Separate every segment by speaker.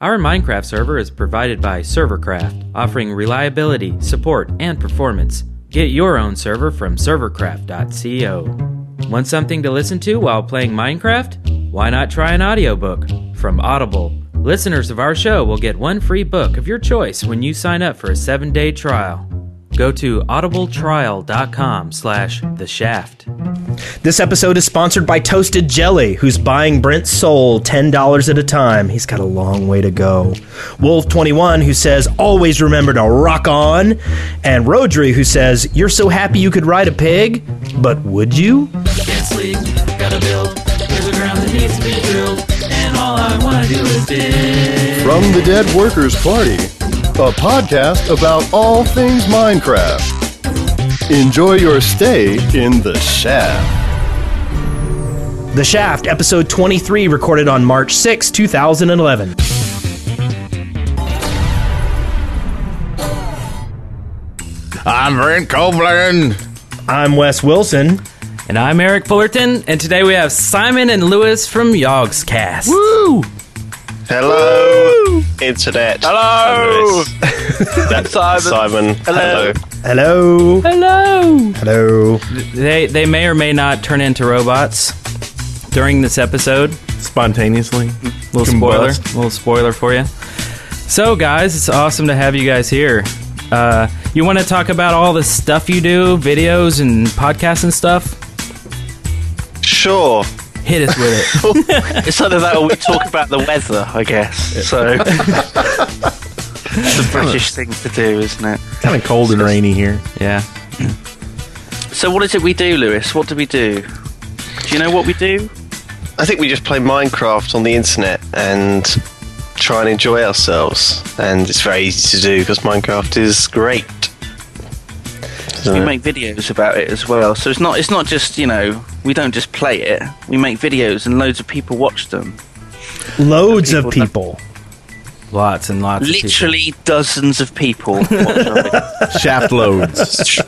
Speaker 1: Our Minecraft server is provided by Servercraft, offering reliability, support, and performance. Get your own server from servercraft.co. Want something to listen to while playing Minecraft? Why not try an audiobook from Audible? Listeners of our show will get one free book of your choice when you sign up for a 7-day trial. Go to audibletrial.com slash the shaft.
Speaker 2: This episode is sponsored by Toasted Jelly, who's buying Brent's soul $10 at a time. He's got a long way to go. Wolf21, who says, always remember to rock on. And Rodri, who says, you're so happy you could ride a pig, but would you?
Speaker 1: Can't sleep, gotta build. There's a ground that needs to be drilled. And all I wanna do is dig.
Speaker 3: From the Dead Workers Party, a podcast about all things Minecraft. Enjoy your stay in the shaft.
Speaker 2: The Shaft, episode 23, recorded on March 6, 2011.
Speaker 4: I'm Brent Copeland.
Speaker 2: I'm Wes Wilson.
Speaker 1: And I'm Eric Fullerton, and today we have Simon and Lewis from Yogg's Cast. Woo!
Speaker 5: Hello, internet. Hello, that's Simon. Simon. Hello.
Speaker 2: Hello.
Speaker 1: Hello!
Speaker 2: Hello.
Speaker 1: They they may or may not turn into robots during this episode.
Speaker 4: Spontaneously.
Speaker 1: Little spoiler.
Speaker 4: Combust.
Speaker 1: Little spoiler for you. So guys, it's awesome to have you guys here. Uh, you want to talk about all the stuff you do, videos and podcasts and stuff?
Speaker 5: Sure.
Speaker 1: Hit us with it.
Speaker 5: It's either that or we talk about the weather, I guess. So it's the British thing to do, isn't it?
Speaker 4: Kind of cold and rainy here.
Speaker 1: Yeah.
Speaker 5: So what is it we do, Lewis? What do we do? Do you know what we do?
Speaker 6: I think we just play Minecraft on the internet and try and enjoy ourselves. And it's very easy to do because Minecraft is great.
Speaker 5: We
Speaker 6: Uh,
Speaker 5: make videos about it as well. So it's not it's not just you know we don't just play it. We make videos and loads of people watch them.
Speaker 2: Loads of
Speaker 5: People-
Speaker 2: people.
Speaker 1: Lots and lots of people.
Speaker 5: Literally dozens of people. watch our videos.
Speaker 4: Shaft loads.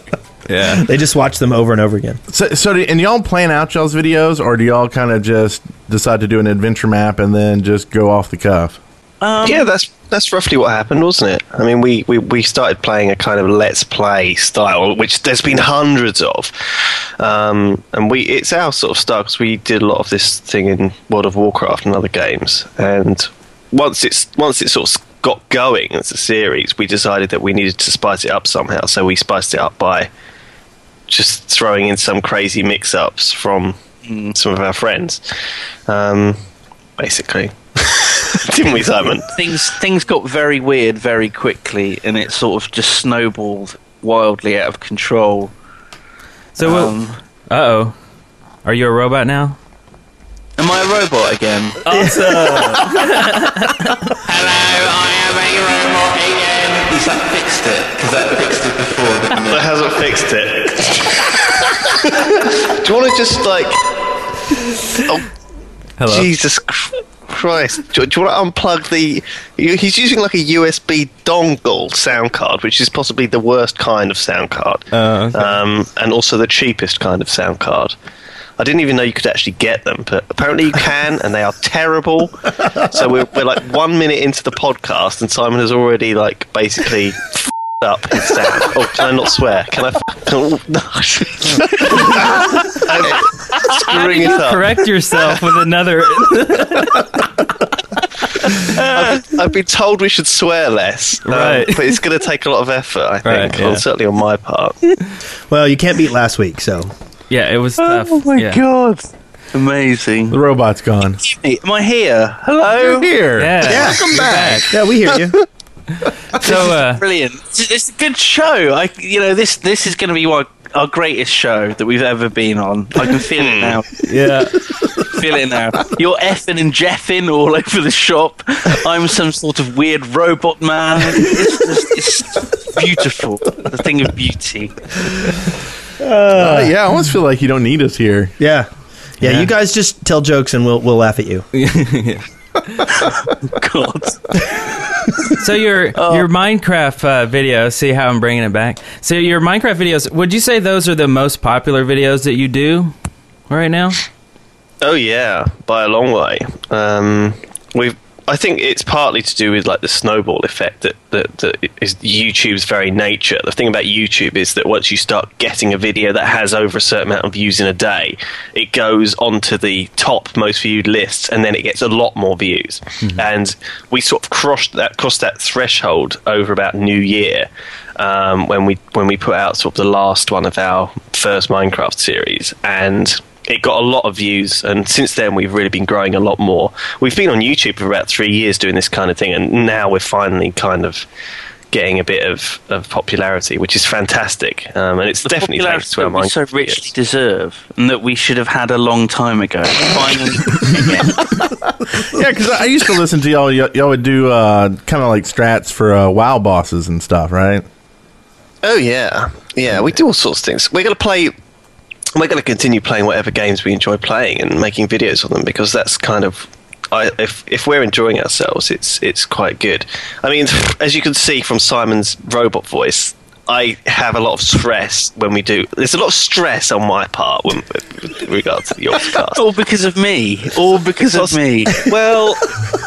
Speaker 4: yeah.
Speaker 2: They just watch them over and over again.
Speaker 4: So, so do, and y'all plan out y'all's videos, or do y'all kind of just decide to do an adventure map and then just go off the cuff?
Speaker 6: yeah, that's that's roughly what happened, wasn't it? I mean, we, we, we started playing a kind of let's play style, which there's been hundreds of, um, and we it's our sort of style because we did a lot of this thing in World of Warcraft and other games. And once it's once it sort of got going as a series, we decided that we needed to spice it up somehow. So we spiced it up by just throwing in some crazy mix-ups from some of our friends, um, basically. Didn't we, Simon?
Speaker 5: things things got very weird very quickly, and it sort of just snowballed wildly out of control.
Speaker 1: So we'll,
Speaker 5: Um,
Speaker 1: Uh oh. Are you a robot now?
Speaker 5: Am I a robot again?
Speaker 6: that hasn't fixed it. Do you want to just like? Oh,
Speaker 1: Hello.
Speaker 6: Jesus Chr- Christ! Do, do you want to unplug the? you- He's using like a USB dongle sound card, which is possibly the worst kind of sound card,
Speaker 4: Uh,
Speaker 6: um, and also the cheapest kind of sound card. I didn't even know you could actually get them, but apparently you can, and they are terrible. So we're, we're like one minute into the podcast, and Simon has already like basically f***ed up his sound. Oh, can I not swear? Can I? F- oh, no. I'm screwing it up.
Speaker 1: Correct yourself with another.
Speaker 6: I've been told we should swear less, um,
Speaker 1: Right.
Speaker 6: but it's going to take a lot of effort, I think,
Speaker 1: Right,
Speaker 6: well,
Speaker 1: yeah.
Speaker 6: certainly on my part.
Speaker 2: Well, you can't beat last week, so.
Speaker 1: yeah, it was tough. yeah.
Speaker 5: god! Amazing.
Speaker 4: the robot's gone.
Speaker 5: Hey, am I here? Hello.
Speaker 4: Here.
Speaker 1: Yeah.
Speaker 4: Welcome back.
Speaker 2: Yeah, we hear you.
Speaker 1: So uh,
Speaker 5: Brilliant. It's, it's a good show. I, you know, this this is going to be why our greatest show that we've ever been on. I can feel it now.
Speaker 2: Yeah.
Speaker 5: Feel it now. You're effing and jeffing all over the shop. I'm some sort of weird robot man. It's just it's beautiful. The thing of beauty.
Speaker 4: Uh, yeah, I almost feel like you don't need us here.
Speaker 2: Yeah. Yeah, you guys just tell jokes and we'll we'll laugh at you.
Speaker 5: God.
Speaker 1: So your your Minecraft uh, videos, see how I'm bringing it back. So your Minecraft videos, would you say those are the most popular videos that you do right now?
Speaker 6: Oh yeah, by a long way. Um, we've. I think it's partly to do with like the snowball effect that, that that is YouTube's very nature. The thing about YouTube is that once you start getting a video that has over a certain amount of views in a day, it goes onto the top most viewed lists, and then it gets a lot more views. And we sort of crossed that crossed that threshold over about New Year, um, when we when we put out sort of the last one of our first Minecraft series, and it got a lot of views. And since then, we've really been growing a lot more. We've been on YouTube for about three years doing this kind of thing, and now we're finally kind of getting a bit of, of popularity, which is fantastic. Um, and it's
Speaker 5: The
Speaker 6: definitely thanks to our
Speaker 5: popularity that we so
Speaker 6: Minecraft.
Speaker 5: richly deserve and that we should have had a long time ago. Finally, again.
Speaker 4: Yeah, because I I used to listen to y'all. Y- y'all would do uh, kind of like strats for uh, WoW bosses and stuff, right?
Speaker 6: Oh yeah, yeah. We do all sorts of things. We're going to play. We're going to continue playing whatever games we enjoy playing and making videos on them because that's kind of. I, if if we're enjoying ourselves, it's it's quite good. I mean, as you can see from Simon's robot voice, I have a lot of stress when we do. There's a lot of stress on my part when, with regard to the Yorkscast.
Speaker 5: all because of me. All Oh, because of me.
Speaker 6: Well,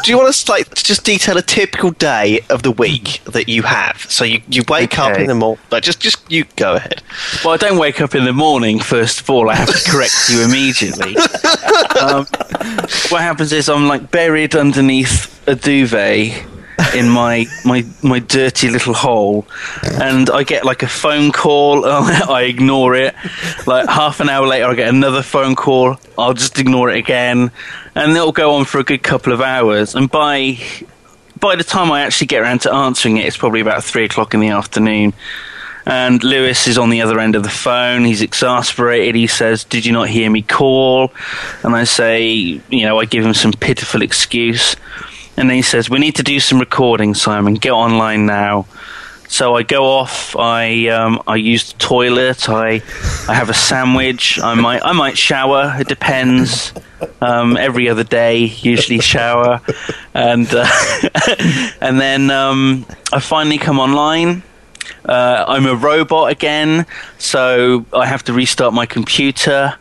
Speaker 6: do you want us like to just detail a typical day of the week that you have? So you, you wake up
Speaker 5: Okay.
Speaker 6: in the morning. Like just just you go ahead.
Speaker 5: Well, I don't wake up in the morning, first of all. I have to correct you immediately. um, what happens is I'm like buried underneath a duvet in my, my, my dirty little hole, and I get like a phone call. I ignore it. Like half an hour later, I get another phone call. I'll just ignore it again, and it'll go on for a good couple of hours. And by by the time I actually get around to answering it, it's probably about three o'clock in the afternoon. And Lewis is on the other end of the phone. He's exasperated. He says, Did you not hear me call? And I say, You know, I give him some pitiful excuse. And then he says, We need to do some recording, Simon. Get online now. So I go off. I um, I use the toilet. I I have a sandwich. I might I might shower. It depends. Um, every other day, usually shower, and uh, and then um, I finally come online. Uh, I'm a robot again, so I have to restart my computer.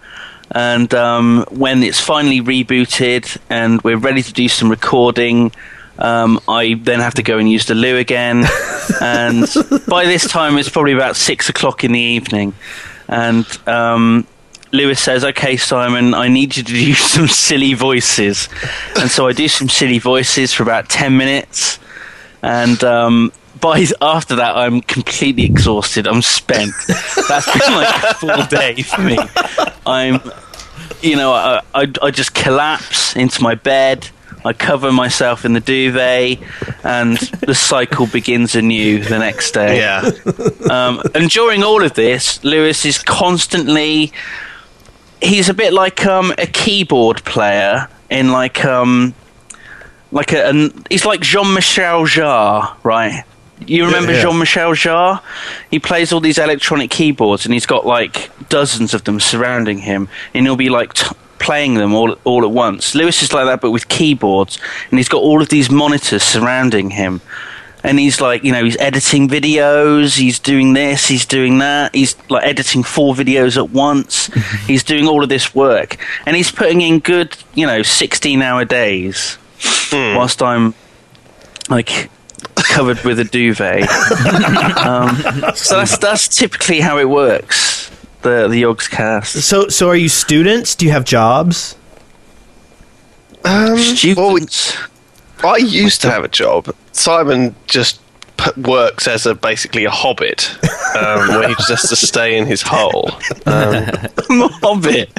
Speaker 5: And um, when it's finally rebooted and we're ready to do some recording, um, I then have to go and use the loo again. and by this time, it's probably about six o'clock in the evening. And um, Lewis says, "Okay, Simon, I need you to do some silly voices." And so I do some silly voices for about ten minutes and um, by after that, I'm completely exhausted. I'm spent. That's been like a full day for me. I'm, you know, I, I, I just collapse into my bed. I cover myself in the duvet, and the cycle begins anew the next day.
Speaker 6: Yeah.
Speaker 5: Um, and during all of this, Lewis is constantly. He's a bit like um, a keyboard player in like um, like a. An, he's like Jean Michel Jarre, right? You remember
Speaker 4: yeah.
Speaker 5: Jean Michel Jarre? He plays all these electronic keyboards, and he's got like dozens of them surrounding him, and he'll be like. T- playing them all all at once. Lewis is like that but with keyboards and he's got all of these monitors surrounding him and he's like you know he's editing videos he's doing this he's doing that he's like editing four videos at once he's doing all of this work and he's putting in good you know 16 hour days whilst i'm like covered with a duvet um, so that's that's typically how it works the the yogs cast
Speaker 2: So so are you students? Do you have jobs?
Speaker 5: students
Speaker 6: I used to have a job. Simon just p- works as a basically a hobbit, um, where he just has to stay in his hole. Um,
Speaker 5: I'm a hobbit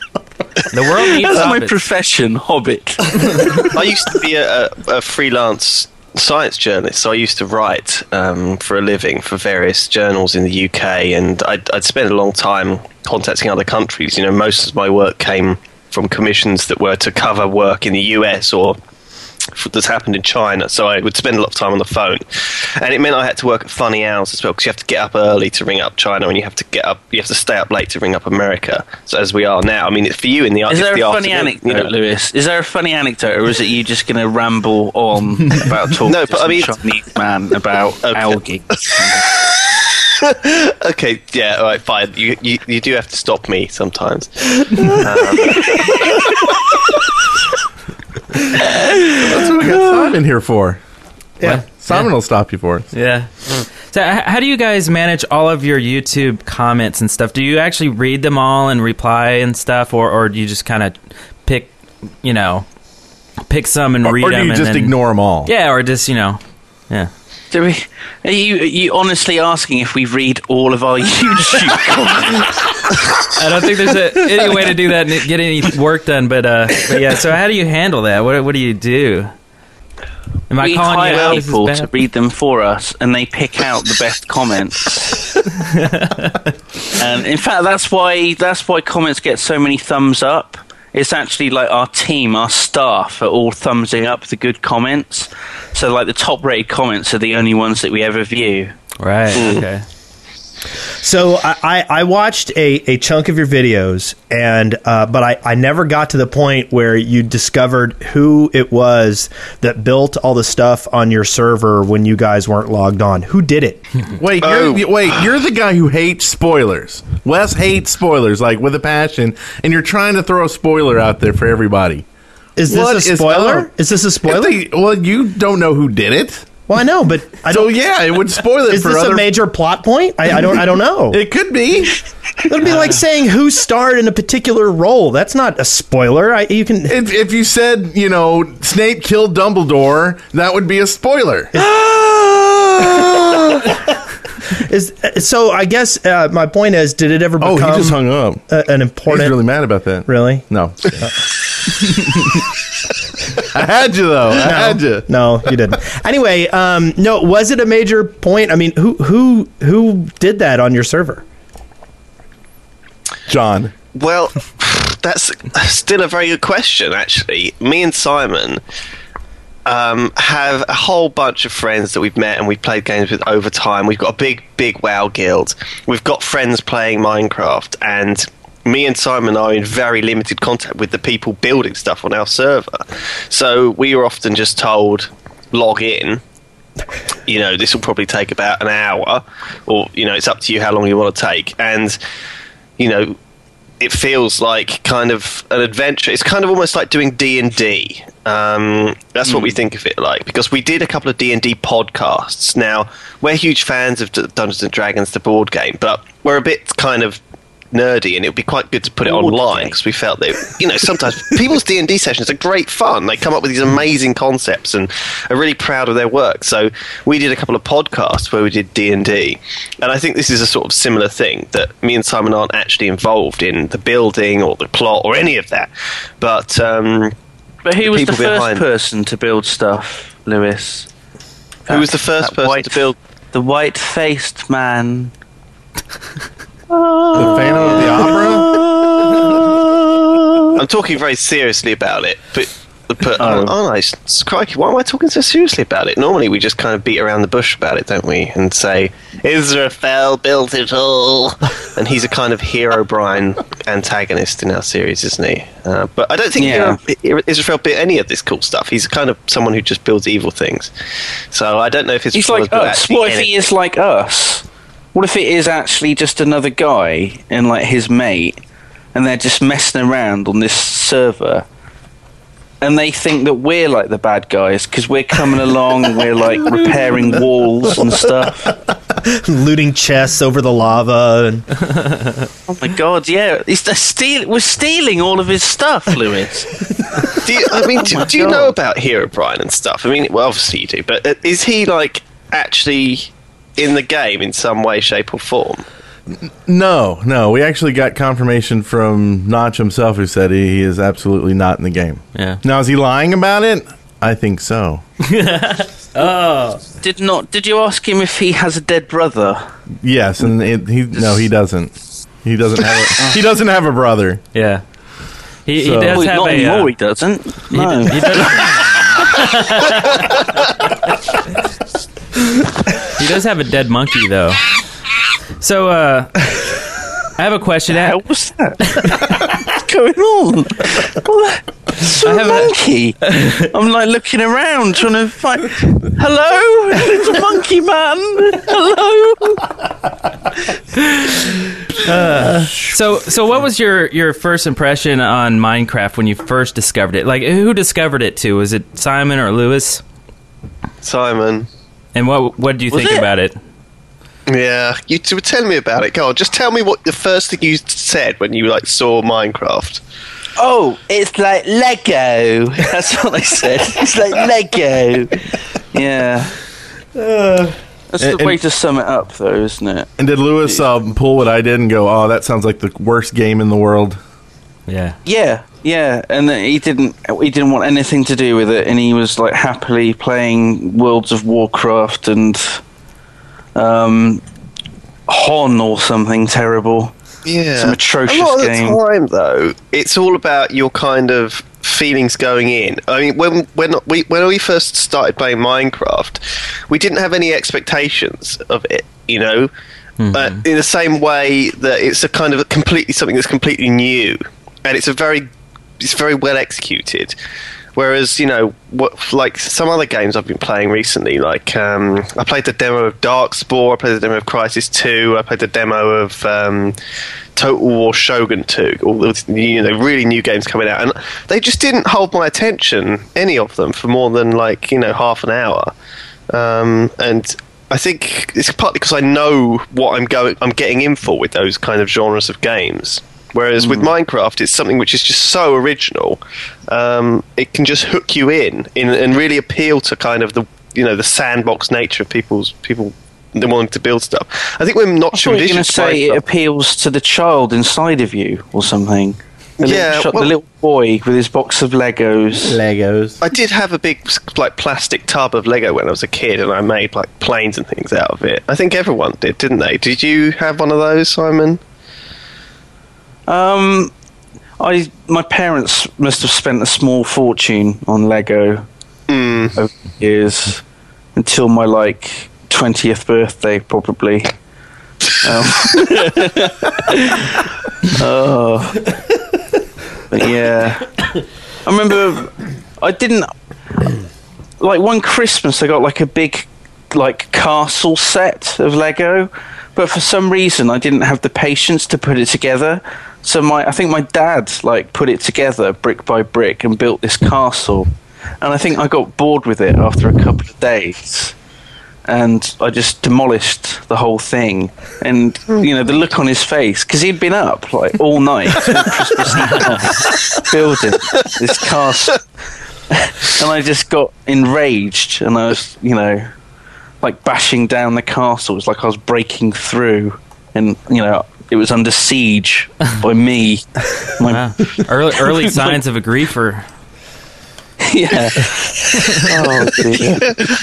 Speaker 1: The world needs
Speaker 5: that's my
Speaker 1: hobbits.
Speaker 5: profession hobbit
Speaker 6: I used to be a, a, a freelance science journalist. So I used to write um, for a living for various journals in the UK, and I'd, I'd spent a long time contacting other countries. You know, most of my work came from commissions that were to cover work in the US or f- that's happened in China. So I would spend a lot of time on the phone, and it meant I had to work at funny hours as well because you have to get up early to ring up China, and you have to get up, you have to stay up late to ring up America. So as we are now, I mean, it's for you in the
Speaker 5: Is
Speaker 6: it's
Speaker 5: there a
Speaker 6: the
Speaker 5: funny
Speaker 6: afternoon,
Speaker 5: anecdote,
Speaker 6: you know.
Speaker 5: Lewis? Is there a funny anecdote, or is it you just going to ramble on about talking
Speaker 6: No,
Speaker 5: to
Speaker 6: but I
Speaker 5: some
Speaker 6: mean-
Speaker 5: Chinese man about algae?
Speaker 6: Okay, yeah, all right, fine. You, you, you do have to stop me sometimes. Um,
Speaker 4: That's what we got Simon here for.
Speaker 1: Yeah.
Speaker 4: Simon will stop you for it.
Speaker 1: Yeah. So, h- how do you guys manage all of your YouTube comments and stuff? Do you actually read them all and reply and stuff, or, or do you just kind of pick, you know, pick some and
Speaker 4: Or,
Speaker 1: read
Speaker 4: or
Speaker 1: them?
Speaker 4: do you
Speaker 1: and
Speaker 4: just
Speaker 1: then-
Speaker 4: ignore them all?
Speaker 1: Yeah, or just you know, yeah.
Speaker 5: Do we? Are you are you honestly asking if we read all of our YouTube comments?
Speaker 1: I don't think there's a, any way to do that and get any work done. But, uh, but yeah. So, how do you handle that? What what do you do? Am I
Speaker 5: We
Speaker 1: calling you out?
Speaker 5: hire
Speaker 1: This is
Speaker 5: people
Speaker 1: bad.
Speaker 5: to read them for us, and they pick out the best comments. and in fact, that's why that's why comments get so many thumbs up. It's actually like our team, our staff are all thumbsing up the good comments. So like the top rated comments are the only ones that we ever view.
Speaker 1: Right.
Speaker 5: Mm.
Speaker 1: Okay.
Speaker 2: So I, I, I watched a, a chunk of your videos, and uh, but I, I never got to the point where you discovered who it was that built all the stuff on your server when you guys weren't logged on. Who did it?
Speaker 4: Wait,
Speaker 6: Oh.
Speaker 4: you're, you- wait, you're the guy who hates spoilers. Wes hates spoilers like with a passion, and you're trying to throw a spoiler out there for everybody.
Speaker 2: Is this
Speaker 4: What
Speaker 2: a
Speaker 4: is
Speaker 2: spoiler?
Speaker 4: up?
Speaker 2: Is this a
Speaker 4: If
Speaker 2: spoiler?
Speaker 4: they- well, you don't know who did it.
Speaker 2: well, I know, but I
Speaker 4: So
Speaker 2: don't.
Speaker 4: yeah, it would spoil it
Speaker 2: is
Speaker 4: for
Speaker 2: this
Speaker 4: other.
Speaker 2: a major plot point? I, I don't. I don't know.
Speaker 4: it could be.
Speaker 2: It'd be like saying who starred in a particular role. That's not a spoiler. I, you can.
Speaker 4: If, if you said, you know, Snape killed Dumbledore, that would be a spoiler.
Speaker 2: Is so? I guess uh, my point is, did it ever become
Speaker 4: oh, he just hung up.
Speaker 2: a- an
Speaker 4: He's
Speaker 2: important?
Speaker 4: really mad about that.
Speaker 2: really?
Speaker 4: No. I had you though. I had you.
Speaker 2: No, you didn't. anyway, um, no, was it a major point? I mean, who who who did that on your server?
Speaker 4: John.
Speaker 6: Well, that's still a very good question, actually. Me and Simon um, have a whole bunch of friends that we've met and we've played games with over time. We've got a big, big WoW guild. We've got friends playing Minecraft, and me and Simon are in very limited contact with the people building stuff on our server. So we are often just told, log in. You know, this will probably take about an hour, or, you know, it's up to you how long you want to take. And, you know, it feels like kind of an adventure. It's kind of almost like doing D and D. Um, That's what we
Speaker 5: Hmm.
Speaker 6: think of it like because we did a couple of D and D podcasts. Now we're huge fans of D- Dungeons and Dragons, the board game, but we're a bit kind of nerdy, and it would be quite good to put it
Speaker 5: Board
Speaker 6: online
Speaker 5: game.
Speaker 6: because we felt that you know sometimes people's D and D sessions are great fun. They come up with these amazing concepts and are really proud of their work. So we did a couple of podcasts where we did D and D, and I think this is a sort of similar thing that me and Simon aren't actually involved in the building or the plot or any of that, but. Um,
Speaker 5: But who was the
Speaker 6: people
Speaker 5: first
Speaker 6: behind.
Speaker 5: person to build stuff, Lewis?
Speaker 6: Who was the first
Speaker 5: that
Speaker 6: person
Speaker 5: white-
Speaker 6: to build?
Speaker 5: The white faced man.
Speaker 4: The Phantom of the
Speaker 2: Uh,
Speaker 4: Opera?
Speaker 6: I'm talking very seriously about it, but. But oh. aren't I? S- Crikey, why am I talking so seriously about it? Normally, we just kind of beat around the bush about it, don't we? And say, Israfel built it all. and he's a kind of hero Brian antagonist in our series, isn't he? Uh, but I don't think
Speaker 5: Yeah.
Speaker 6: you know, I- Israfel built any of this cool stuff. He's kind of someone who just builds evil things. So I don't know if it's.
Speaker 5: He's like us. What if he is like us? What if it is actually just another guy and like his mate, and they're just messing around on this server, and they think that we're like the bad guys because we're coming along and we're like repairing walls and stuff.
Speaker 2: Looting chests over the lava and
Speaker 5: Oh my god, yeah, he's they're steal. We're stealing all of his stuff, Lewis.
Speaker 6: do you, I mean, do, do you
Speaker 5: God.
Speaker 6: know about Hero Brian and stuff? I mean, well, obviously you do, but uh, is he like actually in the game in some way, shape, or form?
Speaker 4: No, no. We actually got confirmation from Notch himself who said he, he is absolutely not in the game.
Speaker 1: Yeah.
Speaker 4: Now, is he lying about it? I think so.
Speaker 5: Did not? Did you ask him if he has a dead brother?
Speaker 4: Yes, and it, he no, he doesn't. He doesn't have. A, he doesn't have a brother.
Speaker 1: Yeah. He,
Speaker 4: So-
Speaker 1: he does
Speaker 5: Well,
Speaker 1: have
Speaker 5: not
Speaker 1: a. uh,
Speaker 5: anymore. he doesn't.
Speaker 1: he
Speaker 5: No.
Speaker 1: d- he does, he does have a dead monkey, though. So, uh, I have a question.
Speaker 5: Hell, What's that? What's going on? What the- It's a
Speaker 1: have a-
Speaker 5: monkey. i I'm like looking around trying to find. Hello, it's a monkey man. Hello.
Speaker 1: So, so what was your your first impression on Minecraft when you first discovered it? Like, who discovered it to? Was it Simon or Lewis?
Speaker 6: Simon.
Speaker 1: And what what did you
Speaker 5: Was
Speaker 1: think
Speaker 5: it?
Speaker 1: about it?
Speaker 6: Yeah, you two were telling me about it. Go on, just tell me what the first thing you said when you like saw Minecraft.
Speaker 5: Oh, it's like Lego. That's what they said. It's like Lego. Yeah. That's the
Speaker 4: and-
Speaker 5: way to sum it up, though, isn't it?
Speaker 4: And did Lewis um, pull what I did and go? Oh, that sounds like the worst game in the world.
Speaker 1: Yeah,
Speaker 5: Yeah, yeah, and then he didn't. He didn't want anything to do with it, and he was like happily playing Worlds of Warcraft and um, Hon or something terrible.
Speaker 6: Yeah,
Speaker 5: Some atrocious
Speaker 6: A lot of
Speaker 5: game.
Speaker 6: the time, though, it's all about your kind of feelings going in. I mean, when when we when we first started playing Minecraft, we didn't have any expectations of it. You know,
Speaker 5: Mm-hmm.
Speaker 6: but in the same way that it's a kind of a completely something that's completely new, and it's a very it's very well executed. Whereas you know, what, like some other games I've been playing recently, like um, I played the demo of Darkspore, I played the demo of Crisis Two, I played the demo of um, Total War Shogun Two. All those you know really new games coming out, and they just didn't hold my attention any of them for more than like you know half an hour. Um, and I think it's partly because I know what I'm going, I'm getting in for with those kind of genres of games. Whereas
Speaker 5: Hmm.
Speaker 6: with Minecraft, it's something which is just so original. Um, it can just hook you in, in and really appeal to kind of the you know the sandbox nature of people's people. They want to build stuff. I think we're not
Speaker 5: I thought
Speaker 6: sure. uh,
Speaker 5: you were going to say it appeals to the child inside of you or something. The
Speaker 6: Yeah,
Speaker 5: little, shot-
Speaker 6: well-
Speaker 5: the little boy with his box of Legos.
Speaker 4: Legos.
Speaker 6: I did have a big like plastic tub of Lego when I was a kid, and I made like planes and things out of it. I think everyone did, didn't they? Did you have one of those, Simon?
Speaker 5: Um, I my parents must have spent a small fortune on Lego over the years until my like twentieth birthday, probably. Um, oh, but yeah, I remember I didn't like one Christmas I got like a big like castle set of Lego, but for some reason I didn't have the patience to put it together. So my I think my dad like put it together brick by brick and built this castle, and I think I got bored with it after a couple of days. And I just demolished the whole thing, and you know the look on his face because he'd been up like all night, Christmas night, building this castle and I just got enraged, and I was, you know, like bashing down the castle. It was like I was breaking through, and you know, it was under siege by me. My,
Speaker 1: wow. Early early signs of a griefer.
Speaker 5: Yeah. oh dear.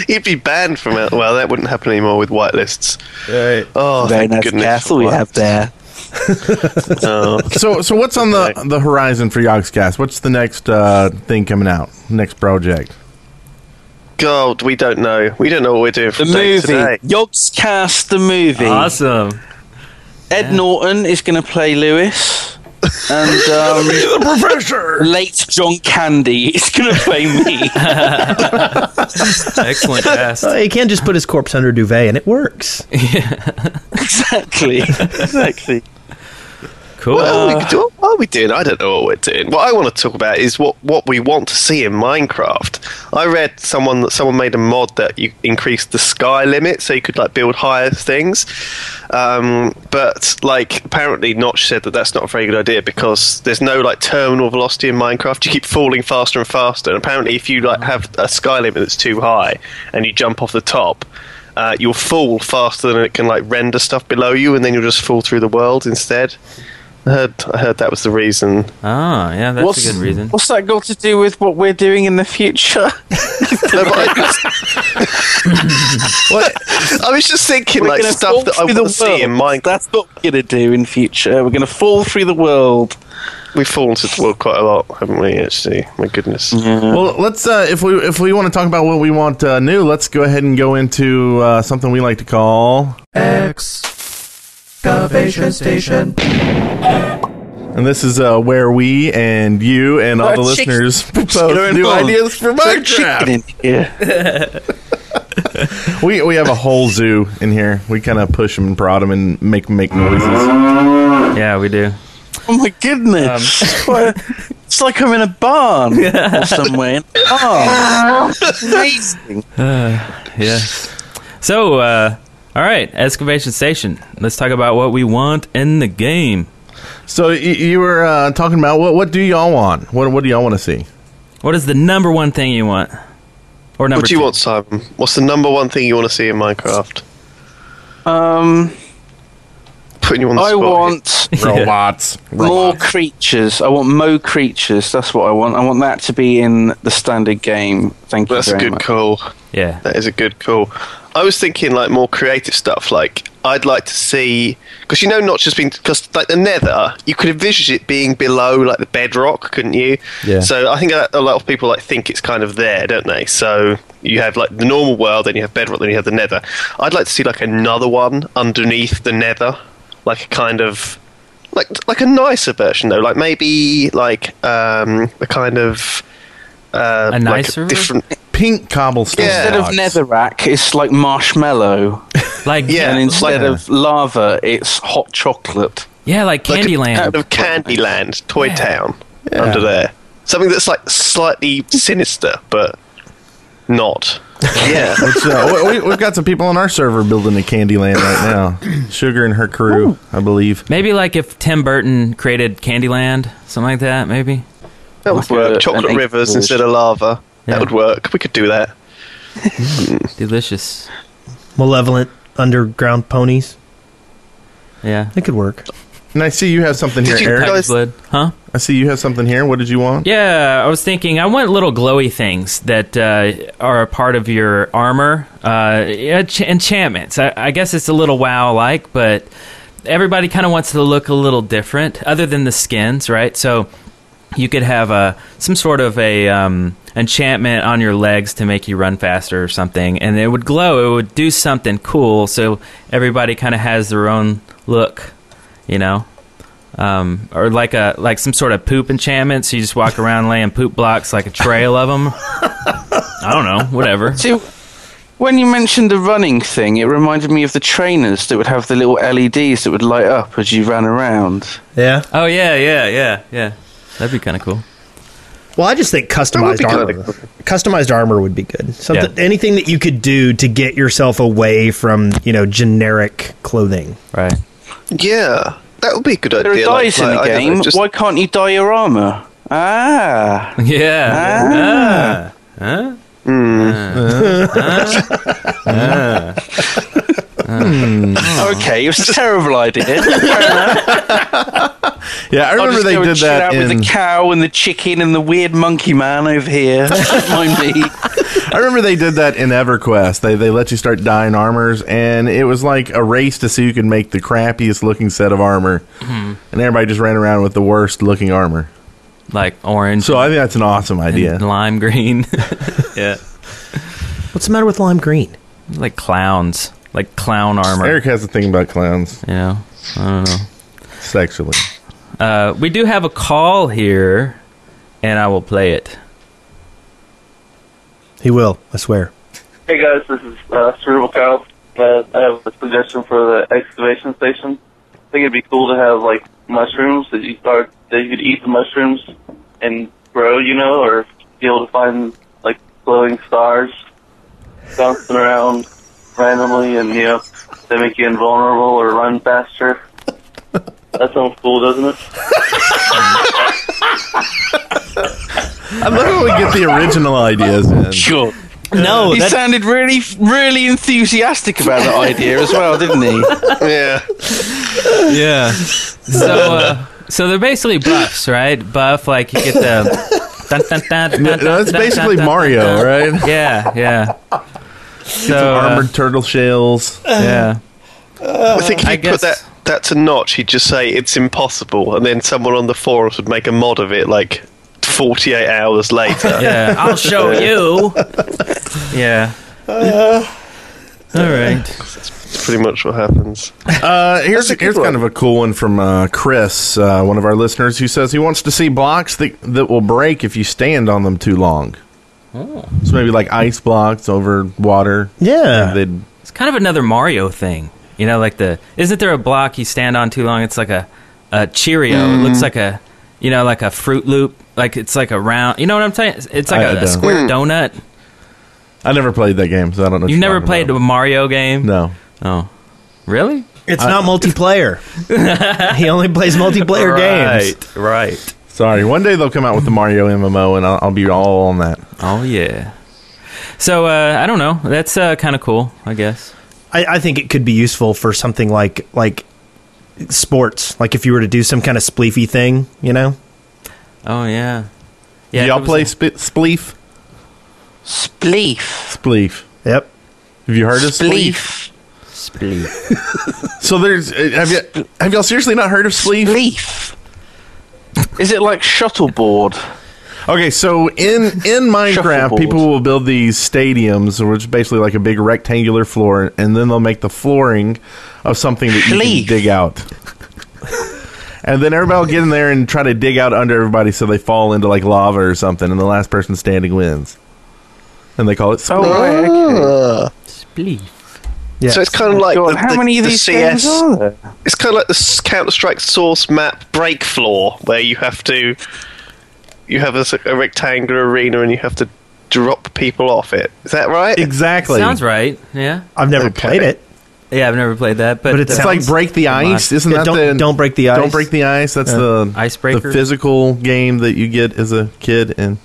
Speaker 6: He'd be banned from it. Well, that wouldn't happen anymore with whitelists.
Speaker 4: Right.
Speaker 6: Oh,
Speaker 5: Very
Speaker 6: thank
Speaker 5: nice
Speaker 6: goodness
Speaker 5: castle
Speaker 6: for
Speaker 5: you have there.
Speaker 6: that. Oh.
Speaker 4: So, so what's on the the horizon for Yogscast? What's the next uh, thing coming out? Next project?
Speaker 6: God, we don't know. We don't know what we're doing
Speaker 5: The
Speaker 6: from day to day.
Speaker 5: movie, Ah, Yogs cast the movie.
Speaker 1: Awesome.
Speaker 5: Ed Norton is going to play Lewis. And um, late John Candy is going to play me.
Speaker 1: Excellent cast.
Speaker 2: Oh, he can't just put his corpse under a duvet and it works.
Speaker 5: exactly. Exactly.
Speaker 1: Cool.
Speaker 6: Well, we could do- what are we doing? I don't know what we're doing. What I want to talk about is what, what we want to see in Minecraft. I read someone that someone made a mod that you increased the sky limit so you could like build higher things. Um, but like apparently Notch said that that's not a very good idea because there's no like terminal velocity in Minecraft. You keep falling faster and faster. And apparently, if you like have a sky limit that's too high and you jump off the top. Uh, you'll fall faster than it can like render stuff below you, and then you'll just fall through the world instead. I heard, I heard that was the reason.
Speaker 1: Ah, yeah, that's
Speaker 5: What's-
Speaker 1: a good reason.
Speaker 5: What's that got to do with what we're doing in the future?
Speaker 6: No, but I, was, What? I was just thinking,
Speaker 5: We're
Speaker 6: like
Speaker 5: gonna
Speaker 6: stuff that I
Speaker 5: through
Speaker 6: want to see in
Speaker 5: world.
Speaker 6: Minecraft.
Speaker 5: That's what we're gonna do in future. We're gonna fall through the world.
Speaker 6: We've fallen to the world quite a lot, haven't we? Actually, my goodness.
Speaker 4: Well, let's uh, if we if we want to talk about what we want uh, new, let's go ahead and go into uh, something we like to call.
Speaker 7: Excavation Station.
Speaker 4: And this is uh, where we and you and all the
Speaker 5: Start chicken-
Speaker 4: listeners propose new ideas for Minecraft.
Speaker 5: Yeah.
Speaker 4: We we have a whole zoo in here. We kind of push them and prod them and make 'em make noises.
Speaker 1: Yeah, we do.
Speaker 5: Oh my goodness!
Speaker 1: Um.
Speaker 5: What- it's like I'm in a barn or somewhere. In a barn. Amazing.
Speaker 1: Yeah. So, uh, all right, excavation station. Let's talk about what we want in the game.
Speaker 4: So y- you were uh, talking about what what do y'all want? What what do y'all want to see?
Speaker 1: What is the number one thing you want? Or number
Speaker 6: What do you
Speaker 1: two?
Speaker 6: want, Simon? What's the number one thing you want to see in Minecraft?
Speaker 5: Um,
Speaker 6: Putting you on the
Speaker 5: I
Speaker 6: spot. here.
Speaker 5: want
Speaker 4: Robots.
Speaker 5: more creatures. I want mo creatures. That's what I want. I want that to be in the standard game. Thank you.
Speaker 6: That's a
Speaker 5: very
Speaker 6: good
Speaker 5: much.
Speaker 6: call.
Speaker 1: Yeah.
Speaker 6: That is a good call. I was thinking like more creative stuff. Like I'd like to see because you know not just being because like the Nether, you could envisage it being below like the bedrock, couldn't you?
Speaker 4: Yeah.
Speaker 6: So I think a, a lot of people like think it's kind of there, don't they? So you have like the normal world, then you have bedrock, then you have the Nether. I'd like to see like another one underneath the Nether, like a kind of like like a nicer version though, like maybe like um a kind of uh,
Speaker 1: A
Speaker 6: like
Speaker 1: nicer
Speaker 6: different
Speaker 4: Pink cobblestone.
Speaker 6: Yeah.
Speaker 5: Instead of
Speaker 4: blocks.
Speaker 5: netherrack, it's like marshmallow,
Speaker 1: Like
Speaker 6: Yeah.
Speaker 5: and
Speaker 6: like-
Speaker 5: instead of lava, it's hot chocolate.
Speaker 1: yeah, like
Speaker 6: like a
Speaker 1: Candyland.
Speaker 6: kind of Candyland, Toy Town, under there. Something that's like slightly sinister, but not. Yeah,
Speaker 4: So we, we've got some people on our server building a Candyland right now. Sugar and her crew, I believe.
Speaker 1: maybe like if Tim Burton created Candyland, something like that, maybe.
Speaker 6: that
Speaker 5: Like
Speaker 6: would
Speaker 5: a-
Speaker 6: work.
Speaker 5: an
Speaker 6: Chocolate
Speaker 5: eight
Speaker 6: rivers
Speaker 5: ball.
Speaker 6: instead of lava.
Speaker 1: Yeah.
Speaker 6: That would work. We could do that.
Speaker 1: Delicious.
Speaker 2: Malevolent underground ponies.
Speaker 1: Yeah.
Speaker 2: It could work.
Speaker 4: And I see you have something here,
Speaker 6: Did you
Speaker 4: Eric.
Speaker 1: Tiger's
Speaker 6: guys-
Speaker 1: blood. Huh?
Speaker 4: I see you have something here. What did you want?
Speaker 1: Yeah, I was thinking I want little glowy things that uh, are a part of your armor. Uh, ench- enchantments. I, I guess it's a little WoW like, but everybody kind of wants to look a little different, other than the skins, right? So you could have a some sort of a um, enchantment on your legs to make you run faster or something, and it would glow. It would do something cool. So everybody kind of has their own look, you know um, or like a like some sort of poop enchantment. So you just walk around laying poop blocks like a trail of them. I don't know, whatever.
Speaker 5: See, when you mentioned the running thing, it reminded me of the trainers that would have the little LEDs that would light up as you ran around.
Speaker 2: Yeah.
Speaker 1: Oh yeah, yeah, yeah, yeah. That'd be kind of cool.
Speaker 2: Well, I just think
Speaker 6: be
Speaker 2: customized
Speaker 6: kinda
Speaker 2: armor. Customized armor would be good. Something,
Speaker 1: Yeah.
Speaker 2: anything that you could do to get yourself away from you know generic clothing.
Speaker 1: Right.
Speaker 6: Yeah, that would be a good
Speaker 5: There are
Speaker 6: idea. like-
Speaker 5: dice in the
Speaker 6: like, I don't
Speaker 5: game.
Speaker 6: know, just-
Speaker 5: Why can't you dye your armor? Ah,
Speaker 1: Yeah. Ah. Huh?
Speaker 6: Hmm.
Speaker 5: okay, it was a terrible idea. I
Speaker 4: Yeah, I remember they did that
Speaker 5: with
Speaker 4: in.
Speaker 5: the cow and the chicken and the weird monkey man over here. Don't mind me.
Speaker 4: I remember they did that in EverQuest. They they let you start dyeing armors, and it was like a race to see who could make the crappiest looking set of armor, and everybody just ran around with the worst looking armor.
Speaker 1: Like orange.
Speaker 4: So I think that's an awesome
Speaker 1: and
Speaker 4: idea.
Speaker 1: Lime green. yeah.
Speaker 2: What's the matter with lime green?
Speaker 1: Like clowns. Like clown armor.
Speaker 4: Eric has a thing about clowns
Speaker 1: You know. I don't know.
Speaker 4: sexually.
Speaker 1: Uh, we do have a call here, and I will play it.
Speaker 2: He will, I swear.
Speaker 8: Hey guys, this is uh, Cerebral Cow. Uh, I have a suggestion for the excavation station. I think it'd be cool to have like mushrooms that you start that you could eat the mushrooms and grow, you know, or be able to find like glowing stars bouncing around randomly, and you know they make you invulnerable or run faster. That sounds cool, doesn't it?
Speaker 4: I love when we get the original ideas in.
Speaker 5: Sure.
Speaker 2: No,
Speaker 5: He sounded really, really enthusiastic about that idea as well, didn't he?
Speaker 6: yeah,
Speaker 1: Yeah. So, uh, So they're basically buffs, right? Buff, like you get the. Dun, dun, dun, dun, dun,
Speaker 4: No, it's
Speaker 1: dun,
Speaker 4: basically
Speaker 1: dun, dun,
Speaker 4: Mario,
Speaker 1: dun.
Speaker 4: right?
Speaker 1: Yeah, yeah. So uh,
Speaker 4: Armored turtle shells.
Speaker 1: yeah,
Speaker 6: I think if
Speaker 1: Uh, I
Speaker 6: you
Speaker 1: guess-
Speaker 6: put that that to notch, he'd just say it's impossible, and then someone on the forums would make a mod of it like 48 hours later.
Speaker 1: yeah. I'll show you. Yeah. All right.
Speaker 6: That's pretty much what happens.
Speaker 4: Uh, here's here's kind of a cool one from uh, Chris, uh, one of our listeners, who says he wants to see blocks that that will break if you stand on them too long.
Speaker 1: Oh.
Speaker 4: So maybe like ice blocks over water.
Speaker 2: Yeah.
Speaker 4: They'd,
Speaker 1: It's kind of another Mario thing, you know. Like the isn't there a block you stand on too long? It's like a a Cheerio. It
Speaker 4: Mm-hmm.
Speaker 1: looks like a you know like a Fruit Loop. Like it's like a round. You know what I'm saying? It's like
Speaker 4: I
Speaker 1: a
Speaker 4: don't.
Speaker 1: square donut.
Speaker 4: I never played that game, so I don't know. what
Speaker 1: You've
Speaker 4: you're
Speaker 1: never
Speaker 4: talking
Speaker 1: played a
Speaker 4: about.
Speaker 1: Mario game?
Speaker 4: No.
Speaker 1: Oh, really?
Speaker 2: It's not multiplayer. he only plays multiplayer games.
Speaker 1: Right, right.
Speaker 4: Sorry. One day they'll come out with the Mario MMO, and I'll, I'll be all on that.
Speaker 1: Oh yeah. So uh, I don't know. That's uh, kind of cool, I guess.
Speaker 2: I, I think it could be useful for something like like sports. Like if you were to do some kind of spleefy thing, you know?
Speaker 1: Oh yeah.
Speaker 4: Do
Speaker 1: Yeah.
Speaker 4: y'all
Speaker 1: it was-
Speaker 4: play sp- Spleef?
Speaker 5: Spleef.
Speaker 4: Spleef.
Speaker 2: Yep.
Speaker 4: Have you heard of Spleef?
Speaker 5: Spleef.
Speaker 4: So there's. uh, Have you have y'all seriously not heard of Spleef?
Speaker 5: Spleef. Is it like shuffleboard?
Speaker 4: Okay, so in in Minecraft,
Speaker 5: Shuffleboard.
Speaker 4: people will build these stadiums, which is basically like a big rectangular floor, and then they'll make the flooring of something that you can
Speaker 5: Leaf.
Speaker 4: dig out. and then everybody will get in there and try to dig out under everybody, so they fall into like lava or something, and the last person standing wins. And they call it
Speaker 2: Oh,
Speaker 4: so.
Speaker 2: Yeah.
Speaker 6: So it's kind of like
Speaker 5: God,
Speaker 6: the,
Speaker 5: how
Speaker 6: the-
Speaker 5: many of
Speaker 6: the
Speaker 5: these
Speaker 6: CS
Speaker 5: games are there?
Speaker 6: It's kind of like the Counter Strike source map break floor, where you have to you have a, s- a rectangular arena and you have to drop people off it. Is that right?
Speaker 4: Exactly.
Speaker 1: Sounds right. Yeah.
Speaker 2: I've never
Speaker 6: Okay.
Speaker 2: played it.
Speaker 1: Yeah, I've never played that, but,
Speaker 2: But it's
Speaker 4: It's
Speaker 1: uh,
Speaker 4: like break the
Speaker 1: Come on.
Speaker 4: ice, isn't
Speaker 2: Yeah,
Speaker 4: that
Speaker 2: don't-
Speaker 4: the
Speaker 2: don't break the
Speaker 4: Don't
Speaker 2: ice.
Speaker 4: break the ice. That's the
Speaker 1: Icebreaker.
Speaker 4: the physical game that you get as a kid. And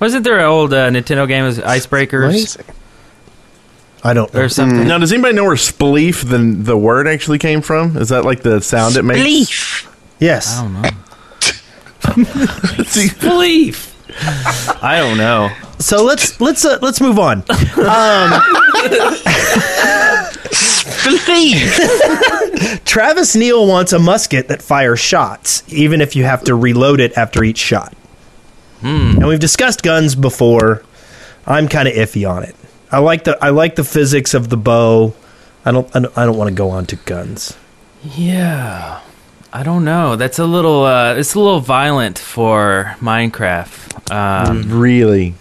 Speaker 1: wasn't there an old uh, Nintendo game as Icebreakers
Speaker 6: Amazing.
Speaker 2: I don't
Speaker 4: Mm.
Speaker 2: know.
Speaker 1: or something?
Speaker 4: now, does anybody know where spleef the the word actually came from? Is that like the sound it makes?
Speaker 5: Spleef.
Speaker 2: Yes.
Speaker 1: I don't know. Spleef. I don't know.
Speaker 2: So let's let's uh, let's move on.
Speaker 5: Spleef.
Speaker 2: Travis Neal wants a musket that fires shots, even if you have to reload it after each shot. And we've discussed guns before. I'm kind of iffy on it. I like the I like the physics of the bow. I don't I don't, I don't want to go on to guns.
Speaker 1: Yeah. I don't know. That's a little. Uh, it's a little violent for Minecraft. Um,
Speaker 4: Really?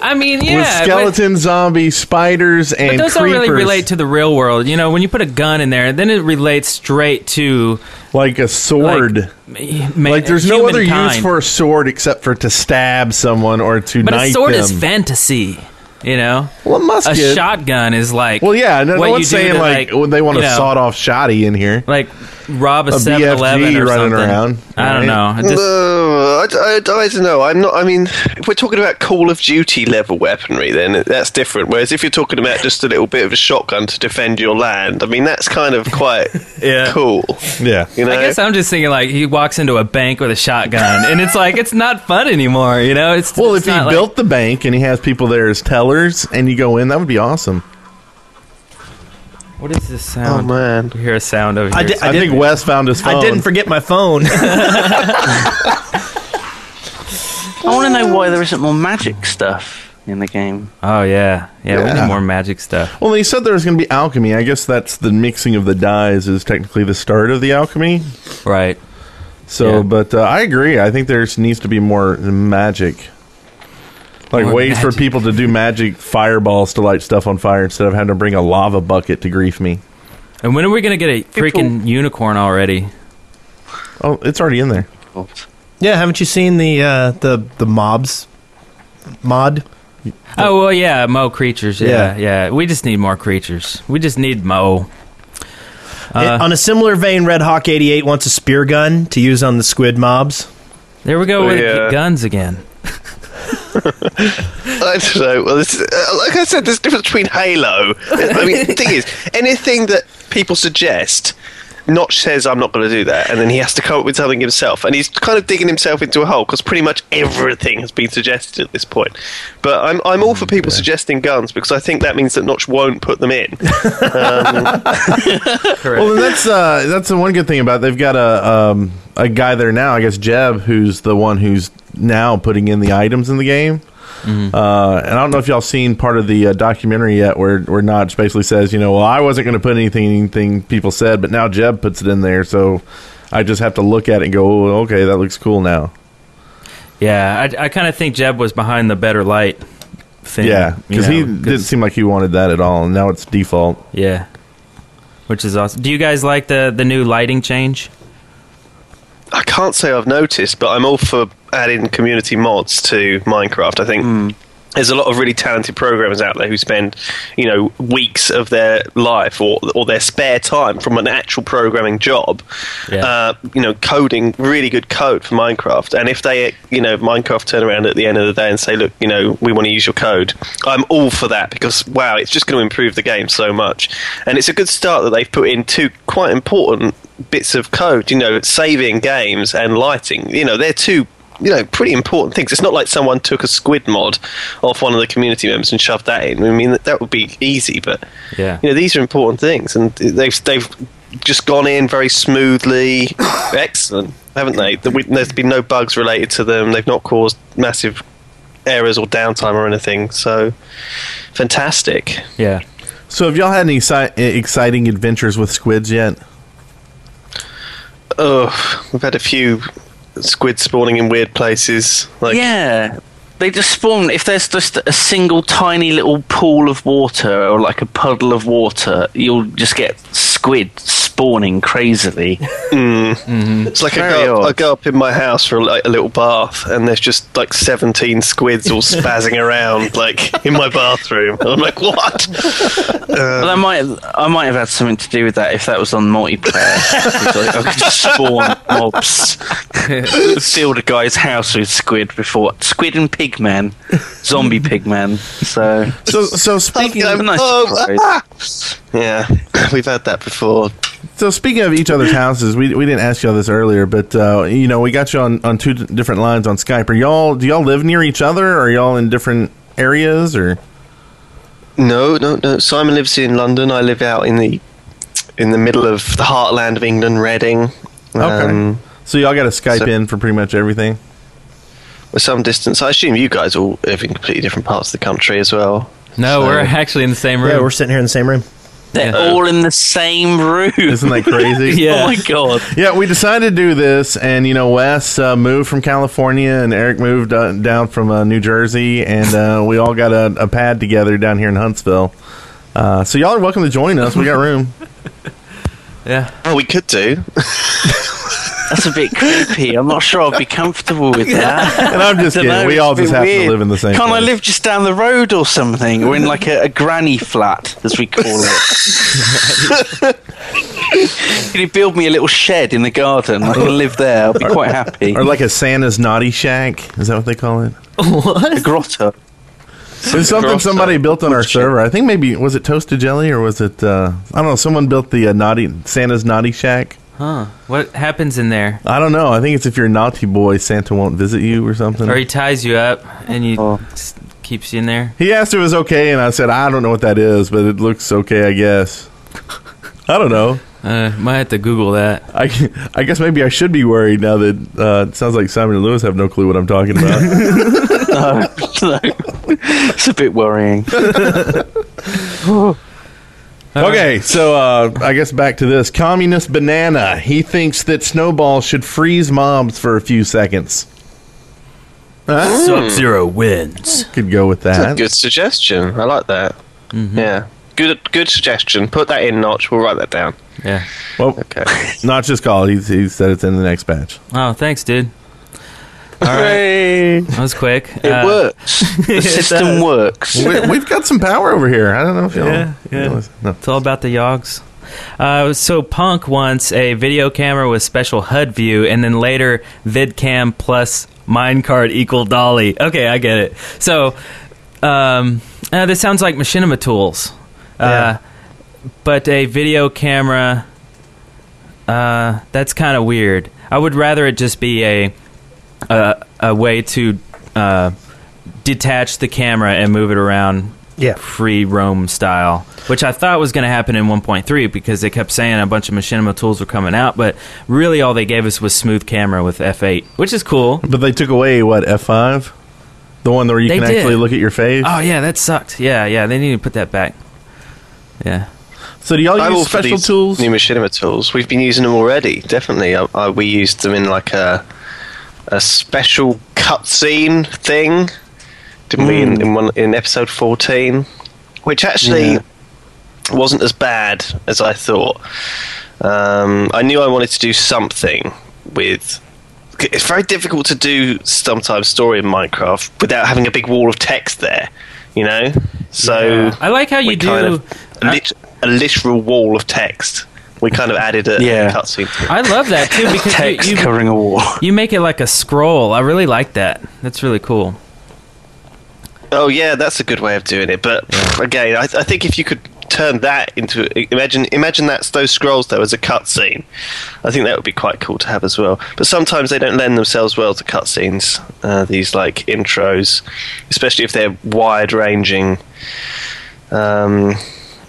Speaker 1: I mean, yeah.
Speaker 4: With
Speaker 1: but-
Speaker 4: skeleton zombies, spiders, and
Speaker 1: But those don't
Speaker 4: creepers.
Speaker 1: really relate to the real world. You know, when you put a gun in there, then it relates straight to
Speaker 4: like a sword. Like,
Speaker 1: like, ma-
Speaker 4: there's no other use
Speaker 1: humankind.
Speaker 4: for a sword except for to stab someone or to
Speaker 1: But
Speaker 4: knife
Speaker 1: a sword
Speaker 4: them.
Speaker 1: is fantasy. You know,
Speaker 4: well, a
Speaker 1: a
Speaker 4: musket.
Speaker 1: shotgun is like
Speaker 4: Well, yeah. No,
Speaker 1: what
Speaker 4: no
Speaker 1: you
Speaker 4: one's
Speaker 1: do
Speaker 4: saying
Speaker 1: to,
Speaker 4: like, when they want a
Speaker 1: you know,
Speaker 4: sawed off shotty in here.
Speaker 1: like rob a
Speaker 4: a
Speaker 1: 7-Eleven
Speaker 4: BFG
Speaker 1: or
Speaker 4: running
Speaker 1: something.
Speaker 4: around,
Speaker 1: I don't know.
Speaker 4: right?
Speaker 1: It just-
Speaker 6: Uh, I, I, I don't know. I'm not. I mean, if we're talking about Call of Duty level weaponry, then that's different. Whereas if you're talking about just a little bit of a shotgun to defend your land, I mean, that's kind of quite
Speaker 1: Yeah.
Speaker 6: cool.
Speaker 4: Yeah.
Speaker 6: You know,
Speaker 1: I guess I'm just thinking like he walks into a bank with a shotgun, and it's like it's not fun anymore. You know, it's
Speaker 4: Well,
Speaker 1: it's
Speaker 4: if he
Speaker 1: not like-
Speaker 4: built the bank and he has people there as tellers, and you go in, that would be awesome.
Speaker 1: what is this
Speaker 6: oh
Speaker 1: sound?
Speaker 6: man,
Speaker 1: You hear a sound over here.
Speaker 2: I did-
Speaker 4: I, think
Speaker 2: didn't-
Speaker 4: Wes found his phone.
Speaker 2: I didn't forget my phone.
Speaker 5: I want to know why there isn't more magic stuff in the game.
Speaker 1: oh yeah, yeah. We
Speaker 4: Yeah.
Speaker 1: need more magic stuff.
Speaker 4: Well, they said there was going to be alchemy. I guess that's the mixing of the dyes is technically the start of the alchemy.
Speaker 1: Right.
Speaker 4: So,
Speaker 1: Yeah.
Speaker 4: but uh, I agree. I think there needs to be more magic, like
Speaker 1: More
Speaker 4: ways for
Speaker 1: magic.
Speaker 4: people to do magic fireballs to light stuff on fire instead of having to bring a lava bucket to grief me.
Speaker 1: And when are we gonna get a freaking unicorn already?
Speaker 4: Oh, it's already in there.
Speaker 2: yeah, haven't you seen the uh, the the mobs mod?
Speaker 1: Oh well, yeah, Mo creatures. Yeah,
Speaker 2: Yeah.
Speaker 1: yeah. We just need more creatures. We just need Mo. Uh,
Speaker 2: on a similar vein, Red Hawk 88 wants a spear gun to use on the squid mobs.
Speaker 1: There we go with
Speaker 6: Yeah.
Speaker 1: guns again.
Speaker 6: I don't know. Well, this, uh, like I said, there's a difference between Halo. I mean, the thing is, anything that people suggest Notch says, I'm not going to do that. And then he has to come up with something himself. And he's kind of digging himself into a hole because pretty much everything has been suggested at this point. But I'm, I'm all for people suggesting guns because I think that means that Notch won't put them in.
Speaker 4: Well, then that's uh, that's the one good thing about it. they've got a um, a guy there now. I guess Jeb, who's the one who's now putting in the items in the game. Uh, and I don't know if y'all seen part of the uh, documentary yet, where where Notch basically says, you know, well, I wasn't going to put anything anything people said, but now Jeb puts it in there, so I just have to look at it and go, oh, okay, that looks cool now.
Speaker 1: Yeah, I, I kind of think Jeb was behind the better light thing.
Speaker 4: Yeah,
Speaker 1: you
Speaker 4: because
Speaker 1: know,
Speaker 4: he didn't seem like he wanted that at all, and now it's default.
Speaker 1: Yeah, which is awesome. Do you guys like the the new lighting change?
Speaker 6: I can't say I've noticed, but I'm all for adding community mods to Minecraft. I think there's a lot of really talented programmers out there who spend, you know, weeks of their life or or their spare time from an actual programming job,
Speaker 1: Yeah.
Speaker 6: uh, you know, coding really good code for Minecraft. And if they, you know, Minecraft turn around at the end of the day and say, look, you know, we want to use your code, I'm all for that because wow, it's just going to improve the game so much. And it's a good start that they've put in two quite important bits of code, you know, saving games and lighting. You know, they're two, you know, pretty important things. It's not like someone took a squid mod off one of the community members and shoved that in. I mean, that, that would be easy, but
Speaker 1: Yeah.
Speaker 6: you know, these are important things, and they've they've just gone in very smoothly, excellent, haven't they? That we- There's been no bugs related to them. They've not caused massive errors or downtime or anything. So fantastic.
Speaker 1: Yeah.
Speaker 4: So, have y'all had any exci- exciting adventures with squids yet?
Speaker 6: Oh, we've had a few squid spawning in weird places. Like,
Speaker 5: yeah. They just spawn if there's just a single tiny little pool of water or like a puddle of water, you'll just get squid spawning crazily.
Speaker 6: It's like I
Speaker 5: Very
Speaker 6: go,
Speaker 5: odd.
Speaker 6: up, I go up in my house for like a little bath, and there's just like 17 squids all spazzing around, like in my bathroom. And I'm like, what?
Speaker 4: Um,
Speaker 5: But I might I might have had something to do with that if that was on multiplayer. 'Cause I, I could just spawn mobs. Sealed a guy's house with squid before squid and pigman. Zombie pigman. So
Speaker 4: So, so speaking
Speaker 5: a nice
Speaker 6: Oh,
Speaker 5: surprise.
Speaker 6: Yeah, we've had that before.
Speaker 4: So speaking of each other's houses, we, we didn't ask y'all this earlier, but uh, you know we got you on, on two d- different lines on Skype. Are y'all do y'all live near each other? Or are y'all in different areas? Or
Speaker 6: No, no, no. Simon lives in London. I live out in the in the middle of the heartland of England, Reading. Um,
Speaker 4: so y'all got to Skype
Speaker 6: so-
Speaker 4: in for pretty much everything.
Speaker 6: with some distance. I assume you guys all live in completely different parts of the country as well.
Speaker 1: No,
Speaker 6: So-
Speaker 1: we're actually in the same
Speaker 2: Yeah,
Speaker 1: room.
Speaker 2: we're sitting here in the same room.
Speaker 5: They're all in the same room.
Speaker 4: Isn't that crazy?
Speaker 5: Oh my god.
Speaker 4: Yeah, we decided to do this, and you know, Wes uh, moved from California, and Eric moved uh, down from uh, New Jersey, and uh, we all got a, a pad together down here in Huntsville. Uh, so y'all are welcome to join us. We got room.
Speaker 1: yeah.
Speaker 6: Oh, we could do.
Speaker 5: That's a bit creepy. I'm not sure I'd be comfortable with that.
Speaker 4: And I'm just
Speaker 5: Dunno,
Speaker 4: kidding. we all
Speaker 5: it's a
Speaker 4: just
Speaker 5: bit
Speaker 4: happen to
Speaker 5: weird.
Speaker 4: live in the same.
Speaker 5: Can't I
Speaker 4: place.
Speaker 5: live just down the road or something? Or in like a, a granny flat, as we call it. Can you build me a little shed in the garden? I can live there. I'll be quite happy.
Speaker 4: Or like a Santa's naughty shack. Is that what they call it?
Speaker 5: a grotto.
Speaker 4: It's something somebody built on our server. I think maybe was it Toasted Jelly or was it uh, I don't know. Someone built the uh, naughty Santa's naughty shack.
Speaker 1: Huh. What happens in there?
Speaker 4: I don't know. I think it's if you're a naughty boy, Santa won't visit you or something.
Speaker 1: Or he ties you up and you s- keeps you in there.
Speaker 4: he asked if it was okay, and I said I don't know what that is, but it looks okay, I guess. I don't know.
Speaker 1: Uh, might have to Google that.
Speaker 4: I, I guess maybe I should be worried now that uh, it sounds like Simon and Lewis have no clue what I'm talking about.
Speaker 5: No. it's a bit worrying.
Speaker 4: Okay, so uh, I guess back to this. Communist Banana. He thinks that Snowball should freeze mobs for a few seconds.
Speaker 2: Sub Zero wins.
Speaker 4: Could go with that.
Speaker 6: Good suggestion. I like that. Yeah. Good, good suggestion. Put that in, Notch. We'll write that down.
Speaker 1: Yeah.
Speaker 4: Well,
Speaker 6: Okay.
Speaker 4: not just call. He, he said it's in the next batch.
Speaker 1: Oh, thanks, dude. All right. That was quick.
Speaker 5: It
Speaker 1: Uh,
Speaker 5: works. The
Speaker 1: it
Speaker 5: system
Speaker 1: does.
Speaker 5: works.
Speaker 4: we, we've got some power over here. I don't know if y'all.
Speaker 1: Yeah, yeah.
Speaker 4: realize- No.
Speaker 1: It's all about the yogs. Uh, so Punk wants a video camera with special HUD view, and then later VidCam plus minecart equal dolly. Okay, I get it. So um, uh, this sounds like machinima tools, uh, but a video camera uh, that's kind of weird. I would rather it just be a a, a way to uh, detach the camera and move it around
Speaker 2: Yeah.
Speaker 1: free roam style, which I thought was going to happen in 1.3 because they kept saying a bunch of machinima tools were coming out, but really all they gave us was smooth camera with F8, which is cool.
Speaker 4: But they took away what F five, the one where you
Speaker 1: They
Speaker 4: can
Speaker 1: did.
Speaker 4: actually look at your face.
Speaker 1: Oh yeah, that sucked. Yeah, yeah, they need to put that back. Yeah.
Speaker 4: so do y'all
Speaker 6: I'm all
Speaker 4: use
Speaker 6: for
Speaker 4: special
Speaker 6: these
Speaker 4: tools?
Speaker 6: New machinima tools. We've been using them already. Definitely, I, I, we used them in like a a special cutscene thing, didn't we?
Speaker 1: Hmm.
Speaker 6: In, in one in episode fourteen, which actually wasn't as bad as I thought. Um, I knew I wanted to do something with. It's very difficult to do sometimes story in Minecraft without having a big wall of text there, you know. So
Speaker 1: Yeah. I like how you
Speaker 6: we
Speaker 1: do.
Speaker 6: kind of- a,
Speaker 1: I-
Speaker 6: lit- a literal wall of text. We kind of added a
Speaker 5: Yeah.
Speaker 6: cutscene. to it.
Speaker 1: I love that too because
Speaker 5: Text
Speaker 1: you, you,
Speaker 5: covering a wall.
Speaker 1: you make it like a scroll. I really like that. That's really cool.
Speaker 6: Oh yeah, that's a good way of doing it. But pff, again, I, I think if you could turn that into imagine imagine that's those scrolls though as a cutscene. I think that would be quite cool to have as well. But sometimes they don't lend themselves well to cutscenes. Uh, these like intros, especially if they're wide ranging. Um,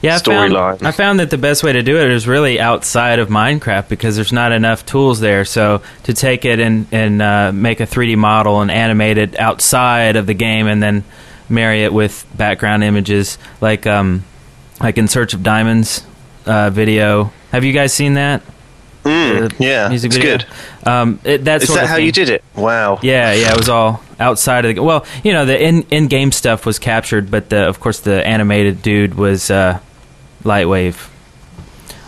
Speaker 1: Yeah, I found-
Speaker 6: Storyline.
Speaker 1: I found that the best way to do it is really outside of Minecraft because there's not enough tools there. So to take it and and uh, make a 3D model and animate it outside of the game, and then marry it with background images, like um, like in Search of Diamonds uh, video. Have you guys seen that?
Speaker 6: mm,
Speaker 1: The
Speaker 6: yeah, it's
Speaker 1: music video?
Speaker 6: good.
Speaker 1: Um, it, that
Speaker 6: Is
Speaker 1: sort
Speaker 6: that
Speaker 1: of
Speaker 6: how
Speaker 1: thing.
Speaker 6: you did it? Wow.
Speaker 1: Yeah, yeah, it was all outside of the. Well, you know, the in in game stuff was captured, but the of course the animated dude was uh, Lightwave.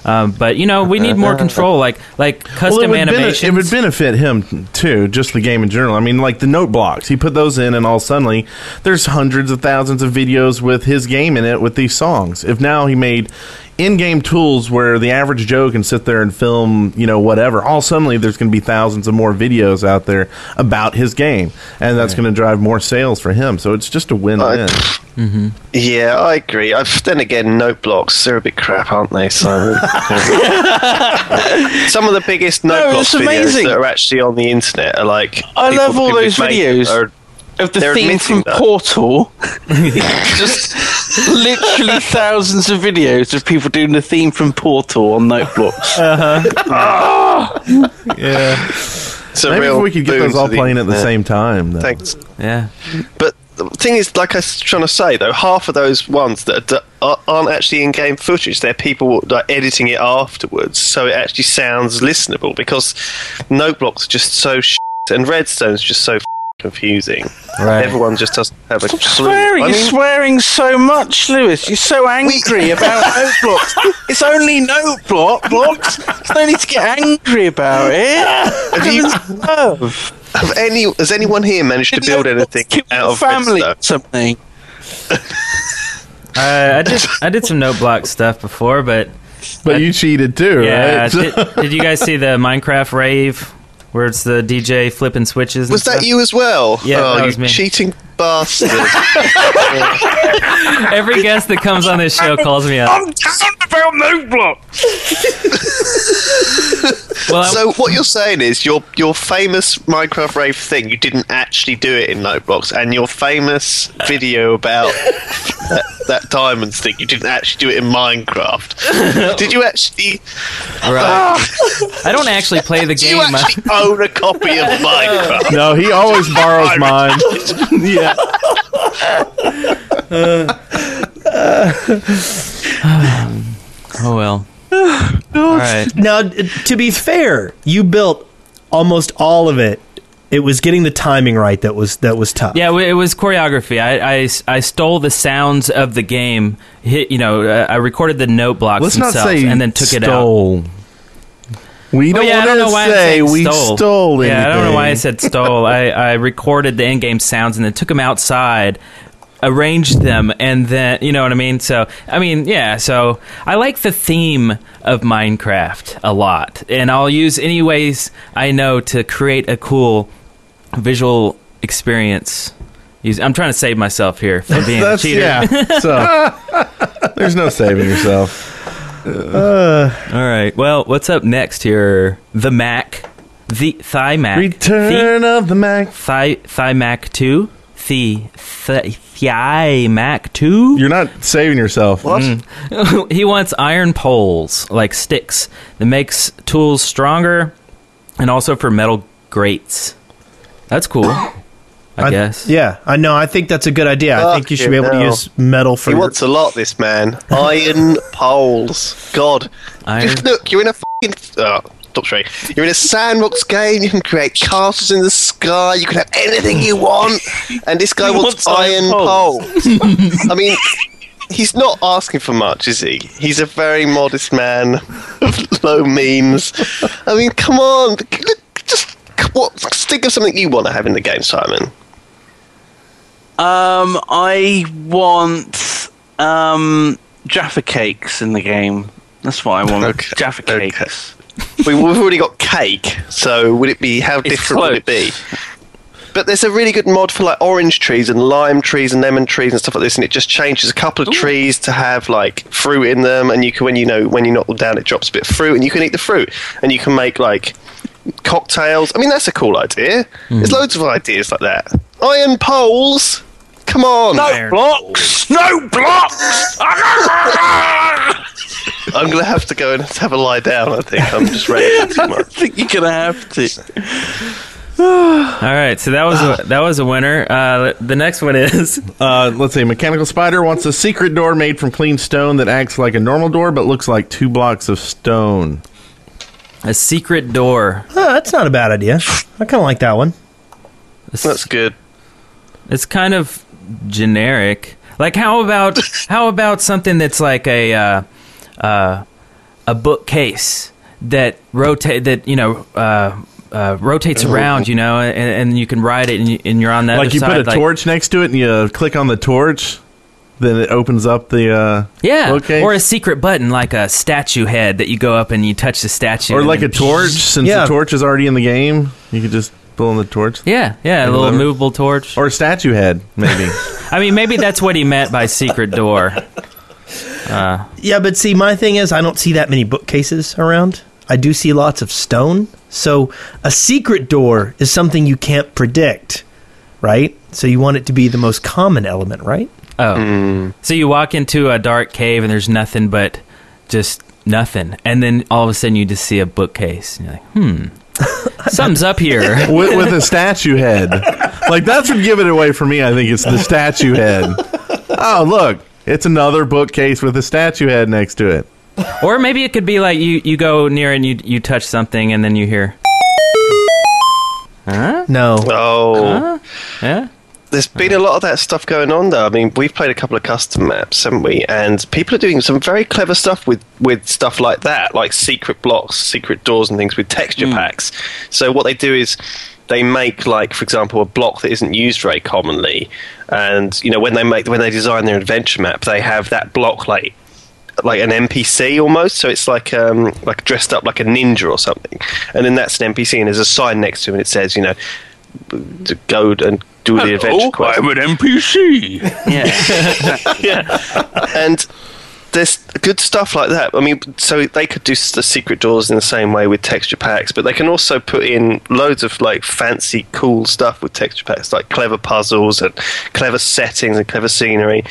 Speaker 1: Um, but you know, we need more control, like like
Speaker 4: Well, it
Speaker 1: custom
Speaker 4: would bene-
Speaker 1: animation.
Speaker 4: it would benefit him too, just the game in general. I mean, like the note blocks, he put those in, and all suddenly there's hundreds of thousands of videos with his game in it with these songs. If now he made in-game tools where the average Joe can sit there and film, you know, whatever, all suddenly there's going to be thousands of more videos out there about his game, and that's going to drive more sales for him. So it's just a
Speaker 6: Uh,
Speaker 4: win-win.
Speaker 6: Yeah, I agree. I've, then again, note blocks, they're a bit crap, aren't they? So, some of the biggest note
Speaker 5: No,
Speaker 6: blocks
Speaker 5: it's
Speaker 6: videos
Speaker 5: amazing.
Speaker 6: that are actually on the internet are like.
Speaker 5: I
Speaker 6: people-
Speaker 5: love all
Speaker 6: people
Speaker 5: those
Speaker 6: make-
Speaker 5: videos.
Speaker 6: are-
Speaker 5: of the
Speaker 6: They're
Speaker 5: theme
Speaker 6: admitting
Speaker 5: from
Speaker 6: that.
Speaker 5: Portal. just literally thousands of videos of people doing the theme from Portal on note blocks.
Speaker 4: yeah,
Speaker 6: it's a
Speaker 4: maybe
Speaker 6: real
Speaker 4: if we could get
Speaker 6: boon
Speaker 4: those
Speaker 6: to
Speaker 4: all
Speaker 6: the
Speaker 4: playing at the
Speaker 6: internet.
Speaker 4: same time. Though.
Speaker 6: Thanks.
Speaker 1: yeah,
Speaker 6: But the thing is, like I was trying to say, though, half of those ones that are, d- are- aren't actually in game footage, they're people like, editing it afterwards, so it actually sounds listenable because note blocks are just so shit, and redstone's just so f- confusing.
Speaker 1: Right.
Speaker 6: Everyone just doesn't have a clue.
Speaker 5: swearing,
Speaker 6: I
Speaker 5: you're
Speaker 6: mean,
Speaker 5: swearing so much, Lewis. You're so angry about note blocks. It's only note block blocks. There's no need to get angry about it.
Speaker 6: have you,
Speaker 5: Love.
Speaker 6: have any, has anyone here managed to build anything
Speaker 5: Kill
Speaker 6: out
Speaker 5: your
Speaker 6: of
Speaker 5: family or
Speaker 6: redstone?
Speaker 5: something.
Speaker 1: I, I did I did some note block stuff before, but
Speaker 4: But you cheated too,
Speaker 1: yeah, uh,
Speaker 4: right?
Speaker 1: did, did you guys see the Minecraft rave where it's the DJ flipping switches? and
Speaker 6: Was that
Speaker 1: stuff?
Speaker 6: you as well?
Speaker 1: Yeah,
Speaker 6: oh,
Speaker 1: that
Speaker 6: you
Speaker 1: was me.
Speaker 6: cheating bastard.
Speaker 1: Every guest that comes on this show calls me up.
Speaker 5: I'm down about note blocks.
Speaker 1: Well, I-
Speaker 6: So what you're saying is your your famous Minecraft rave thing, you didn't actually do it in Notebox, and your famous video about that, that diamonds thing, you didn't actually do it in Minecraft. Did you actually?
Speaker 1: I don't actually play the
Speaker 6: Do you
Speaker 1: game. uh, I-
Speaker 6: actually own a copy of Minecraft?
Speaker 4: No, he always borrows mine. yeah.
Speaker 1: Oh well. All right.
Speaker 2: Now, d- to be fair, you built almost all of it. It was getting the timing right that was that was tough.
Speaker 1: Yeah, w- it was choreography. I, I, I stole the sounds of the game. Hit, you know, uh, I recorded the note blocks
Speaker 4: Let's not
Speaker 1: themselves
Speaker 4: say
Speaker 1: and then took it out.
Speaker 4: stole. We
Speaker 1: Oh,
Speaker 4: don't
Speaker 1: yeah, I
Speaker 4: want
Speaker 1: don't know
Speaker 4: to
Speaker 1: why
Speaker 4: say
Speaker 1: I said
Speaker 4: we
Speaker 1: stole.
Speaker 4: stole.
Speaker 1: yeah, I don't know why I
Speaker 4: anything.
Speaker 1: said stole. I, I recorded the in-game sounds and then took them outside, arranged them, and then you know what I mean. So I mean, yeah. So I like the theme of Minecraft a lot, and I'll use any ways I know to create a cool visual experience. Use- I'm trying to save myself here from being a
Speaker 4: That's
Speaker 1: cheater.
Speaker 4: yeah. So there's no saving yourself.
Speaker 1: All right. Well, what's up next here? The Mac, the Thigh Mac,
Speaker 4: Return of the Mac.
Speaker 1: the, Thigh Thigh Mac Two, the Th- Thigh Mac Two.
Speaker 4: You're not saving yourself.
Speaker 1: he wants iron poles, like sticks, that makes tools stronger, and also for metal grates. That's cool. I, guess.
Speaker 2: Yeah, I know. I think that's a good idea. I think you should be able to
Speaker 6: Fucking
Speaker 2: use metal for.
Speaker 6: He wants a lot, this man. Iron poles. God.
Speaker 1: Iron-
Speaker 6: Just look, you're in a fucking. Oh, stop straight. You're in a sandbox game. You can create castles in the sky. You can have anything you want. And this guy
Speaker 5: He
Speaker 6: wants,
Speaker 5: wants iron
Speaker 6: iron poles. I mean, he's not asking for much, is he? He's a very modest man of low means. I mean, come on. Look, just what? Just think of something you want to have in the game, Simon.
Speaker 5: Um, I want um Jaffa cakes in the game. That's what I want.
Speaker 6: Okay.
Speaker 5: Jaffa
Speaker 6: Okay.
Speaker 5: cakes.
Speaker 6: we, we've already got cake, so would it be how
Speaker 5: It's
Speaker 6: different would it be? But there's a really good mod for like orange trees and lime trees and lemon trees and stuff like this, and it just changes a couple of trees to have like fruit in them, and you can when you know when you knock them down, it drops a bit of fruit, and you can eat the fruit, and you can make like cocktails. I mean, that's a cool idea. There's loads of ideas like that. Iron poles. Come on.
Speaker 5: blocks. No blocks. I
Speaker 6: I'm gonna have to go and have a lie down. I think I'm just ready too much.
Speaker 5: think you're gonna have to.
Speaker 1: All right. So that was a, that was a winner. Uh, the next one is
Speaker 4: Uh, let's see. Mechanical Spider wants a secret door made from clean stone that acts like a normal door but looks like two blocks of stone.
Speaker 1: a secret door.
Speaker 2: Oh, that's not a bad idea. I kind of like that one.
Speaker 6: That's good.
Speaker 1: It's kind of generic. Like how about how about something that's like a uh, uh, a bookcase that rotate that you know uh, uh, rotates around, you know, and, and you can ride it, and, you, and you're on that.
Speaker 4: Oh. like you put a torch next to it and you uh, click on the torch, then it opens up the uh,
Speaker 1: yeah,
Speaker 4: bookcase.
Speaker 1: or a secret button like a statue head that you go up and you touch the statue,
Speaker 4: Or
Speaker 1: and
Speaker 4: like a
Speaker 1: then-
Speaker 4: torch, since
Speaker 2: Yeah.
Speaker 4: the torch is already in the game, you could just pull on the torch.
Speaker 1: Yeah, yeah, a little
Speaker 4: lever.
Speaker 1: movable torch.
Speaker 4: Or a statue head, maybe.
Speaker 1: I mean, maybe that's what he meant by secret door. Uh,
Speaker 2: Yeah, but see, my thing is, I don't see that many bookcases around. I do see lots of stone. So a secret door is something you can't predict, right? So you want it to be the most common element, right?
Speaker 1: Oh. So you walk into a dark cave and there's nothing but just nothing. And then all of a sudden you just see a bookcase. And you're like, hmm, something's up here.
Speaker 4: with, with a statue head. Like, that's what give it away for me, I think. It's the statue head. Oh, look. It's another bookcase with a statue head next to it.
Speaker 1: or maybe it could be like you, you go near and you, you touch something and then you hear,
Speaker 2: No.
Speaker 6: Oh.
Speaker 1: yeah?
Speaker 6: there's been a lot of that stuff going on though. I mean, we've played a couple of custom maps, haven't we? And people are doing some very clever stuff with with stuff like that, like secret blocks, secret doors, and things with texture packs. So what they do is they make like, for example, a block that isn't used very commonly, and you know when they make when they design their adventure map, they have that block like like an NPC almost. So it's like um, like dressed up like a ninja or something, and then that's an NPC, and there's a sign next to him, and it says, you know, to go and do the adventure quest.
Speaker 5: Oh, I'm an NPC. Yeah.
Speaker 6: and there's good stuff like that. I mean, so they could do s- the secret doors in the same way with texture packs, but they can also put in loads of like fancy, cool stuff with texture packs, like clever puzzles and clever settings and clever scenery.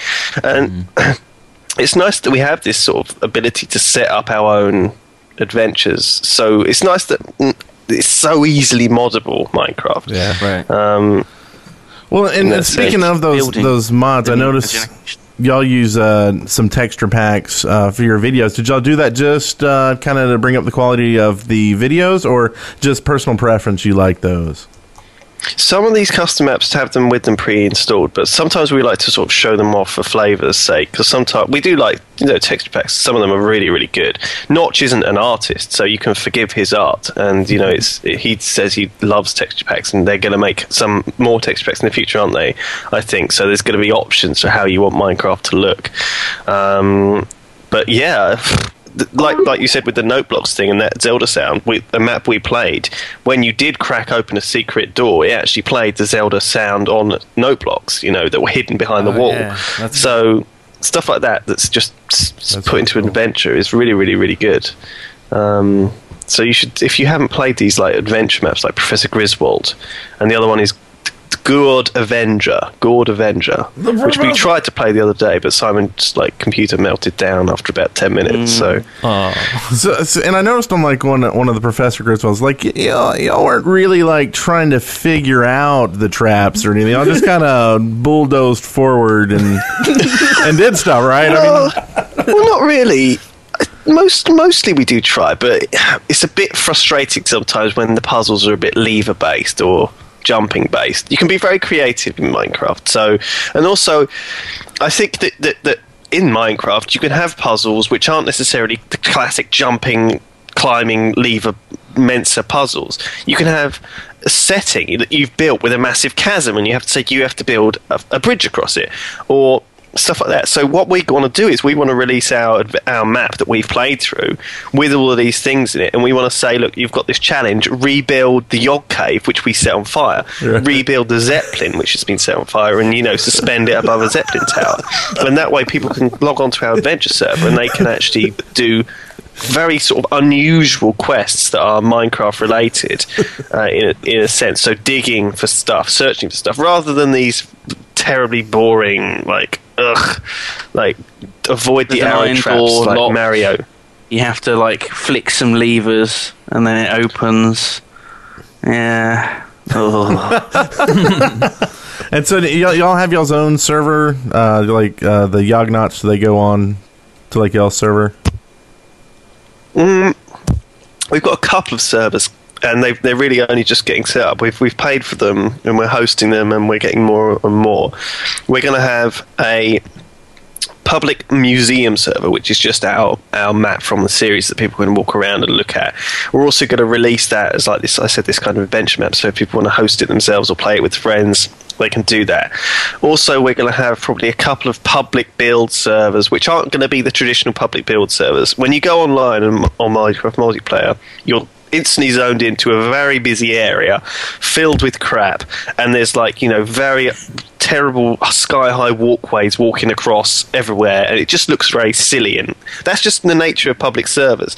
Speaker 6: And it's nice that we have this sort of ability to set up our own adventures. So it's nice that mm, it's so easily moddable, Minecraft.
Speaker 4: Yeah.
Speaker 1: Right.
Speaker 6: Um,
Speaker 4: Well, and, and
Speaker 6: That's
Speaker 4: speaking
Speaker 6: right.
Speaker 4: of those
Speaker 5: Building.
Speaker 4: those mods, I
Speaker 5: Building
Speaker 4: noticed
Speaker 5: imagination.
Speaker 4: y'all use uh, some texture packs uh, for your videos. Did y'all do that just uh, kind of to bring up the quality of the videos, or just personal preference? You like those?
Speaker 6: Some of these custom apps have them with them pre-installed, but sometimes we like to sort of show them off for flavor's sake. Because sometimes we do like you know texture packs. Some of them are really really good. Notch isn't an artist, so you can forgive his art, and you know it's he says he loves texture packs, and they're going to make some more texture packs in the future, aren't they? I think so. There's going to be options for how you want Minecraft to look. Um, but yeah, th- like like you said with the note blocks thing and that Zelda sound with the map we played, when you did crack open a secret door, it actually played the Zelda sound on note blocks, you know, that were hidden behind the wall.
Speaker 1: yeah, that's-
Speaker 6: so stuff like that that's just s- s put into an adventure is really, really, really good. Um, so you should, if you haven't played these like adventure maps, like Professor Griswold, and the other one is Gourd Avenger, Gourd Avenger, which we tried to play the other day, but Simon's like computer melted down after about ten minutes. So
Speaker 4: So, so- and I noticed on like one one of the Professor Griswold's like y- y'all, y'all weren't really like trying to figure out the traps or anything. Y'all just kind of bulldozed forward and and did stuff, right? I mean,
Speaker 6: well, not really. Most mostly we do try, but it's a bit frustrating sometimes when the puzzles are a bit lever based or jumping based. You can be very creative in Minecraft. So, and also, I think that that, that in Minecraft you can have puzzles which aren't necessarily the classic jumping, climbing, lever Mensa puzzles. You can have a setting that you've built with a massive chasm, and you have to say you have to build a, a bridge across it, or stuff like that. So what we want to do is we want to release our adv- our map that we've played through with all of these things in it, and we want to say, look, you've got this challenge: rebuild the Yog Cave, which we set on fire, rebuild the Zeppelin, which has been set on fire, and you know suspend it above a Zeppelin tower, and that way people can log onto our adventure server and they can actually do. Very sort of unusual quests that are Minecraft related, uh, in, a, in a sense. So digging for stuff, searching for stuff, rather than these terribly boring, like ugh, like avoid the
Speaker 5: There's an
Speaker 6: arrow
Speaker 5: iron
Speaker 6: traps
Speaker 5: door
Speaker 6: like
Speaker 5: lock.
Speaker 6: Mario.
Speaker 5: You have to like flick some levers, and then it opens. Yeah. Oh.
Speaker 4: and so y'all, y'all have y'all's own server, uh, like uh, the Yognauts. They go on to like y'all's server.
Speaker 6: We've got a couple of servers, and they they're really only just getting set up. We've we've paid for them, and we're hosting them, and we're getting more and more. We're going to have a public museum server, which is just our our map from the series that people can walk around and look at. We're also going to release that as like this. I said this kind of adventure map, so if people want to host it themselves or play it with friends, they can do that. Also, we're going to have probably a couple of public build servers, which aren't going to be the traditional public build servers. When you go online and on Minecraft multiplayer, you're instantly zoned into a very busy area filled with crap and there's like you know very terrible sky high walkways walking across everywhere and it just looks very silly and that's just the nature of public servers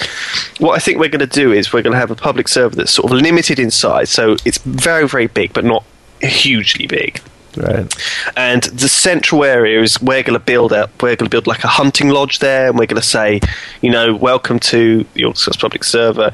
Speaker 6: what i think we're going to do is we're going to have a public server that's sort of limited in size so it's very very big but not hugely big
Speaker 4: Right.
Speaker 6: and the central area is we're going to build up. We're going to build like a hunting lodge there, and we're going to say, you know, welcome to the Orcsas public server.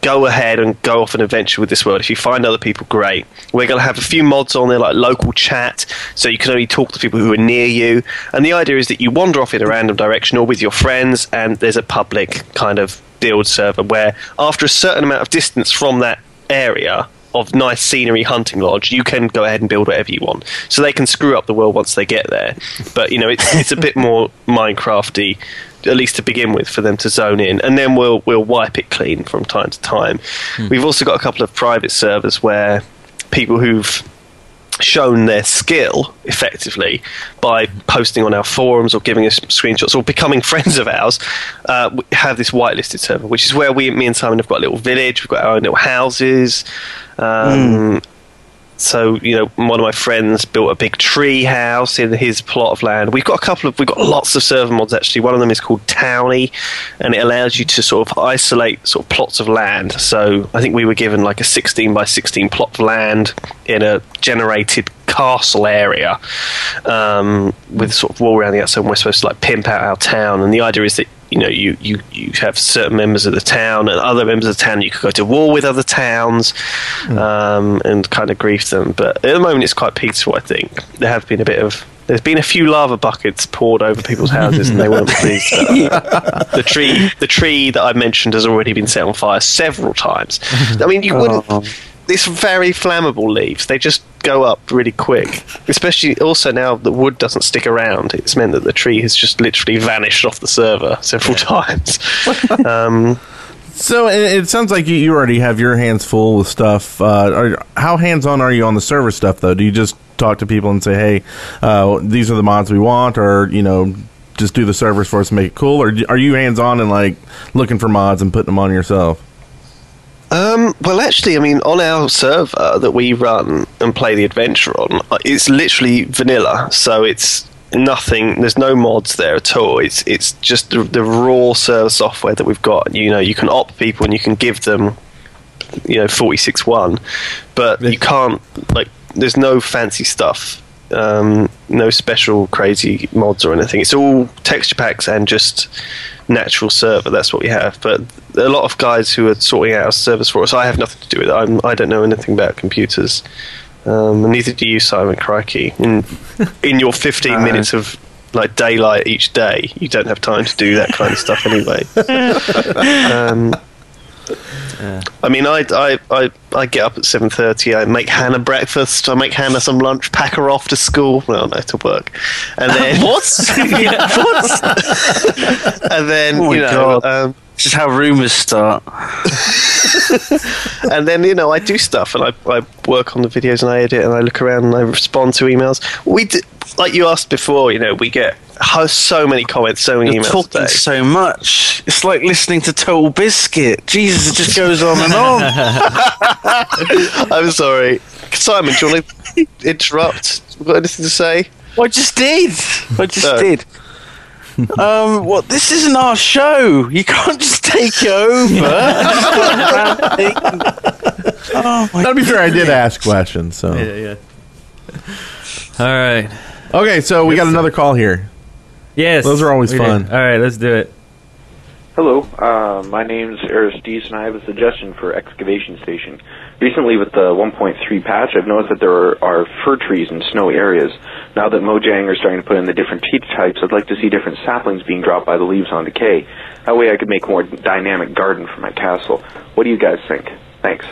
Speaker 6: Go ahead and go off an adventure with this world. If you find other people, great. We're going to have a few mods on there, like local chat, so you can only talk to people who are near you. And the idea is that you wander off in a random direction or with your friends, and there's a public kind of build server where, after a certain amount of distance from that area, of nice scenery hunting lodge, you can go ahead and build whatever you want. So they can screw up the world once they get there. But you know, it's it's a bit more Minecrafty, at least to begin with, for them to zone in, and then we'll we'll wipe it clean from time to time. We've also got a couple of private servers where people who've shown their skill effectively by posting on our forums or giving us screenshots or becoming friends of ours uh, we have this whitelisted server which is where we me and simon have got a little village we've got our own little houses um, so you know one of my friends built a big tree house in his plot of land we've got a couple of we've got lots of server mods actually one of them is called townie and it allows you to sort of isolate sort of plots of land so i think we were given like a 16 by 16 plot of land in a generated castle area um, with sort of wall around the outside and we're supposed to like pimp out our town and the idea is that you know, you, you, you have certain members of the town and other members of the town. You could go to war with other towns um, and kind of grief them. But at the moment, it's quite peaceful. I think there have been a bit of there's been a few lava buckets poured over people's houses, and they weren't pleased. about that. the tree the tree that I mentioned has already been set on fire several times. I mean, you wouldn't. It's very flammable leaves. They just go up really quick. Especially also now the wood doesn't stick around. It's meant that the tree has just literally vanished off the server several times. um,
Speaker 4: So it, it sounds like you, you already have your hands full with stuff. Uh, are, how hands on are you on the server stuff though? Do you just talk to people and say, "Hey, uh, these are the mods we want," or you know, just do the servers for us and make it cool? Or do- are you hands on and like looking for mods and putting them on yourself?
Speaker 6: Um, well, actually, I mean, on our server that we run and play the adventure on, uh, it's literally vanilla. So it's nothing. There's no mods there at all. It's it's just the, the raw server software that we've got. You know, you can opt people and you can give them, you know, forty six one, but you can't like. There's no fancy stuff. Um, no special crazy mods or anything. It's all texture packs and just natural server. That's what we have. But a lot of guys who are sorting out servers for us, I have nothing to do with it. I'm, I don't know anything about computers. Um, and neither do you, Simon Crikey. In, in your 15 minutes of like daylight each day, you don't have time to do that kind of stuff anyway. um, I mean, I, I, I, I get up at 7.30, I make Hannah breakfast, I make Hannah some lunch, pack her off to school, well, no, to work. And then... what? and then,
Speaker 5: Oh my
Speaker 6: you know...
Speaker 5: God.
Speaker 6: Um,
Speaker 5: This is how rumors start.
Speaker 6: and then you know I do stuff and I, I work on the videos and I edit and I look around and I respond to emails. We d- like you asked before, you know, we get ho- so many comments, so many
Speaker 5: You're
Speaker 6: emails.
Speaker 5: talking
Speaker 6: today.
Speaker 5: so much. It's like listening to Total Biscuit. Jesus, it just goes on and on.
Speaker 6: I'm sorry, Simon. Do you want to interrupt? We've got anything to say?
Speaker 5: I just did. I just
Speaker 6: No.
Speaker 5: did. Um, what? This isn't our show. You can't just take it over. oh my!
Speaker 4: That'd be fair. I did ask questions. So
Speaker 1: yeah. All right.
Speaker 4: okay, so we got another call here.
Speaker 1: Yes.
Speaker 4: Those are always
Speaker 1: we do.
Speaker 4: fun.
Speaker 1: All right, let's do it.
Speaker 7: Hello, uh, my name's Aristides, and I have a suggestion for excavation station. Recently, with the 1.3 patch, I've noticed that there are, are fir trees in snowy areas. Now that Mojang are starting to put in the different tree types, I'd like to see different saplings being dropped by the leaves on decay. That way, I could make more dynamic garden for my castle. What do you guys think? Thanks.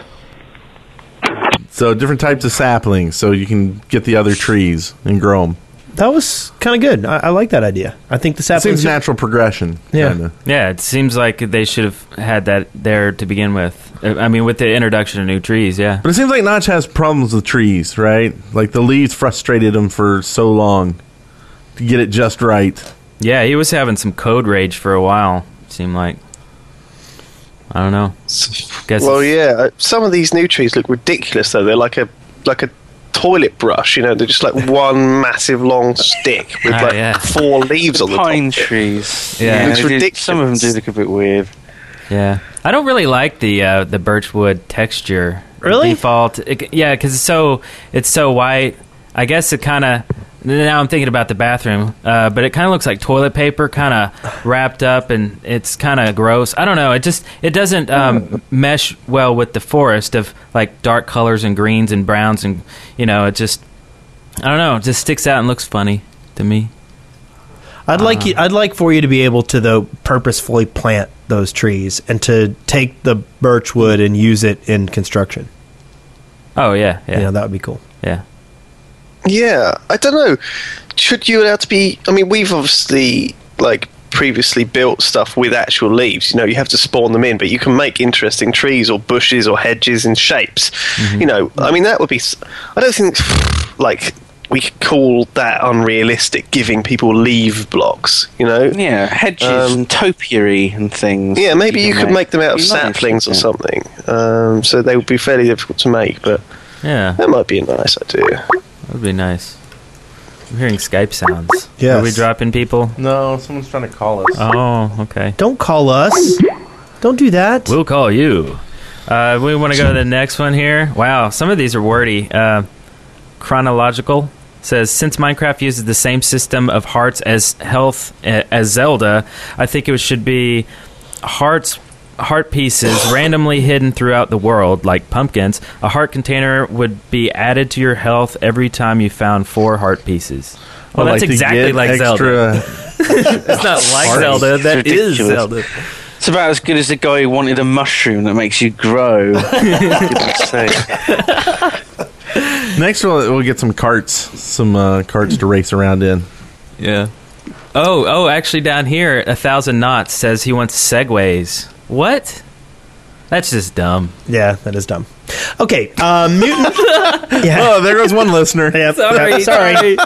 Speaker 4: So different types of saplings, so you can get the other trees and grow them.
Speaker 2: That was kind of good. I, I like that idea. I think the
Speaker 4: It seems
Speaker 2: saplings.
Speaker 4: natural progression.
Speaker 2: Yeah.
Speaker 4: kinda.
Speaker 1: Yeah, it seems like they should have had that there to begin with. Uh, I mean, with the introduction of new trees, yeah.
Speaker 4: But it seems like Notch has problems with trees, right? Like the leaves frustrated him for so long to get it just right.
Speaker 1: Yeah, he was having some code rage for a while, it seemed like. I don't know. Guess
Speaker 6: Well,
Speaker 1: it's-
Speaker 6: yeah. uh, Some of these new trees look ridiculous though. They're like a like a toilet brush. You know, they're just like one massive long stick with
Speaker 1: Ah,
Speaker 6: like
Speaker 1: yeah.
Speaker 6: four leaves on the top.
Speaker 5: Pine trees.
Speaker 1: Yeah.
Speaker 5: they
Speaker 6: It's
Speaker 5: do-
Speaker 6: ridiculous.
Speaker 5: Some of them do look a bit weird.
Speaker 1: Yeah, I don't really like the uh, the birchwood texture.
Speaker 2: Really?
Speaker 1: Default. It, yeah, because it's so it's so white. I guess it kind of. Now I'm thinking about the bathroom, uh, but it kind of looks like toilet paper, kind of wrapped up, and it's kind of gross. I don't know. It just it doesn't um, mesh well with the forest of like dark colors and greens and browns, and you know, it just I don't know. It just sticks out and looks funny to me.
Speaker 2: I'd
Speaker 4: Uh-huh.
Speaker 2: like you, I'd like for you to be able to though purposefully plant those trees and to take the birch wood and use it in construction.
Speaker 1: Oh yeah, yeah,
Speaker 2: You know, that would be cool.
Speaker 1: yeah.
Speaker 6: Yeah, I don't know. Should you allow to be? I mean, we've obviously like previously built stuff with actual leaves. You know, you have to spawn them in, but you can make interesting trees or bushes or hedges and shapes.
Speaker 5: Mm-hmm.
Speaker 6: You know, I mean, that would be. s- I don't think like we could call that unrealistic. Giving people leave blocks, you know.
Speaker 5: Yeah, hedges
Speaker 6: Um,
Speaker 5: and topiary and things.
Speaker 6: Yeah, maybe you
Speaker 5: can
Speaker 6: could make them out of
Speaker 5: Nice,
Speaker 6: saplings or
Speaker 5: yeah.
Speaker 6: something. Um, so they would be fairly difficult to make, but
Speaker 1: yeah.
Speaker 6: that might be a nice idea.
Speaker 1: That'd be nice. I'm hearing Skype sounds.
Speaker 2: Yes.
Speaker 1: Are we dropping people?
Speaker 4: No, someone's trying to call us.
Speaker 1: Oh, okay.
Speaker 2: Don't call us. Don't do that.
Speaker 1: We'll call you. Uh, we want to go to the next one here. Wow, some of these are wordy. Uh, chronological says since Minecraft uses the same system of hearts as health uh, as Zelda, I think it should be hearts heart pieces randomly hidden throughout the world like pumpkins. A heart container would be added to your health every time you found four heart pieces. Well,
Speaker 4: I'd
Speaker 1: that's
Speaker 4: like to
Speaker 1: exactly
Speaker 4: get
Speaker 1: like Zelda.
Speaker 4: extra-
Speaker 1: It's not like Zelda.
Speaker 5: It's
Speaker 1: That is
Speaker 5: ridiculous.
Speaker 1: Zelda.
Speaker 5: It's about as good as the guy who wanted a mushroom that makes you grow. Goodness sake.
Speaker 4: Next, we'll, we'll get some carts, some uh, carts to race around in.
Speaker 1: Yeah. Oh, oh, actually, down here, a thousand knots says he wants segways. What? That's just dumb.
Speaker 2: Yeah, that is dumb. Okay, uh, mutant. yeah.
Speaker 4: Oh, there goes one listener.
Speaker 2: yeah,
Speaker 1: Sorry,
Speaker 2: yeah,
Speaker 1: sorry.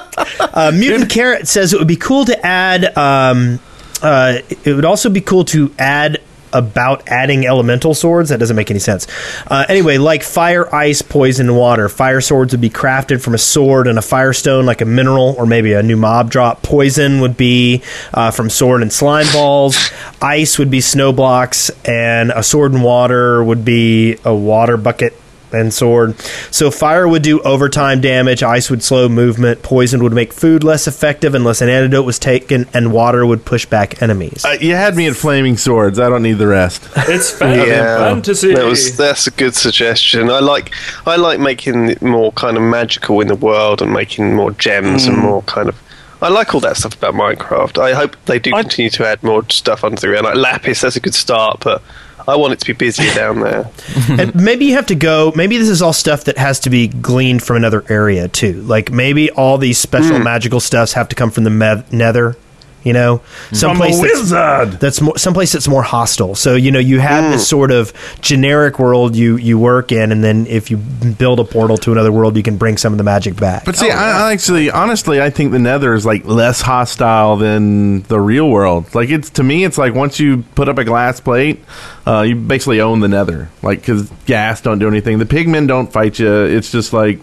Speaker 2: Uh, mutant carrot says it would be cool to add. Um, uh, it would also be cool to add about adding elemental swords? That doesn't make any sense. Uh, anyway, like fire, ice, poison, water. Fire swords would be crafted from a sword and a firestone, like a mineral or maybe a new mob drop. Poison would be uh, from sword and slime balls. Ice would be snow blocks, and a sword and water would be a water bucket and sword. So fire would do overtime damage, ice would slow movement, poison would make food less effective unless an antidote was taken, and water would push back enemies.
Speaker 4: Uh, you had me at flaming swords. I don't need the rest.
Speaker 9: It's fan- fantasy.
Speaker 6: That was that's a good suggestion. I like I like making it more kind of magical in the world and making more gems and more kind of. I like all that stuff about Minecraft. I hope they do continue to add more stuff under the ground. Like lapis, that's a good start, but I want it to be busier down there.
Speaker 2: and maybe you have to go. Maybe this is all stuff that has to be gleaned from another area too. Like maybe all these
Speaker 4: Hmm.
Speaker 2: special magical stuffs have to come from the me- Nether. You know,
Speaker 4: Hmm.
Speaker 2: someplace that's, that's more someplace that's more hostile. So you know, you have this
Speaker 4: Hmm.
Speaker 2: sort of generic world you you work in, and then if you build a portal to another world, you can bring some of the magic back.
Speaker 4: But see, I, I actually, honestly, I think the Nether is like less hostile than the real world. Like it's to me, it's like once you put up a glass plate, uh, you basically own the Nether. Like because gas don't do anything, the pigmen don't fight you. It's just like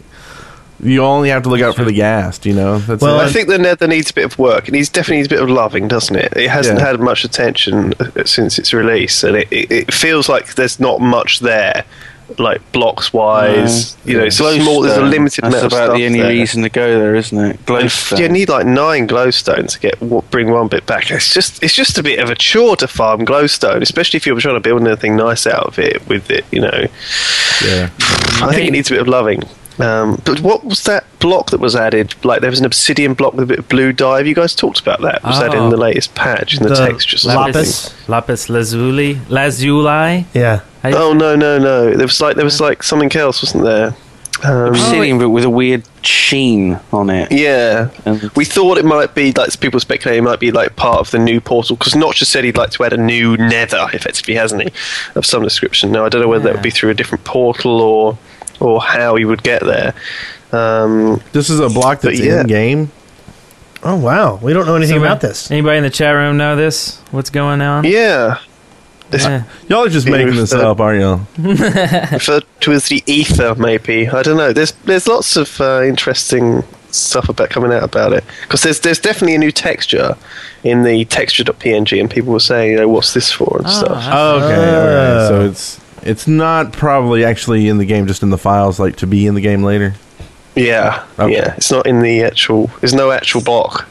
Speaker 4: you only have to look out for the gas. You know. That's
Speaker 2: Well,
Speaker 4: it.
Speaker 6: I think the nether needs a bit of work. It needs definitely needs a bit of loving, doesn't it? It hasn't
Speaker 4: Yeah.
Speaker 6: had much attention uh, since its release, and it, it, it feels like there's not much there, like blocks wise. you know, it's a small. There's a
Speaker 5: Glowstone.
Speaker 6: limited
Speaker 5: That's
Speaker 6: amount of
Speaker 5: about
Speaker 6: stuff
Speaker 5: the only
Speaker 6: there.
Speaker 5: reason to go there, isn't it?
Speaker 6: And f-
Speaker 5: Glowstone.
Speaker 6: you need like nine glowstone to get w- bring one bit back. It's just it's just a bit of a chore to farm glowstone, especially if you're trying to build anything nice out of it. With it, you know,
Speaker 4: Yeah.
Speaker 6: I think it needs a bit of loving. Um, but what was that block that was added? Like there was an obsidian block with a bit of blue dye. Have you guys talked about that? Was that
Speaker 1: Oh.
Speaker 6: in the latest patch in the, textures? or something?
Speaker 2: lapis.
Speaker 1: Lapis lazuli. Lazuli.
Speaker 2: Yeah.
Speaker 6: Oh no no no! There was like there was like something else, wasn't there? Um,
Speaker 5: Obsidian, but with a weird sheen on it.
Speaker 6: Yeah,
Speaker 5: And-
Speaker 6: we thought it might be like people speculate it might be like part of the new portal because Notch has said he'd like to add a new Nether, effectively, hasn't he, of some description. Now I don't know whether that would be through a different portal or or how he would get there. Um,
Speaker 4: This is a block
Speaker 6: But
Speaker 4: that's
Speaker 6: yeah.
Speaker 4: in game.
Speaker 2: Oh wow, we don't know anything
Speaker 1: Somebody-
Speaker 2: about this.
Speaker 1: Anybody in the chat room know this? What's going on?
Speaker 6: yeah, it's
Speaker 1: Yeah.
Speaker 4: Y'all are just
Speaker 6: Yeah,
Speaker 4: making
Speaker 6: we've
Speaker 4: this
Speaker 6: said-
Speaker 4: up, aren't y'all?
Speaker 6: referred to as the ether, maybe. I don't know. There's there's lots of uh, interesting stuff about coming out about it because there's there's definitely a new texture in the texture.png, and people were saying, you know, "What's this for?" and stuff.
Speaker 4: Okay, all right. So it's it's not probably actually in the game, just in the files, like to be in the game later.
Speaker 6: Yeah,
Speaker 4: Okay.
Speaker 6: yeah. It's not in the actual. There's no actual block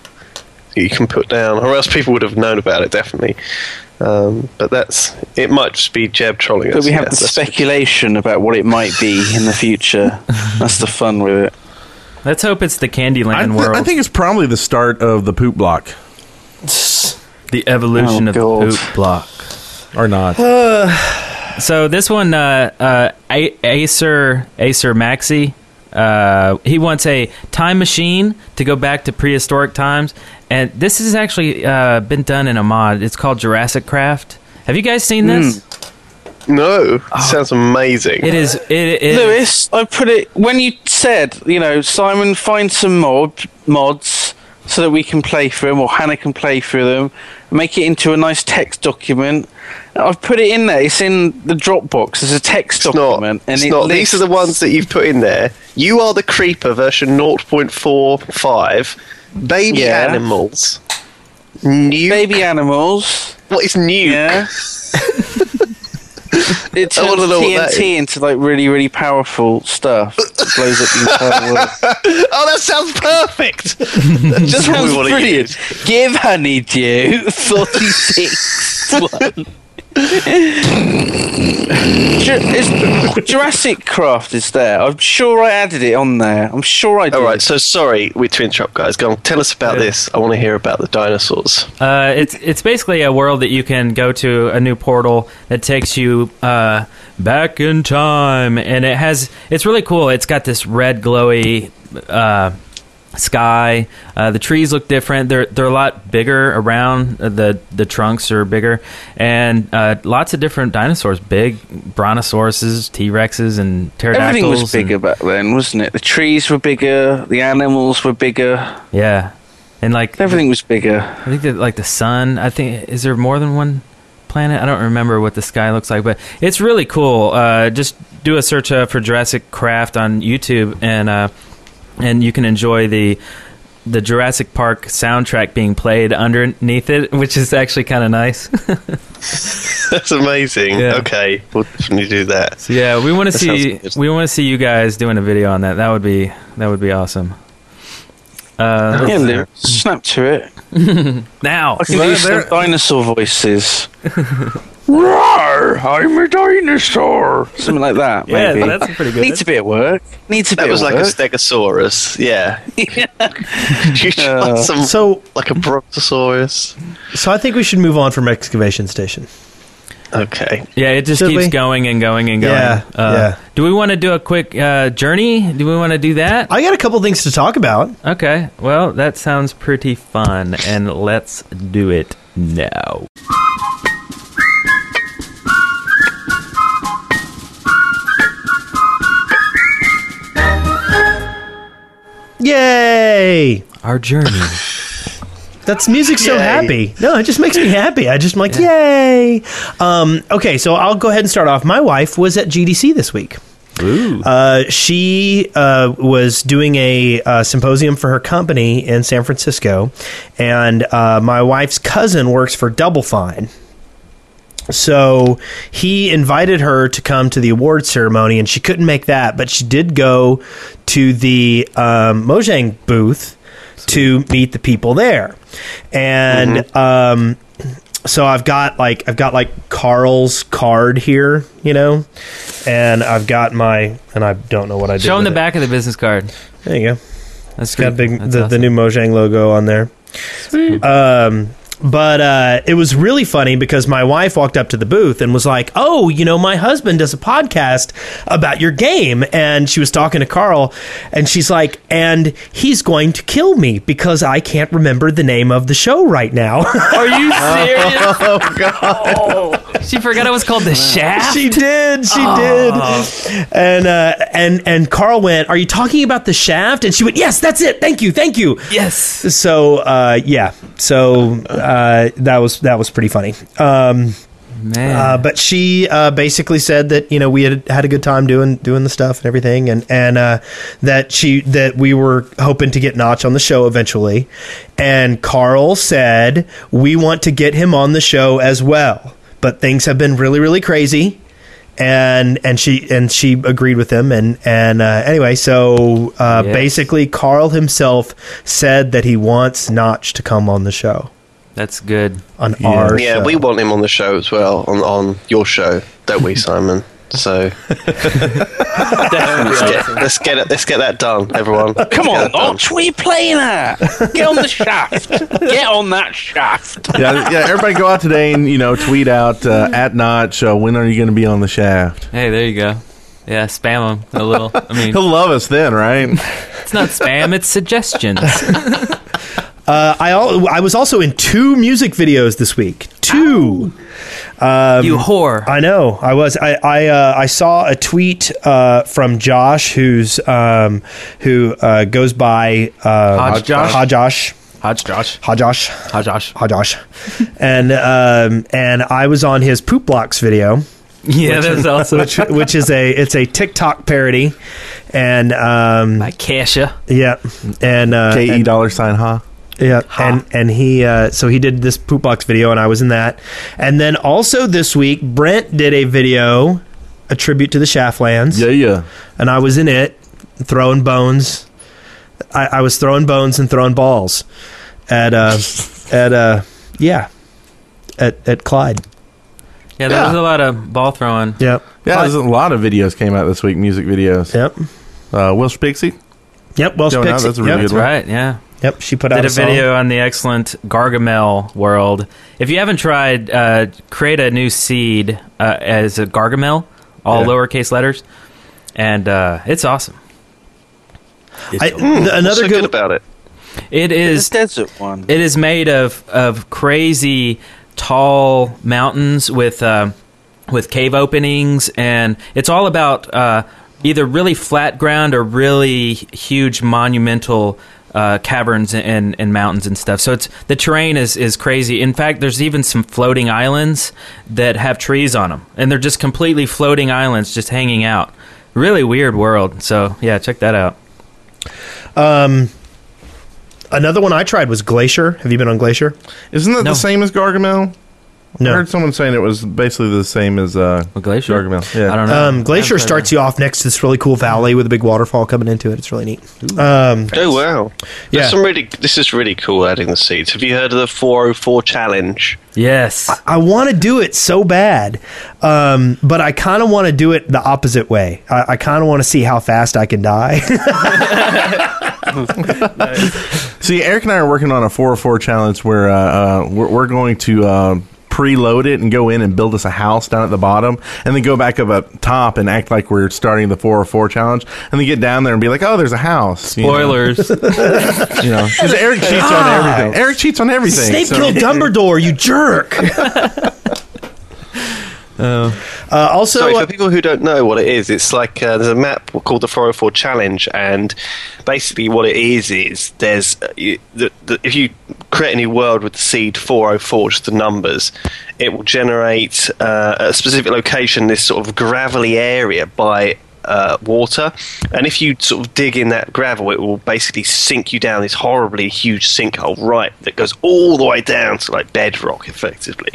Speaker 6: that you can put down, or else people would have known about it definitely. Um, but that's it. Might just be Jeb trolling us.
Speaker 5: But we have
Speaker 6: yeah,
Speaker 5: the
Speaker 6: that's-
Speaker 5: speculation about what it might be in the future. That's the fun with it.
Speaker 1: Let's hope it's the Candyland
Speaker 4: I, thi-
Speaker 1: world.
Speaker 4: I think it's probably the start of the poop block,
Speaker 1: the evolution
Speaker 5: Oh,
Speaker 1: of the
Speaker 5: God.
Speaker 1: poop block.
Speaker 4: or not?
Speaker 1: So this one, uh, uh, A- Acer Acer Maxi, uh, he wants a time machine to go back to prehistoric times, and this has actually uh, been done in a mod. It's called Jurassic Craft. Have you guys seen this?
Speaker 6: no.
Speaker 5: Ah.
Speaker 6: it Sounds amazing.
Speaker 1: It is. It, it is-
Speaker 5: Lewis, I put it when you said, you know, Simon, find some mod mods so that we can play through them, or Hannah can play through them. Make it into a nice text document. I've put it in there. It's in the Dropbox. It's a text
Speaker 6: It's not.
Speaker 5: document,
Speaker 6: it's
Speaker 5: it
Speaker 6: not.
Speaker 5: lists-
Speaker 6: These are the ones that you've put in there. You are the creeper version 0.45. Baby
Speaker 5: Yeah.
Speaker 6: animals. New.
Speaker 5: baby animals.
Speaker 6: What is new?
Speaker 5: Yeah. it
Speaker 6: I
Speaker 5: turns
Speaker 6: wanna know what that
Speaker 5: TNT into like really, really powerful stuff. It blows up the entire world.
Speaker 6: Oh, that sounds perfect. That's just what we want to use.
Speaker 5: Brilliant. Give Honeydew 46 one. Ju- it's- Jurassic Craft is there. I'm sure I added it on there. I'm sure I did.
Speaker 6: All right, so sorry we to interrupt, guys. Go on, tell us about this. I want to hear about the dinosaurs.
Speaker 1: Uh, it's it's basically a world that you can go to a new portal that takes you uh, back in time, and it has it's really cool. It's got this red glowy uh, sky. Uh, the trees look different. They're they're a lot bigger around. Uh, the The trunks are bigger, and uh, lots of different dinosaurs: big brontosauruses, T Rexes, and pterodactyls.
Speaker 5: Everything was
Speaker 1: and-
Speaker 5: bigger back then, wasn't it? The trees were bigger, the animals were bigger,
Speaker 1: yeah, and like
Speaker 5: everything was bigger.
Speaker 1: I think that like the sun. I think is there more than one planet. I don't remember what the sky looks like, but it's really cool. Uh, just do a search uh, for Jurassic Craft on YouTube, and uh, and you can enjoy the the Jurassic Park soundtrack being played underneath it, which is actually kind of nice.
Speaker 6: That's amazing.
Speaker 1: Yeah.
Speaker 6: Okay, we'll definitely do that.
Speaker 1: So yeah, we want to
Speaker 6: That sounds
Speaker 1: see we want to see you guys doing a video on that. That would be that would be awesome. Uh,
Speaker 5: yeah, Lou, snap to it.
Speaker 1: now
Speaker 5: I can do some dinosaur voices.
Speaker 10: Roar! I'm a dinosaur.
Speaker 5: Something like that,
Speaker 10: Yeah,
Speaker 5: maybe.
Speaker 10: that's pretty good.
Speaker 5: Needs a bit of work. Needs a
Speaker 6: That
Speaker 5: bit
Speaker 6: was
Speaker 5: of
Speaker 6: like a
Speaker 5: work.
Speaker 6: stegosaurus. Yeah. you tried some,
Speaker 2: So
Speaker 6: like a brontosaurus.
Speaker 2: so I think we should move on from excavation station.
Speaker 6: Okay.
Speaker 1: Yeah, it just
Speaker 2: Should
Speaker 1: keeps
Speaker 2: we?
Speaker 1: going and going and going.
Speaker 2: Yeah,
Speaker 1: uh,
Speaker 2: yeah.
Speaker 1: Do we want to do a quick uh, journey? Do we want to do that?
Speaker 2: I got a couple things to talk about.
Speaker 1: Okay. Well, that sounds pretty fun, and let's do it now.
Speaker 2: Yay!
Speaker 1: Our journey.
Speaker 2: That's music's so
Speaker 6: Yay.
Speaker 2: happy. No, it just makes me happy. I just like, yay. Um, okay, so I'll go ahead and start off. My wife was at GDC this week.
Speaker 1: Ooh.
Speaker 2: Uh, she uh, was doing a uh, symposium for her company in San Francisco, and uh, my wife's cousin works for Double Fine. So he invited her to come to the award ceremony, and she couldn't make that, but she did go to the um, Mojang booth to meet the people there, and um, so I've got like I've got like Carl's card here, you know, and I've got my and I don't know what I did.
Speaker 1: Show them the
Speaker 2: with it.
Speaker 1: back of the business card.
Speaker 2: There you go.
Speaker 1: That's
Speaker 2: It's got
Speaker 1: pretty-
Speaker 2: big,
Speaker 1: that's
Speaker 2: the, the
Speaker 1: awesome.
Speaker 2: new Mojang logo on there. Um, but uh, it was really funny because my wife walked up to the booth and was like, "Oh, you know, my husband does a podcast about your game," and she was talking to Carl, and she's like, "And he's going to kill me because I can't remember the name of the show right now."
Speaker 1: Are you serious? oh god. She forgot it was called the Shaft.
Speaker 2: she did, she did, and uh, and and Carl went, "Are you talking about the Shaft?" And she went, "Yes, that's it. Thank you, thank you."
Speaker 1: Yes.
Speaker 2: So uh, yeah, so uh, that was that was pretty funny. Um,
Speaker 1: Man.
Speaker 2: uh, but she uh, basically said that you know we had had a good time doing doing the stuff and everything, and and uh, that she that we were hoping to get Notch on the show eventually, and Carl said we want to get him on the show as well, but things have been really really crazy. And and she and she agreed with him and and uh, anyway so uh,
Speaker 1: Yes.
Speaker 2: basically Carl himself said that he wants Notch to come on the show
Speaker 1: That's good.
Speaker 2: on our
Speaker 6: Yeah,
Speaker 2: show.
Speaker 6: we want him on the show as well, on, on your show, don't we, Simon? So let's get, let's get it. Let's get that done,
Speaker 5: Come
Speaker 6: everyone. Let's
Speaker 5: on,
Speaker 6: get that done.
Speaker 5: Notch, what are you playing at? Get on the shaft. Get on that shaft.
Speaker 4: yeah, yeah. Everybody go out today and you know tweet out uh, at Notch. Uh, when are you going to be on the shaft?
Speaker 1: Hey, there you go. Yeah, spam them a little. I mean,
Speaker 4: He'll love us then, right?
Speaker 1: it's not spam, it's suggestions.
Speaker 2: Uh, I al- I was also in two music videos this week. Two.
Speaker 1: you whore.
Speaker 2: Um, I know. I was. I I, uh, I saw a tweet uh, from Josh, who's um, who uh, goes by uh,
Speaker 1: Hodge Josh.
Speaker 2: Hodjosh.
Speaker 1: Hodge Josh.
Speaker 2: Hodjosh.
Speaker 1: Hodge Josh.
Speaker 2: Hodjosh. and um, and I was on his poop blocks video.
Speaker 1: Yeah, that's awesome.
Speaker 2: Which, which is a it's a TikTok parody, and um,
Speaker 1: By Kesha.
Speaker 2: yeah, and uh,
Speaker 4: K E
Speaker 2: and-
Speaker 4: dollar sign, huh?
Speaker 2: Yeah, and and he uh, so he did this poop box video, and I was in that, and then also this week Brent did a video, a tribute to the Shaftlands,
Speaker 4: Yeah, yeah.
Speaker 2: and I was in it, throwing bones. I, I was throwing bones and throwing balls, at uh, at uh, yeah, at at Clyde.
Speaker 1: Yeah, there
Speaker 4: Yeah.
Speaker 1: was a lot of ball throwing.
Speaker 2: Yep.
Speaker 4: Yeah, there's a lot of videos came out this week, music videos.
Speaker 2: Yep.
Speaker 4: Uh, Will Spixie?
Speaker 2: Yep. Well,
Speaker 4: Going out,
Speaker 2: Pixie.
Speaker 4: that's a really
Speaker 2: yep.
Speaker 4: good
Speaker 1: That's right, yeah.
Speaker 2: Yep. She put out
Speaker 1: Did
Speaker 2: a,
Speaker 1: a video on the excellent Gargamel world. If you haven't tried, uh, create a new seed uh, as a Gargamel, all
Speaker 4: Yeah.
Speaker 1: lowercase letters, and uh, it's awesome.
Speaker 2: Song. I, th-
Speaker 6: What's
Speaker 2: another
Speaker 6: so
Speaker 2: good.
Speaker 6: good about it?
Speaker 1: It
Speaker 5: This
Speaker 1: is
Speaker 5: desert one.
Speaker 1: It is made of of crazy tall mountains with um with cave openings, and it's all about uh, either really flat ground or really huge monumental uh, caverns and, and mountains and stuff. So it's the terrain is, is crazy. In fact, there's even some floating islands that have trees on them, and they're just completely floating islands, just hanging out. Really weird world. So yeah, check that out.
Speaker 2: Um, another one I tried was Glacier. Have you been on Glacier?
Speaker 4: Isn't that
Speaker 2: No.
Speaker 4: the same as Gargamel?
Speaker 2: No.
Speaker 4: I heard someone saying it was basically the same as uh,
Speaker 1: Glacier.
Speaker 4: Gargamel. Yeah, I don't
Speaker 2: Um, Glacier starts you off next to this really cool valley with a big waterfall coming into it. It's really neat. Um,
Speaker 6: Oh wow!
Speaker 2: Yeah.
Speaker 6: There's some really. This is really cool. Adding the seeds. Have you heard of the 404 challenge?
Speaker 1: Yes.
Speaker 2: I want to do it so bad, um, but I kind of want to do it the opposite way. I, I kind of want to see how fast I can die.
Speaker 4: See, Eric and I are working on a 404 challenge where uh, uh, we're, we're going to uh, preload it and go in and build us a house down at the bottom and then go back up up top and act like we're starting the 404 challenge and then get down there and be like, oh, there's a house. you know?
Speaker 1: Spoilers.
Speaker 4: You know, because Eric cheats
Speaker 2: Ah!
Speaker 4: on everything. Eric cheats on everything.
Speaker 2: Snape
Speaker 4: so-
Speaker 2: killed Dumbledore, you jerk. Uh, also,
Speaker 6: Oh. Sorry, for people who don't know what it is, it's like uh, there's a map called the 404 Challenge, and basically what it is is there's uh, you, the, the, if you create a new world with the seed 404, just the numbers, it will generate uh, a specific location, this sort of gravelly area by. Uh, water, and if you sort of dig in that gravel, it will basically sink you down this horribly huge sinkhole, right? That goes all the way down to like bedrock, effectively.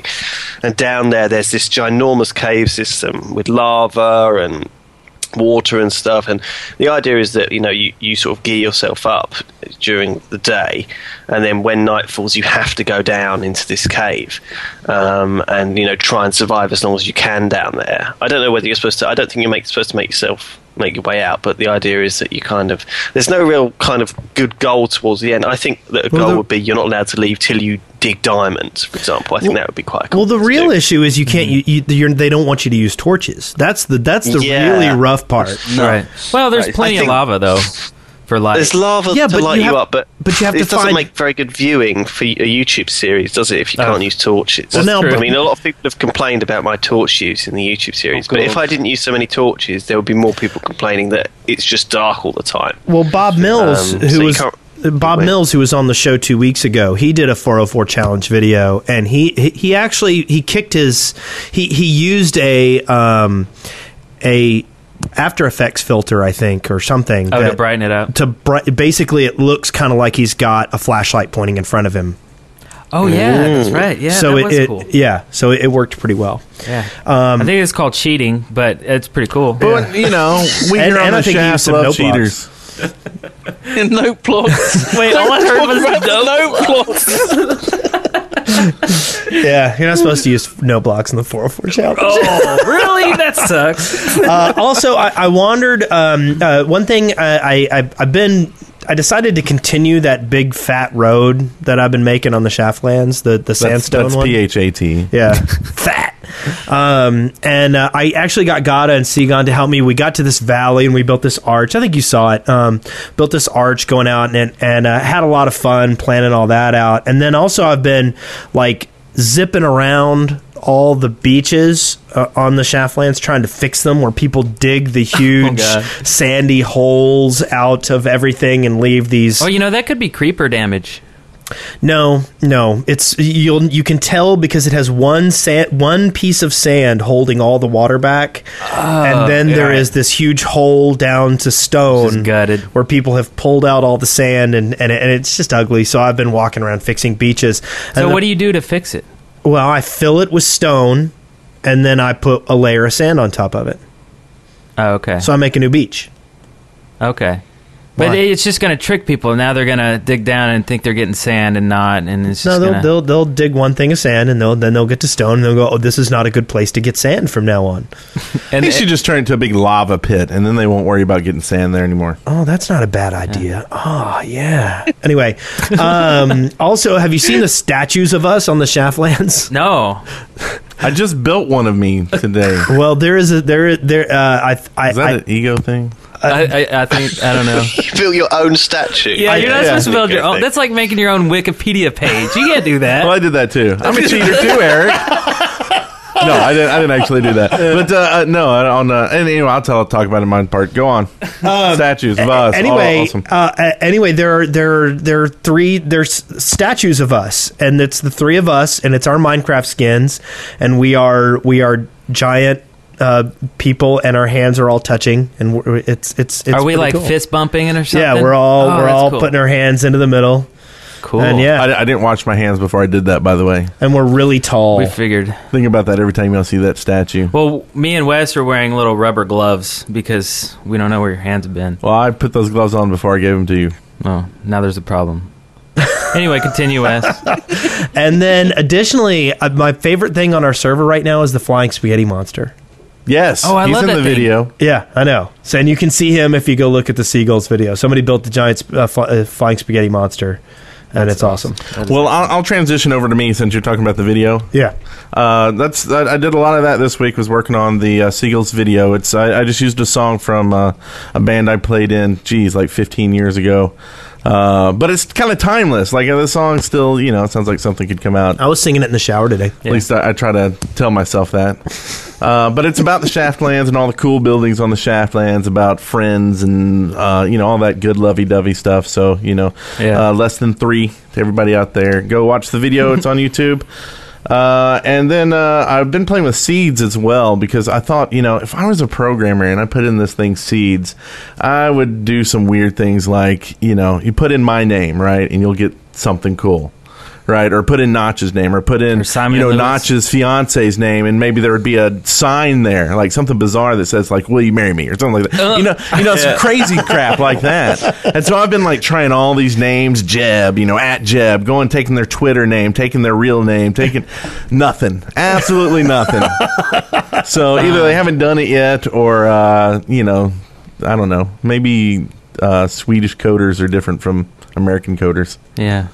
Speaker 6: And down there, there's this ginormous cave system with lava and water and stuff. And the idea is that you know you, you sort of gear yourself up during the day, and then when night falls, you have to go down into this cave um, and you know try and survive as long as you can down there. I don't know whether you're supposed to. I don't think you're make, supposed to make yourself make your way out but the idea is that you kind of there's no real kind of good goal towards the end i think that a
Speaker 2: Well,
Speaker 6: goal
Speaker 2: the-
Speaker 6: would be you're not allowed to leave till you dig diamonds for example i think that would be quite
Speaker 2: well, the real issue is you can't. You,
Speaker 6: Mm-hmm.
Speaker 2: you, you're, they don't want you to use torches. That's the that's the
Speaker 6: Yeah.
Speaker 2: really rough part.
Speaker 1: Right. Well, there's
Speaker 6: Right.
Speaker 1: plenty
Speaker 6: I
Speaker 1: of
Speaker 6: think-
Speaker 1: lava though for light.
Speaker 6: There's lava
Speaker 2: Yeah,
Speaker 6: to
Speaker 2: but
Speaker 6: light
Speaker 2: you
Speaker 6: you,
Speaker 2: have-
Speaker 6: up, but,
Speaker 2: but you have to
Speaker 6: it doesn't
Speaker 2: find-
Speaker 6: make very good viewing for y- a YouTube series, does it? If you can't use torches,
Speaker 2: Well, now-
Speaker 6: I mean, a lot of people have complained about my torch use in the YouTube series, but if I didn't use so many torches, there would be more people complaining that it's just dark all the time.
Speaker 2: Well, Bob Mills,
Speaker 6: Um,
Speaker 2: who
Speaker 6: so you
Speaker 2: was
Speaker 6: can't-
Speaker 2: Bob
Speaker 6: wait.
Speaker 2: Mills, who was on the show two weeks ago, he did a 404 challenge video, and he he, he actually he kicked his he he used a um a After Effects filter, I think, or something.
Speaker 1: oh, to
Speaker 2: that-
Speaker 1: brighten it up.
Speaker 2: to bri- basically, it looks kind of like he's got a flashlight pointing in front of him.
Speaker 1: Oh yeah, that's right. Yeah,
Speaker 2: so
Speaker 1: that
Speaker 2: it,
Speaker 1: was
Speaker 2: it-
Speaker 1: cool.
Speaker 2: yeah, so it worked pretty well.
Speaker 1: Yeah. I think it's called cheating, but it's pretty cool.
Speaker 4: But, you know, we
Speaker 2: And-
Speaker 4: here on
Speaker 2: and I
Speaker 4: the
Speaker 2: think he used
Speaker 4: shaft
Speaker 2: some
Speaker 4: love
Speaker 2: note blocks.
Speaker 4: cheaters.
Speaker 5: no plots.
Speaker 1: Wait,
Speaker 5: Don't
Speaker 1: all I heard
Speaker 5: talk
Speaker 1: was
Speaker 5: about no plots.
Speaker 2: yeah, you're not supposed to use no blocks in the 404 challenge.
Speaker 1: Oh, really? That sucks.
Speaker 2: uh, also, I, I wandered. Um, uh, one thing uh, I, I I've been. I decided to continue that big fat road that I've been making on the Shaftlands, the the
Speaker 4: That's,
Speaker 2: sandstone
Speaker 4: that's
Speaker 2: one.
Speaker 4: P-H-A-T.
Speaker 2: Yeah, fat. Um, and uh, I actually got Gada and Seagon to help me. We got to this valley and we built this arch. I think you saw it. Um, built this arch going out and and uh, had a lot of fun planning all that out. And then also I've been like zipping around all the beaches uh, on the Shaftlands trying to fix them where people dig the huge
Speaker 1: God.
Speaker 2: sandy holes out of everything and leave these
Speaker 1: Oh, you know that could be creeper damage.
Speaker 2: no, no. It's you'll you can tell because it has one sand, one piece of sand holding all the water back,
Speaker 1: Oh,
Speaker 2: and then there is this huge hole down to stone,
Speaker 1: gutted.
Speaker 2: where people have pulled out all the sand, and and, it, and it's just ugly. So I've been walking around fixing beaches.
Speaker 1: So what do you do to fix it?
Speaker 2: you- well, I fill it with stone, and then I put a layer of sand on top of it.
Speaker 1: Oh, okay.
Speaker 2: So I make a new beach.
Speaker 1: okay. But
Speaker 2: Why?
Speaker 1: it's just going to trick people. Now they're going to dig down and think they're getting sand and not, and it's
Speaker 2: No,
Speaker 1: just
Speaker 2: they'll,
Speaker 1: gonna-
Speaker 2: they'll they'll dig one thing of sand, and they'll then they'll get to stone, and they'll go, "Oh, this is not a good place to get sand from now on."
Speaker 1: and
Speaker 4: They should just turn it to a big lava pit, and then they won't worry about getting sand there anymore.
Speaker 2: Oh, that's not a bad idea. Oh, yeah. Anyway, um, also, have you seen the statues of us on the Shaftlands?
Speaker 1: no.
Speaker 4: I just built one of me today.
Speaker 2: Well, there is a there there. Uh, I I,
Speaker 4: Is that
Speaker 2: I,
Speaker 4: an ego thing?
Speaker 1: I, I, I think I don't know.
Speaker 6: You build your own statue.
Speaker 1: Yeah, you're not supposed to build your own.
Speaker 6: Thing.
Speaker 1: That's like making your own Wikipedia page. You can't do
Speaker 4: Well,
Speaker 1: that.
Speaker 4: I did that too. I'm a cheater too, Eric. no, I didn't. I didn't actually do that. But uh, uh, no, on uh, and anyway, I'll tell talk about it in my part. Go on. Statues,
Speaker 2: Uh,
Speaker 4: bus.
Speaker 2: anyway,
Speaker 4: awesome.
Speaker 2: uh, a- anyway, there are there are, there are three there's statues of us, and it's the three of us, and it's our Minecraft skins, and we are we are giant uh, people, and our hands are all touching, and we're, it's it's, it's
Speaker 1: Are we
Speaker 2: pretty
Speaker 1: like
Speaker 2: cool.
Speaker 1: fist bumping it or something?
Speaker 2: Yeah, we're all
Speaker 1: Oh,
Speaker 2: we're
Speaker 1: that's
Speaker 2: all
Speaker 1: cool.
Speaker 2: putting our hands into the middle.
Speaker 1: Cool.
Speaker 2: And yeah,
Speaker 4: I, I didn't wash my hands before I did that. By the way,
Speaker 2: and we're really tall.
Speaker 1: We figured.
Speaker 4: Think about that every time y'all see that statue.
Speaker 1: Well, me and Wes are wearing little rubber gloves because we don't know where your hands have been.
Speaker 4: Well, I put those gloves on before I gave them to you.
Speaker 1: Oh, now there's a problem. anyway, continue, Wes.
Speaker 2: and then additionally, uh, my favorite thing on our server right now is the flying spaghetti monster.
Speaker 4: Yes.
Speaker 1: Oh, I he's love in that the thing. video.
Speaker 2: Yeah, I know. So, and you can see him if you go look at the seagulls video. Somebody built the giant sp- uh, fly, uh, flying spaghetti monster, and it's awesome.
Speaker 4: Well, I'll, I'll transition over to me since you're talking about the video.
Speaker 2: Yeah.
Speaker 4: Uh, that's that, I did a lot of that this week. Was working on the uh, Seagulls video. It's I, I just used a song from uh, a band I played in. Geez, like 15 years ago. Uh, but it's kind of timeless. Like uh, the song still, you know, it sounds like something could come out.
Speaker 2: I was singing it in the shower today.
Speaker 4: At least I, I try to tell myself that. Uh, but it's about the Shaftlands and all the cool buildings on the Shaftlands, about friends and uh, you know all that good lovey-dovey stuff. So you know,
Speaker 1: Yeah.
Speaker 4: uh, less than three to everybody out there. Go watch the video; it's on YouTube. Uh, and then uh, I've been playing with seeds as well because I thought, you know, if I was a programmer and I put in this thing seeds, I would do some weird things like, you know, you put in my name, right, and you'll get something cool right? Or put in Notch's name, or put in
Speaker 1: Simon
Speaker 4: you know
Speaker 1: Lewis.
Speaker 4: Notch's fiance's name, and maybe there would be a sign there, like something bizarre that says like "Will you marry me?" or something like that. you
Speaker 1: Uh.
Speaker 4: know, you know, some crazy crap like that. And so I've been like trying all these names, Jeb, you know, at Jeb, going taking their Twitter name, taking their real name, taking nothing, absolutely nothing. so either they haven't done it yet, or uh, you know, I don't know, maybe. Uh, Swedish coders are different from American coders.
Speaker 1: Yeah.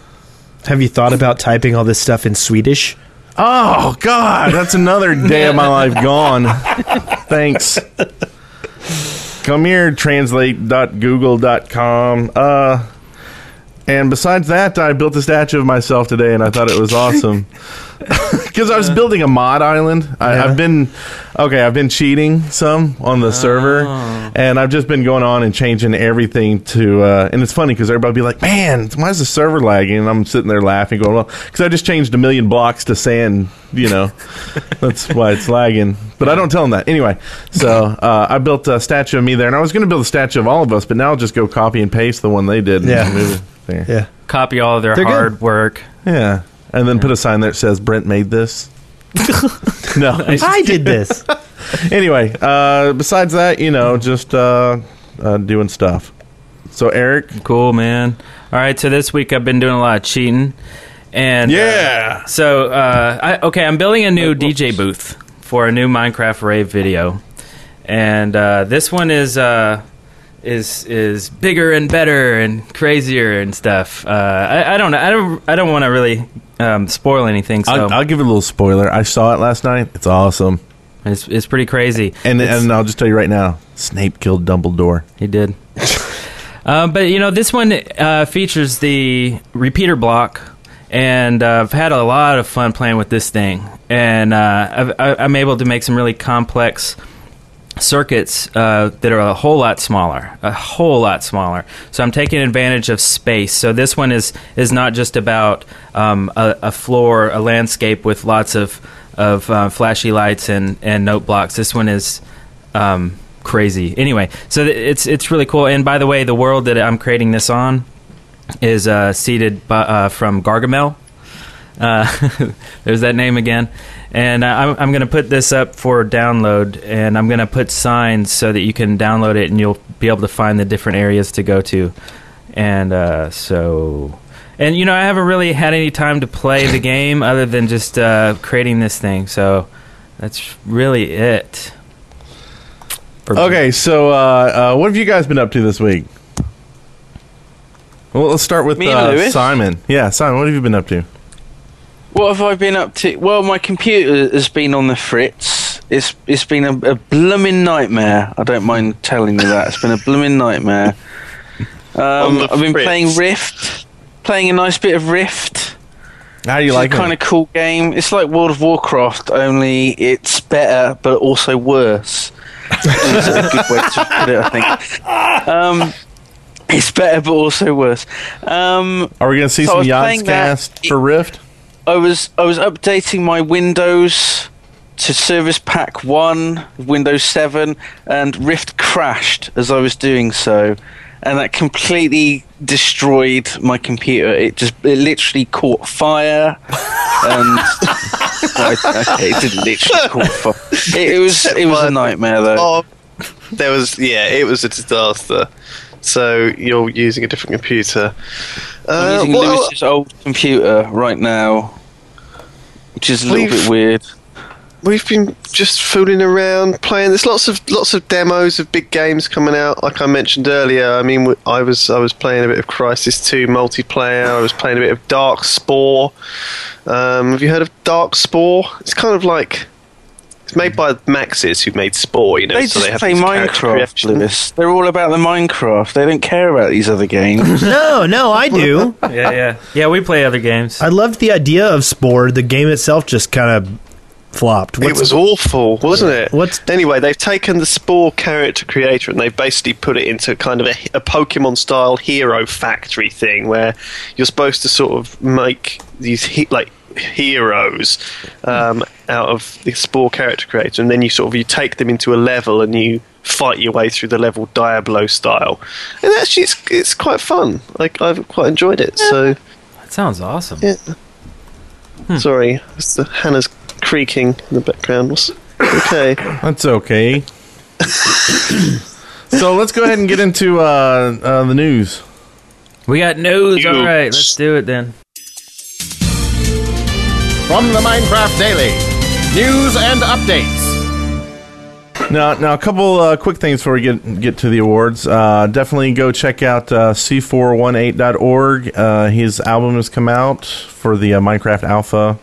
Speaker 2: Have you thought about typing all this stuff in Swedish?
Speaker 4: Oh God, that's another day of my life gone. Thanks. Come here, translate.google.com. Uh, and besides that, I built a statue of myself today, and I thought it was awesome because I was building a mod island. I, I've been okay. I've been cheating some on the server, and I've just been going on and changing everything to. Uh, and it's funny because everybody be like, "Man, why is the server lagging?" And I'm sitting there laughing, going, "Well, because I just changed a million blocks to sand. You know, that's why it's lagging." But I don't tell them that anyway. So uh, I built a statue of me there, and I was going to build a statue of all of us, but now I'll just go copy and paste the one they did. and
Speaker 2: Yeah.
Speaker 4: move it there.
Speaker 2: Yeah.
Speaker 1: Copy all of their
Speaker 2: They're good.
Speaker 1: hard work.
Speaker 4: Yeah. And then put a sign there that says Brent made this. no.
Speaker 2: I did this.
Speaker 4: Anyway, uh, besides that, you know, just uh, uh, doing stuff. So Eric,
Speaker 1: Cool, man. All right, so this week I've been doing a lot of cheating, and uh,
Speaker 4: Yeah.
Speaker 1: so uh, I, okay, I'm building a new DJ booth for a new Minecraft rave video, and uh, this one is uh, is is bigger and better and crazier and stuff. Uh, I, I don't know. I don't. I don't want to really um, spoil anything. So
Speaker 4: I'll, I'll give a little spoiler. I saw it last night. It's awesome.
Speaker 1: it's it's pretty crazy.
Speaker 4: And
Speaker 1: It's-
Speaker 4: and I'll just tell you right now, Snape killed Dumbledore.
Speaker 1: He did. um, but you know, this one uh, features the repeater block, and uh, I've had a lot of fun playing with this thing, and uh, I've, I- I'm able to make some really complex circuits uh, that are a whole lot smaller, a whole lot smaller. So I'm taking advantage of space. So this one is is not just about um, a, a floor, a landscape with lots of of uh, flashy lights and and note blocks. This one is um, crazy. Anyway, so th- it's it's really cool. And by the way, the world that I'm creating this on is uh, seeded by, uh, from Gargamel. Uh, there's that name again. And uh, I'm, I'm going to put this up for download, and I'm going to put signs so that you can download it, and you'll be able to find the different areas to go to. And uh, so, and you know, I haven't really had any time to play the game other than just uh, creating this thing. So that's really it. For me.
Speaker 4: Okay, so uh, uh, what have you guys been up to this week? Well, let's start with
Speaker 5: Me and
Speaker 4: uh,
Speaker 5: Lewis?
Speaker 4: Simon. Yeah, Simon, what have you been up to?
Speaker 5: What have I been up to? Well, my computer has been on the fritz. It's it's been a, a blooming nightmare. I don't mind telling you that. It's been a blooming nightmare. Um,
Speaker 6: the
Speaker 5: I've been
Speaker 6: fritz.
Speaker 5: playing Rift, playing a nice bit of Rift,
Speaker 4: How do you like
Speaker 5: it's kind
Speaker 4: it?
Speaker 5: of cool game. It's like World of Warcraft, only it's better, but also worse. Is a good way to put it, I think. Um, it's better, but also worse. Um,
Speaker 4: Are we going to see
Speaker 5: so I
Speaker 4: some
Speaker 5: was
Speaker 4: Yods
Speaker 5: playing that-
Speaker 4: cast for Rift?
Speaker 5: I was I was updating my Windows to Service Pack One, Windows Seven, and Rift crashed as I was doing so, and that completely destroyed my computer. It just it literally caught fire, and well, I- okay, it didn't literally caught fire. It, it was it was a nightmare though.
Speaker 6: Oh, there was yeah, it was a disaster. So you're using a different computer.
Speaker 5: I'm
Speaker 6: Uh,
Speaker 5: using
Speaker 6: what-
Speaker 5: Lewis's old computer right now, which is a little
Speaker 6: We've-
Speaker 5: bit weird.
Speaker 6: We've been just fooling around playing. There's lots of lots of demos of big games coming out. Like I mentioned earlier, I mean, w- I was I was playing a bit of Crisis Two multiplayer. I was playing a bit of Dark Spore. Um, have you heard of Dark Spore? It's kind of like it's made by Maxis, who made Spore. You know,
Speaker 5: They
Speaker 6: so
Speaker 5: just
Speaker 6: they have
Speaker 5: play
Speaker 6: these character
Speaker 5: Minecraft,
Speaker 6: creation-
Speaker 5: Lewis. They're all about the Minecraft. They don't care about these other games.
Speaker 2: No, no, I do.
Speaker 1: yeah, yeah, yeah. We play other games.
Speaker 2: I loved the idea of Spore. The game itself just kind of flopped.
Speaker 6: It was awful, wasn't it?
Speaker 2: What's
Speaker 6: Anyway, they've taken the Spore character creator and they've basically put it into kind of a, a Pokemon style hero factory thing where you're supposed to sort of make these he- like heroes um, out of the Spore character creator, and then you sort of you take them into a level and you fight your way through the level Diablo style, and actually it's it's quite fun. Like I've quite enjoyed it. So
Speaker 1: That sounds awesome.
Speaker 6: yeah. Sorry, it's the Hannah's creaking in the background. What's- Okay.
Speaker 4: That's okay. so let's go ahead and get into uh, uh, the news.
Speaker 1: We got news. All right, let's do it then.
Speaker 3: From the Minecraft Daily, news and updates.
Speaker 4: Now, now a couple uh, quick things before we get get to the awards. Uh, definitely go check out uh, c418.org. Uh, his album has come out for the uh, Minecraft Alpha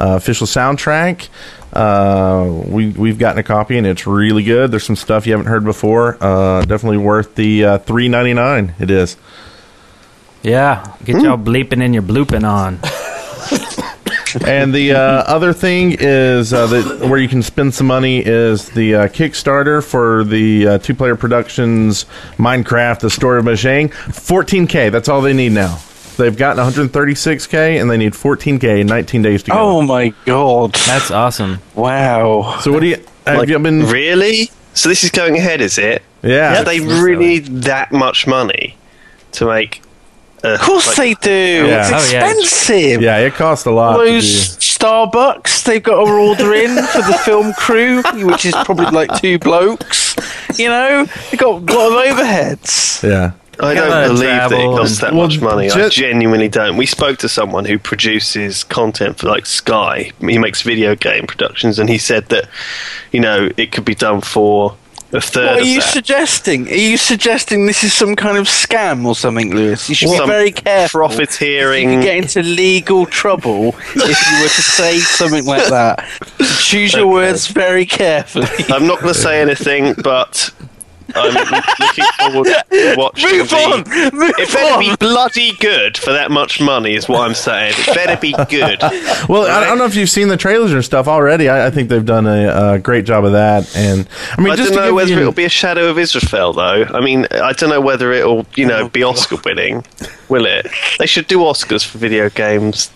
Speaker 4: uh, official soundtrack. Uh, we we've gotten a copy and it's really good. There's some stuff you haven't heard before. Uh, definitely worth the uh, three ninety nine. It is.
Speaker 1: Yeah, get y'all bleeping and your blooping on.
Speaker 4: and the uh, other thing is uh, that where you can spend some money is the uh, Kickstarter for the uh, Two Player Productions Minecraft: The Story of Mojang. 14k. That's all they need now. They've gotten 136k, and they need 14k in 19 days to go.
Speaker 5: Oh my god!
Speaker 1: That's awesome.
Speaker 5: Wow.
Speaker 4: So what do you have
Speaker 6: Like,
Speaker 4: you been?
Speaker 6: Really? So this is going ahead, is it?
Speaker 4: Yeah.
Speaker 6: Do they really need that much money to make? A,
Speaker 5: Of course they do.
Speaker 4: Yeah.
Speaker 5: It's
Speaker 4: Oh,
Speaker 1: yeah.
Speaker 5: expensive.
Speaker 4: Yeah, it cost a lot. to
Speaker 5: Those Starbucks they've got to order in for the film crew, which is probably like two blokes. You know, they got a lot of overheads.
Speaker 4: do. Yeah.
Speaker 6: I
Speaker 1: Gotta
Speaker 6: don't believe that it
Speaker 1: travel
Speaker 6: costs that
Speaker 4: and-
Speaker 6: much
Speaker 4: Well,
Speaker 6: money. I
Speaker 4: ju-
Speaker 6: genuinely don't. We spoke to someone who produces content for like Sky. He makes video game productions, and he said that you know it could be done for a third
Speaker 5: What are
Speaker 6: of
Speaker 5: you
Speaker 6: that.
Speaker 5: suggesting? Are you suggesting this is some kind of scam or something, Lewis? You should
Speaker 6: Some
Speaker 5: be very careful.
Speaker 6: profiteering-
Speaker 5: You could get into legal trouble if you were to say something like that. Choose your words very carefully.
Speaker 6: I'm not going to say anything, but I'm looking forward to watching.
Speaker 5: Move
Speaker 6: the-
Speaker 5: on! Move
Speaker 6: It better be
Speaker 5: on!
Speaker 6: bloody good for that much money, is what I'm saying. It better be good.
Speaker 4: Well, I, I don't know if you've seen the trailers and stuff already. I, I think they've done a, a great job of that. And I mean,
Speaker 6: I
Speaker 4: just
Speaker 6: don't
Speaker 4: to
Speaker 6: know
Speaker 4: give
Speaker 6: whether
Speaker 4: you an-
Speaker 6: it'll be a Shadow of Israfel, though. I mean, I don't know whether it'll, you know,
Speaker 4: Oh,
Speaker 6: be Oscar winning. Will it? They should do Oscars for video games.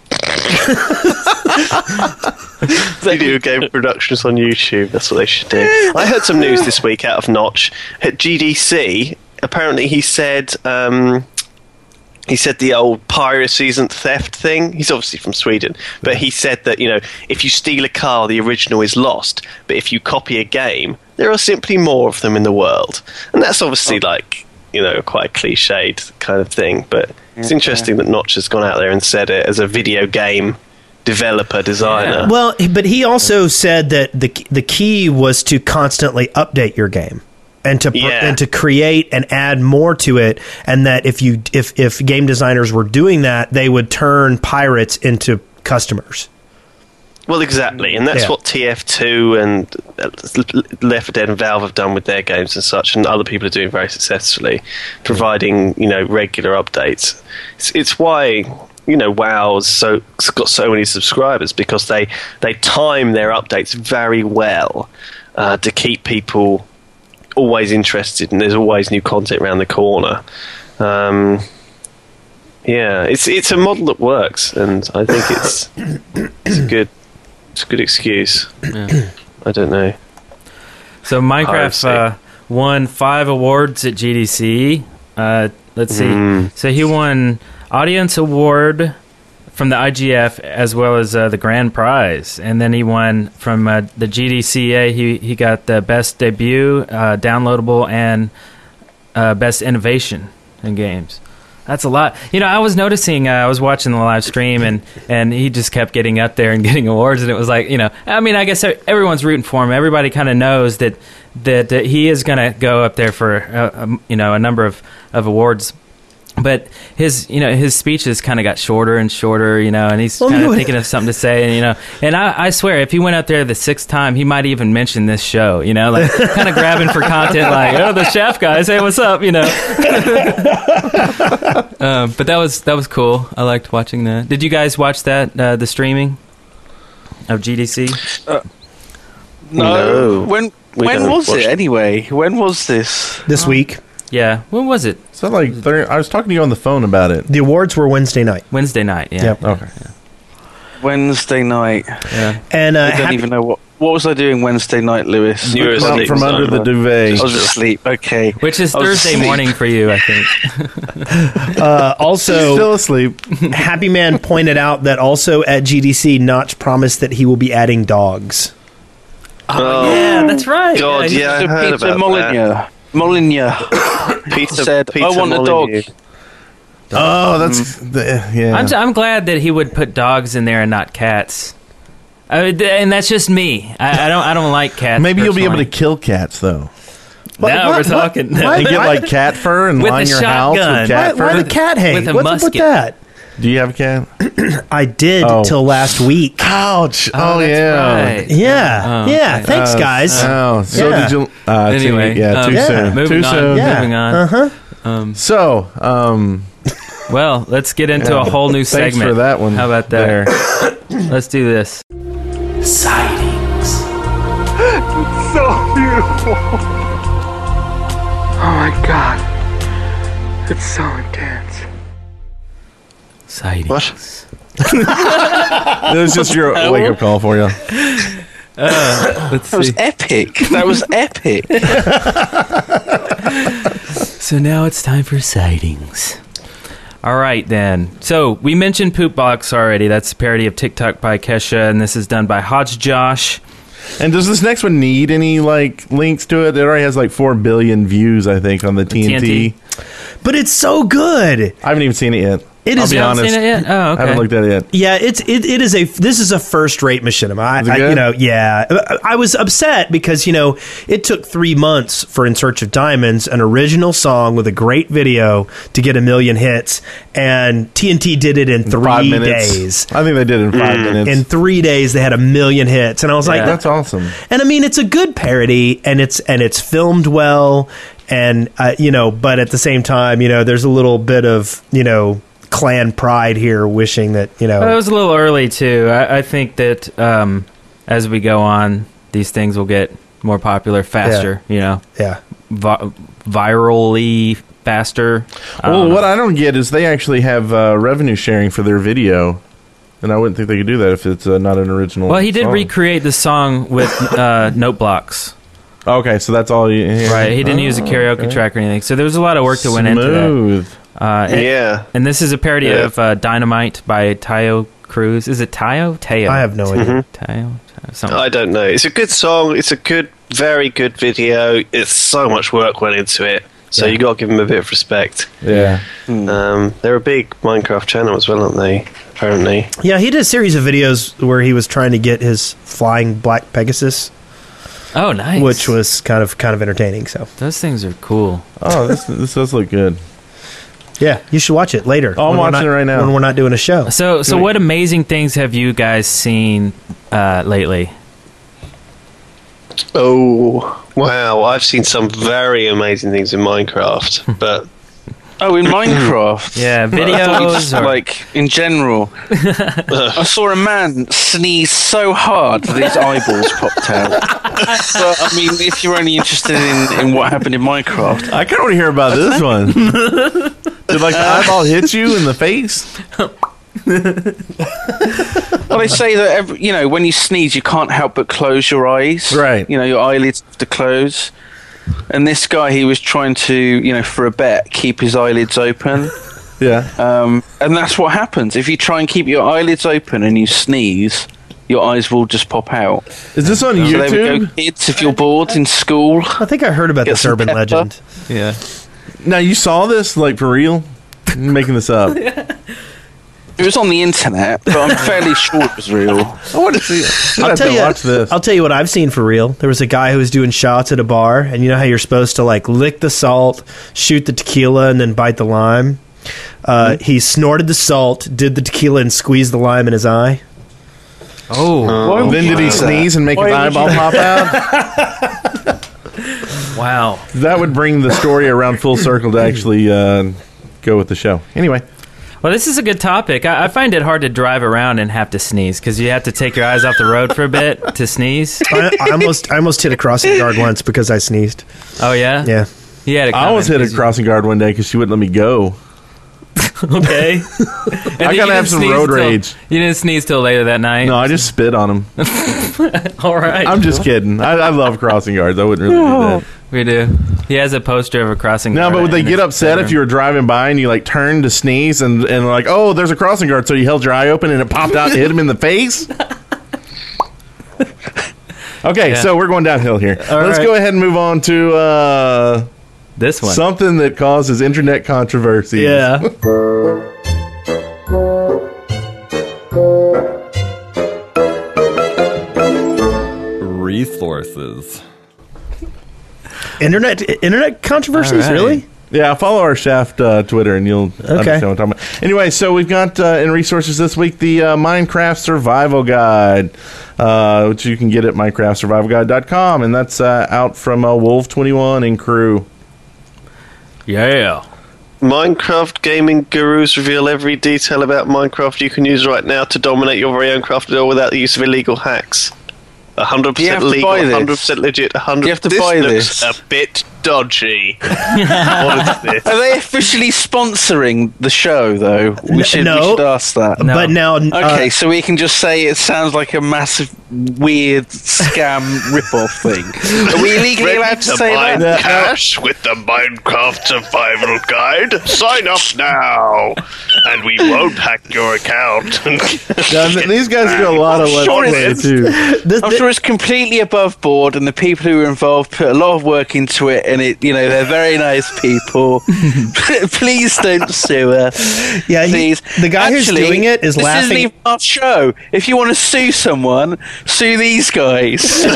Speaker 6: video game productions on YouTube. That's what they should do. I heard some news this week out of Notch at GDC. Apparently, he said. Um, he said the old piracies and theft thing. He's obviously from Sweden, but he said that you know if you steal a car, the original is lost, but if you copy a game, there are simply more of them in the world, and that's obviously like you know quite a cliched kind of thing. But it's interesting that Notch has gone out there and said it as a video game developer designer.
Speaker 2: Well, but he also said that the the key was to constantly update your game and to pr-
Speaker 6: Yeah.
Speaker 2: and to create and add more to it and that if you if if game designers were doing that, they would turn pirates into customers.
Speaker 6: Well, exactly, and that's
Speaker 2: Yeah.
Speaker 6: what TF2 and uh, Left 4 Dead and Valve have done with their games and such, and other people are doing very successfully, providing you know regular updates. It's, it's why you know, WoW's so it's got so many subscribers because they they time their updates very well uh, to keep people always interested, and there's always new content around the corner. Um, yeah, it's it's a model that works, and I think it's it's a good it's a good excuse.
Speaker 1: Yeah.
Speaker 6: I don't know.
Speaker 1: So Minecraft uh, won five awards at GDC. Uh, let's see.
Speaker 6: Mm.
Speaker 1: So he won audience award from the IGF as well as uh, the grand prize, and then he won from uh, the GDCA. He he got the best debut, uh, downloadable, and uh, best innovation in games. That's a lot. You know, I was noticing. Uh, I was watching the live stream, and and he just kept getting up there and getting awards, and it was like, you know, I mean, I guess e-, everyone's rooting for him. Everybody kind of knows that that, that he is going to go up there for uh, um, you know a number of of awards. But his, you know, his speeches kind of got shorter and shorter, you know, and he's
Speaker 2: Well,
Speaker 1: kind
Speaker 2: you
Speaker 1: of
Speaker 2: would-
Speaker 1: thinking of something to say, and you know, and I, I swear, if he went up there the sixth time, he might even mention this show, you know, like kind of grabbing for content, like, oh, the chef guys, hey, what's up, you know? um, but that was that was cool. I liked watching that. Did you guys watch that uh, the streaming of GDC?
Speaker 5: No.
Speaker 1: No.
Speaker 5: When
Speaker 1: We
Speaker 5: when
Speaker 1: haven't
Speaker 5: was
Speaker 1: watched
Speaker 5: it
Speaker 1: it.
Speaker 5: anyway? When was this?
Speaker 2: This
Speaker 4: Oh.
Speaker 2: week.
Speaker 1: Yeah. When was it?
Speaker 4: So like, thir- I was talking to you on the phone about it.
Speaker 2: The awards were Wednesday night.
Speaker 1: Wednesday night. Yeah.
Speaker 2: Yep.
Speaker 4: Okay.
Speaker 5: Wednesday night.
Speaker 1: Yeah.
Speaker 2: And uh,
Speaker 5: I don't
Speaker 2: happy-
Speaker 5: even know what what was I doing Wednesday night, Lewis.
Speaker 6: You were Come asleep.
Speaker 4: from under the duvet.
Speaker 5: I was asleep. Okay.
Speaker 1: Which is
Speaker 5: I was
Speaker 1: Thursday
Speaker 5: asleep.
Speaker 1: morning for you, I think.
Speaker 2: Uh, also,
Speaker 4: Still asleep.
Speaker 2: Happy Man pointed out that also at GDC, Notch promised that he will be adding dogs.
Speaker 6: Oh,
Speaker 1: yeah, that's right.
Speaker 6: God, yeah, I
Speaker 5: Mr.
Speaker 6: heard
Speaker 5: Peter
Speaker 6: about
Speaker 5: Molyneux. Molyneux
Speaker 6: Peter
Speaker 5: said,
Speaker 6: Peter
Speaker 5: "I want
Speaker 6: Molyneux.
Speaker 5: a dog."
Speaker 4: Oh, that's the, yeah.
Speaker 1: I'm, I'm glad that he would put dogs in there and not cats. I mean, th- and that's just me. I, I don't. I don't like cats.
Speaker 4: Maybe you'll be able to
Speaker 1: personally.
Speaker 4: kill cats though.
Speaker 1: Now we're talking.
Speaker 4: You get like cat fur and
Speaker 1: With
Speaker 4: line
Speaker 1: a
Speaker 4: your house
Speaker 1: shotgun.
Speaker 4: with cat
Speaker 2: Why
Speaker 4: fur.
Speaker 2: did cat hang?
Speaker 1: with a
Speaker 2: What's up with
Speaker 1: musket. Oh,
Speaker 2: that?
Speaker 4: Do you have a cat?
Speaker 2: I did
Speaker 4: Oh.
Speaker 2: till last week.
Speaker 4: Ouch! Oh,
Speaker 1: that's
Speaker 4: yeah.
Speaker 1: right.
Speaker 2: Yeah,
Speaker 1: Oh,
Speaker 2: yeah.
Speaker 1: okay.
Speaker 2: Thanks, guys.
Speaker 4: Oh, so
Speaker 2: Yeah.
Speaker 4: did you? Uh, too-
Speaker 1: Anyway,
Speaker 4: yeah,
Speaker 1: um,
Speaker 4: too
Speaker 1: yeah.
Speaker 4: soon.
Speaker 1: Moving
Speaker 4: too
Speaker 1: on.
Speaker 4: soon.
Speaker 1: Yeah.
Speaker 2: yeah.
Speaker 1: moving on.
Speaker 2: Uh huh.
Speaker 4: So, um,
Speaker 1: Well, let's get into a whole new
Speaker 4: Thanks
Speaker 1: segment.
Speaker 4: for that one
Speaker 1: How about that? Let's do this.
Speaker 10: so beautiful. Oh my god. It's so intense.
Speaker 1: Sightings.
Speaker 6: What?
Speaker 4: it was just your wake up call for you.
Speaker 1: Let's
Speaker 5: That was
Speaker 1: see.
Speaker 5: epic. That was epic.
Speaker 1: So now it's time for sightings. All right, then. So we mentioned Poop Box already. That's a parody of TikTok by Kesha, and this is done by Hodge Josh.
Speaker 4: And does this next one need any like links to it? It already has like four billion views, I think, on the TNT.
Speaker 1: TNT.
Speaker 2: But it's so good.
Speaker 4: I haven't even seen it yet.
Speaker 2: It
Speaker 4: I'll
Speaker 2: is-
Speaker 4: be
Speaker 2: You
Speaker 1: haven't
Speaker 4: honest.
Speaker 1: seen it yet? Oh, okay.
Speaker 4: I haven't looked at it yet.
Speaker 2: Yeah, it's it, it is a this is a first rate machinima. I,
Speaker 4: Is it
Speaker 2: I you
Speaker 4: good?
Speaker 2: know yeah, Uh, I, I was upset because you know it took three months for In Search of Diamonds, an original song with a great video, to get a million hits, and TNT did it in three
Speaker 4: Five minutes.
Speaker 2: days.
Speaker 4: I think they did in five minutes.
Speaker 2: Mm. In three days, they had a million hits, and I was like,
Speaker 4: That's awesome.
Speaker 2: and I mean, it's a good parody, and it's and it's filmed well, and uh, you know, but at the same time, you know, there's a little bit of you know clan pride here, wishing that you know.
Speaker 1: Well, it was a little early too. I, I think that um, as we go on, these things will get more popular faster. You know,
Speaker 2: yeah.
Speaker 1: vi- virally faster. Um, I
Speaker 4: well,
Speaker 1: don't know.
Speaker 4: what I don't get is they actually have uh, revenue sharing for their video, and I wouldn't think they could do that if it's uh, not an original.
Speaker 1: Well, he did
Speaker 4: song.
Speaker 1: recreate the song with uh, note blocks.
Speaker 4: Okay, so that's all. You, yeah.
Speaker 1: Right, he didn't
Speaker 4: Oh,
Speaker 1: use a karaoke track or anything. So there was a lot of work that went into that.
Speaker 4: Smooth.
Speaker 1: Uh, and,
Speaker 6: Oh, Yeah.
Speaker 1: and this is a parody
Speaker 6: Yeah.
Speaker 1: of uh, "Dynamite" by Tayo Cruz. Is it Tayo? Tayo.
Speaker 2: I have no idea.
Speaker 1: Tayo. Tayo, Something.
Speaker 6: I don't know. It's a good song. It's a good, very good video. It's so much work went into it. So you got to give them a bit of respect.
Speaker 4: Yeah.
Speaker 6: Um, they're a big Minecraft channel as well, aren't they? Apparently.
Speaker 2: Yeah, he did a series of videos where he was trying to get his flying black Pegasus,
Speaker 1: oh, nice.
Speaker 2: which was kind of kind of entertaining. So
Speaker 1: those things are cool.
Speaker 4: Oh, this this does look good.
Speaker 2: yeah, you should watch it later.
Speaker 4: Oh, I'm
Speaker 2: when we're
Speaker 4: watching
Speaker 2: not-
Speaker 4: it right now.
Speaker 2: when we're not doing a show.
Speaker 1: So, so what amazing things have you guys seen uh, lately?
Speaker 6: Oh wow! I've seen some very amazing things in Minecraft, but
Speaker 5: Oh, in Minecraft.
Speaker 1: Yeah, videos or-
Speaker 5: like in general. I saw a man sneeze so hard that his eyeballs popped out. But I mean, if you're only interested in, in what happened in Minecraft,
Speaker 4: I kind of want to hear about this one. Did like the eyeball hit you in the face?
Speaker 5: well, they say that every, you know when you sneeze, you can't help but close your eyes. Right. You know your eyelids have to close. And this guy, he was trying to, you know, for a bet, keep his eyelids open.
Speaker 4: Yeah.
Speaker 5: Um, and that's what happens. If you try and keep your eyelids open and you sneeze, your eyes will just pop out.
Speaker 4: Is this on
Speaker 5: There we go,
Speaker 4: YouTube?
Speaker 5: kids. If you're bored in school, I
Speaker 2: think I heard about
Speaker 5: this urban
Speaker 2: legend.
Speaker 4: Yeah. Now you saw this like for real? I'm making this up.
Speaker 5: It was on the internet, but I'm fairly sure it was real. I
Speaker 4: want to see.
Speaker 2: I'll tell you. I'll tell you what I've seen for real. There was a guy who was doing shots at a bar, and you know how you're supposed to like lick the salt, shoot the tequila, and then bite the lime. Uh,
Speaker 4: Hmm.
Speaker 2: He snorted the salt, did the tequila, and squeezed the lime in his eye.
Speaker 1: Oh,
Speaker 4: Why would Then you did he do that? sneeze and make Why his would eyeball you- pop out?
Speaker 1: Wow.
Speaker 4: That would bring the story around full circle to actually uh, go with the show. Anyway.
Speaker 1: Well, this is a good topic. I, I find it hard to drive around and have to sneeze because you have to take your eyes off the road for a bit to sneeze.
Speaker 2: I, I almost, I almost hit a crossing guard once because I sneezed.
Speaker 1: Oh yeah,
Speaker 2: yeah.
Speaker 1: He had
Speaker 4: I almost hit a crossing guard one day because she wouldn't let me go.
Speaker 1: okay. And then you
Speaker 4: gotta have
Speaker 1: didn't
Speaker 4: some
Speaker 1: sneeze
Speaker 4: road
Speaker 1: till-
Speaker 4: rage.
Speaker 1: You didn't sneeze till later that night.
Speaker 4: No, I just spit on him.
Speaker 1: All right.
Speaker 4: I'm just kidding. I, I love crossing guards. I wouldn't really do that.
Speaker 1: We do. He has a poster of a crossing
Speaker 4: No,
Speaker 1: guard.
Speaker 4: but would they
Speaker 1: in
Speaker 4: get
Speaker 1: his
Speaker 4: upset if
Speaker 1: bedroom.
Speaker 4: you were driving by and you like turned to sneeze and and like, oh, there's a crossing guard, so you held your eye open and it popped out and hit him in the face? Okay,
Speaker 1: Yeah.
Speaker 4: so we're going downhill here.
Speaker 1: All
Speaker 4: Let's
Speaker 1: right.
Speaker 4: go ahead and move on to uh,
Speaker 1: this one.
Speaker 4: Something that causes internet controversy.
Speaker 1: Yeah.
Speaker 11: Resources.
Speaker 2: Internet, internet controversies, really?
Speaker 4: Yeah, follow our Shaft uh, Twitter and you'll understand what I'm talking about. Anyway, so we've got uh, in resources this week the uh, Minecraft Survival Guide, uh, which you can get at MinecraftSurvivalGuide.com, and that's uh, out from uh, Wolf21 and crew.
Speaker 1: Yeah.
Speaker 6: Minecraft gaming gurus reveal every detail about Minecraft you can use right now to dominate your very own craft at all without the use of illegal hacks. 100%
Speaker 5: You have to
Speaker 6: legal,
Speaker 5: buy this.
Speaker 6: 100% legit, 100
Speaker 5: You have to buy
Speaker 6: looks
Speaker 5: this.
Speaker 6: a bit dodgy.
Speaker 5: Are they officially sponsoring the show, though? We
Speaker 6: N-
Speaker 5: should,
Speaker 6: no.
Speaker 5: we should ask that.
Speaker 6: No. But now, uh,
Speaker 5: okay, so we can just say it sounds like a massive, weird scam rip-off thing. Are we legally
Speaker 6: Ready
Speaker 5: allowed to,
Speaker 6: to
Speaker 5: say
Speaker 6: buy
Speaker 5: that?
Speaker 6: cash with the Minecraft survival guide? Sign up now, and we won't hack your account.
Speaker 4: Yeah, th- these guys do a lot of
Speaker 5: I'm
Speaker 4: let's
Speaker 5: sure
Speaker 4: play
Speaker 5: it's-
Speaker 4: too.
Speaker 5: I'm sure it's completely above board, and the people who were involved put a lot of work into it, and it, you know, they're very nice people. Please don't sue us.
Speaker 2: Yeah, he-
Speaker 5: Please.
Speaker 2: the guy who's
Speaker 5: Actually,
Speaker 2: doing it is
Speaker 5: this
Speaker 2: laughing-
Speaker 5: Isn't even our show. If you want to sue someone, sue these guys.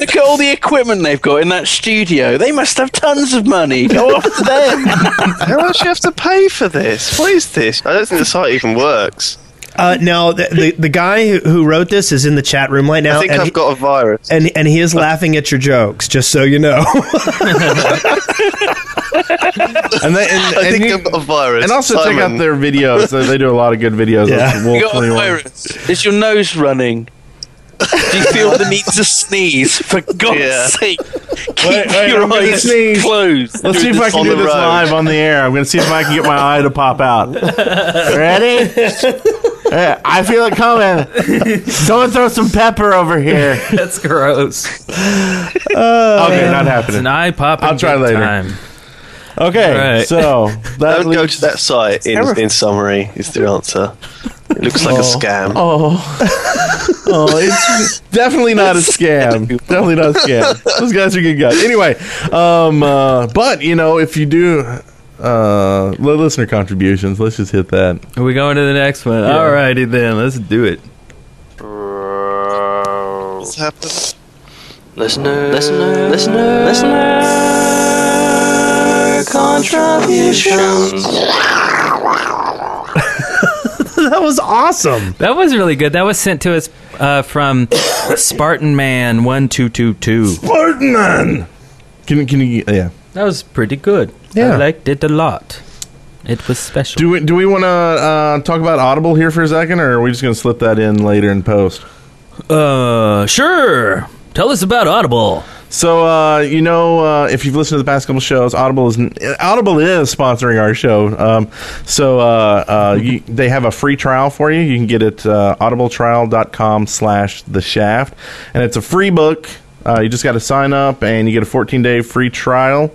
Speaker 5: Look at all the equipment they've got in that studio. They must have tons of money. Go after them.
Speaker 6: How much do you have to pay for this? What is this? I don't think the site even works.
Speaker 2: Uh, no, the, the the guy who, who wrote this is in the chat room right now.
Speaker 6: I think
Speaker 2: and
Speaker 6: I've
Speaker 2: he-
Speaker 6: got a virus.
Speaker 2: and and he is laughing at your jokes, just so you know.
Speaker 4: And they, and,
Speaker 6: I
Speaker 4: and
Speaker 6: think
Speaker 4: you-
Speaker 6: I've got a virus.
Speaker 4: and also check out
Speaker 6: Simon.
Speaker 4: their videos. they, they do a lot of good videos.
Speaker 6: Yeah.
Speaker 4: on
Speaker 5: You got a
Speaker 4: Wolf21.
Speaker 5: virus. Is your nose running? Do you feel the need to sneeze? For God's sake, keep
Speaker 4: wait,
Speaker 5: your
Speaker 4: I'm gonna
Speaker 5: eyes
Speaker 4: sneeze.
Speaker 5: closed.
Speaker 4: Let's see if I can do this live on the air. I'm going to see if I can get my eye to pop out. Ready? Yeah, I feel it coming. Someone throw some pepper over here.
Speaker 1: That's gross.
Speaker 6: Oh,
Speaker 4: okay, not happening.
Speaker 1: It's an eye popping.
Speaker 4: I'll try
Speaker 1: good
Speaker 4: later.
Speaker 1: Time.
Speaker 4: Okay,
Speaker 1: All right.
Speaker 4: so
Speaker 6: Don't go to that site. In, in summary, is the answer. It looks like a scam.
Speaker 4: Oh, oh, it's definitely not a scam. Definitely not a scam. Those guys are good guys. Anyway, um, uh, but you know, if you do uh, li- listener contributions, let's just hit that.
Speaker 11: Are we going to the next one?
Speaker 4: Yeah.
Speaker 11: Alrighty then, let's do it.
Speaker 6: What's happening?
Speaker 10: Listener, listener, listener, listener. Contributions.
Speaker 2: that was awesome.
Speaker 1: That was really good. That was sent to us uh, from Spartan Man one two two two.
Speaker 4: Spartan Man. Can can you? Yeah.
Speaker 1: That was pretty good.
Speaker 4: Yeah.
Speaker 1: I liked it a lot. It was special.
Speaker 4: Do we do we want to uh, talk about Audible here for a second, or are we just going to slip that in later in post?
Speaker 1: Uh, sure. Tell us about Audible.
Speaker 4: So uh, you know, uh, if you've listened to the past couple shows, Audible is Audible is sponsoring our show. Um, so uh, uh, you, they have a free trial for you. You can get it uh, audibletrial.com/slash the shaft, and it's a free book. Uh, you just got to sign up, and you get a 14-day free trial.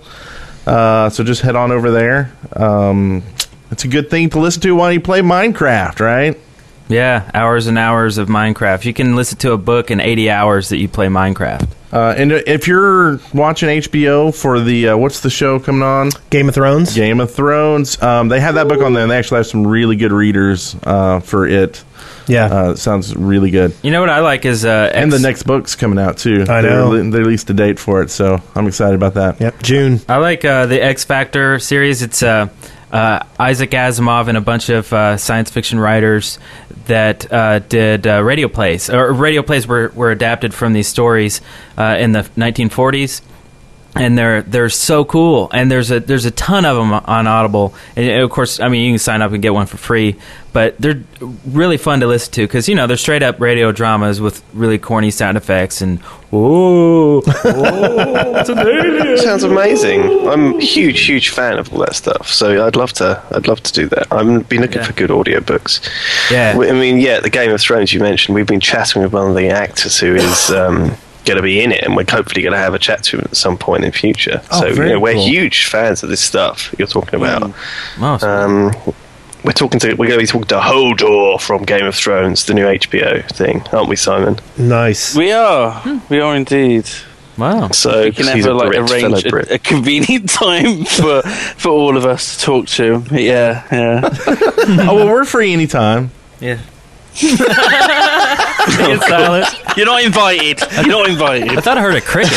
Speaker 4: Uh, so just head on over there. Um, it's a good thing to listen to while you play Minecraft, right?
Speaker 1: Yeah, hours and hours of Minecraft. You can listen to a book in 80 hours that you play Minecraft.
Speaker 4: Uh, and if you're watching HBO for the uh, what's the show coming on?
Speaker 2: Game of Thrones.
Speaker 4: Game of Thrones. Um, they have that book on there, and they actually have some really good readers uh, for it.
Speaker 2: Yeah,
Speaker 4: uh, sounds really good.
Speaker 1: You know what I like is uh,
Speaker 4: and the next book's coming out too.
Speaker 1: I know.
Speaker 4: they, rele- they released a date for it, so I'm excited about that.
Speaker 2: Yep, June.
Speaker 1: I like uh, the X Factor series. It's uh, uh, Isaac Asimov and a bunch of uh, science fiction writers that uh, did uh, radio plays. Or radio plays were, were adapted from these stories uh, in the 1940s. And they're they're so cool, and there's a there's a ton of them on Audible, and of course, I mean you can sign up and get one for free, but they're really fun to listen to because you know they're straight up radio dramas with really corny sound effects and ooh,
Speaker 6: Sounds amazing. I'm a huge, huge fan of all that stuff. So I'd love to. I'd love to do that. I've been looking for good audiobooks.
Speaker 1: Yeah.
Speaker 6: I mean, yeah, the Game of Thrones you mentioned. We've been chatting with one of the actors who is. Um, Going to be in it, and we're hopefully going to have a chat to him at some point in future.
Speaker 4: Oh,
Speaker 6: so you
Speaker 4: very
Speaker 6: know, we're
Speaker 4: cool. Mm.
Speaker 6: huge fans of this stuff you're talking about. Um, we're talking to we're going to be talking to Hodor from Game of Thrones, the new HBO thing, aren't we, Simon?
Speaker 2: Nice.
Speaker 5: We are. We are indeed.
Speaker 1: Wow.
Speaker 6: So
Speaker 5: we can
Speaker 6: 'cause he's
Speaker 5: have a,
Speaker 6: a
Speaker 5: like
Speaker 6: Brit, fellow
Speaker 5: arrange
Speaker 6: Brit.
Speaker 5: a, a convenient time for for all of us to talk to him. Yeah, yeah.
Speaker 4: oh well, we're free anytime.
Speaker 1: Yeah.
Speaker 5: silent. You're not invited. You're not invited.
Speaker 1: I thought I heard a cricket.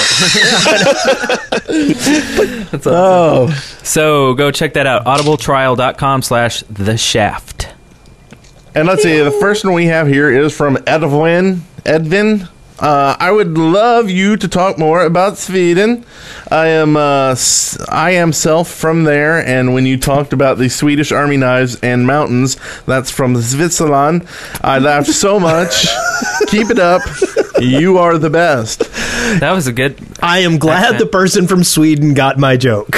Speaker 2: Oh.
Speaker 1: So go check that out. Audibletrial.com slash the shaft.
Speaker 4: And let's see, the first one we have here is from Edvin. Edvin. Uh, I would love you to talk more about Sweden. I am uh, s- I am self from there, and when you talked about the Swedish Army knives and mountains, that's from Switzerland. I laughed so much. Keep it up. You are the best.
Speaker 1: That was a good.
Speaker 2: I am glad the person from Sweden got my joke.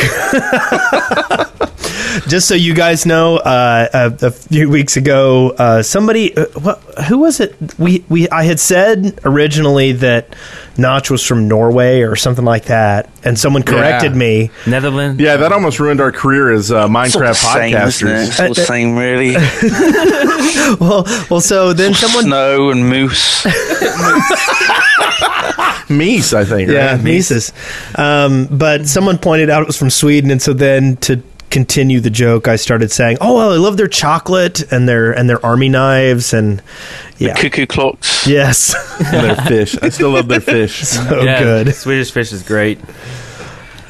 Speaker 2: Just so you guys know, uh, a, a few weeks ago, uh, somebody, uh, what, who was it? We, we, I had said originally that Notch was from Norway or something like that, and someone corrected
Speaker 4: Yeah.
Speaker 2: me.
Speaker 1: Netherlands.
Speaker 4: Yeah, that almost ruined our career as uh,
Speaker 2: It's all the
Speaker 4: Minecraft
Speaker 2: same, isn't it?
Speaker 4: podcasters. Uh,
Speaker 2: It's all the
Speaker 5: same, really.
Speaker 2: well, well, so then someone
Speaker 5: snow and moose.
Speaker 4: Meese, I think.
Speaker 2: Yeah,
Speaker 4: right?
Speaker 2: Mises. Um, but someone pointed out it was from Sweden, and so then to continue the joke, I started saying, "Oh well, I love their chocolate and their and their army knives and yeah,
Speaker 5: Cuckoo clocks.
Speaker 2: yes,
Speaker 4: And their fish. I still love their fish.
Speaker 2: So good.
Speaker 1: Swedish fish is great.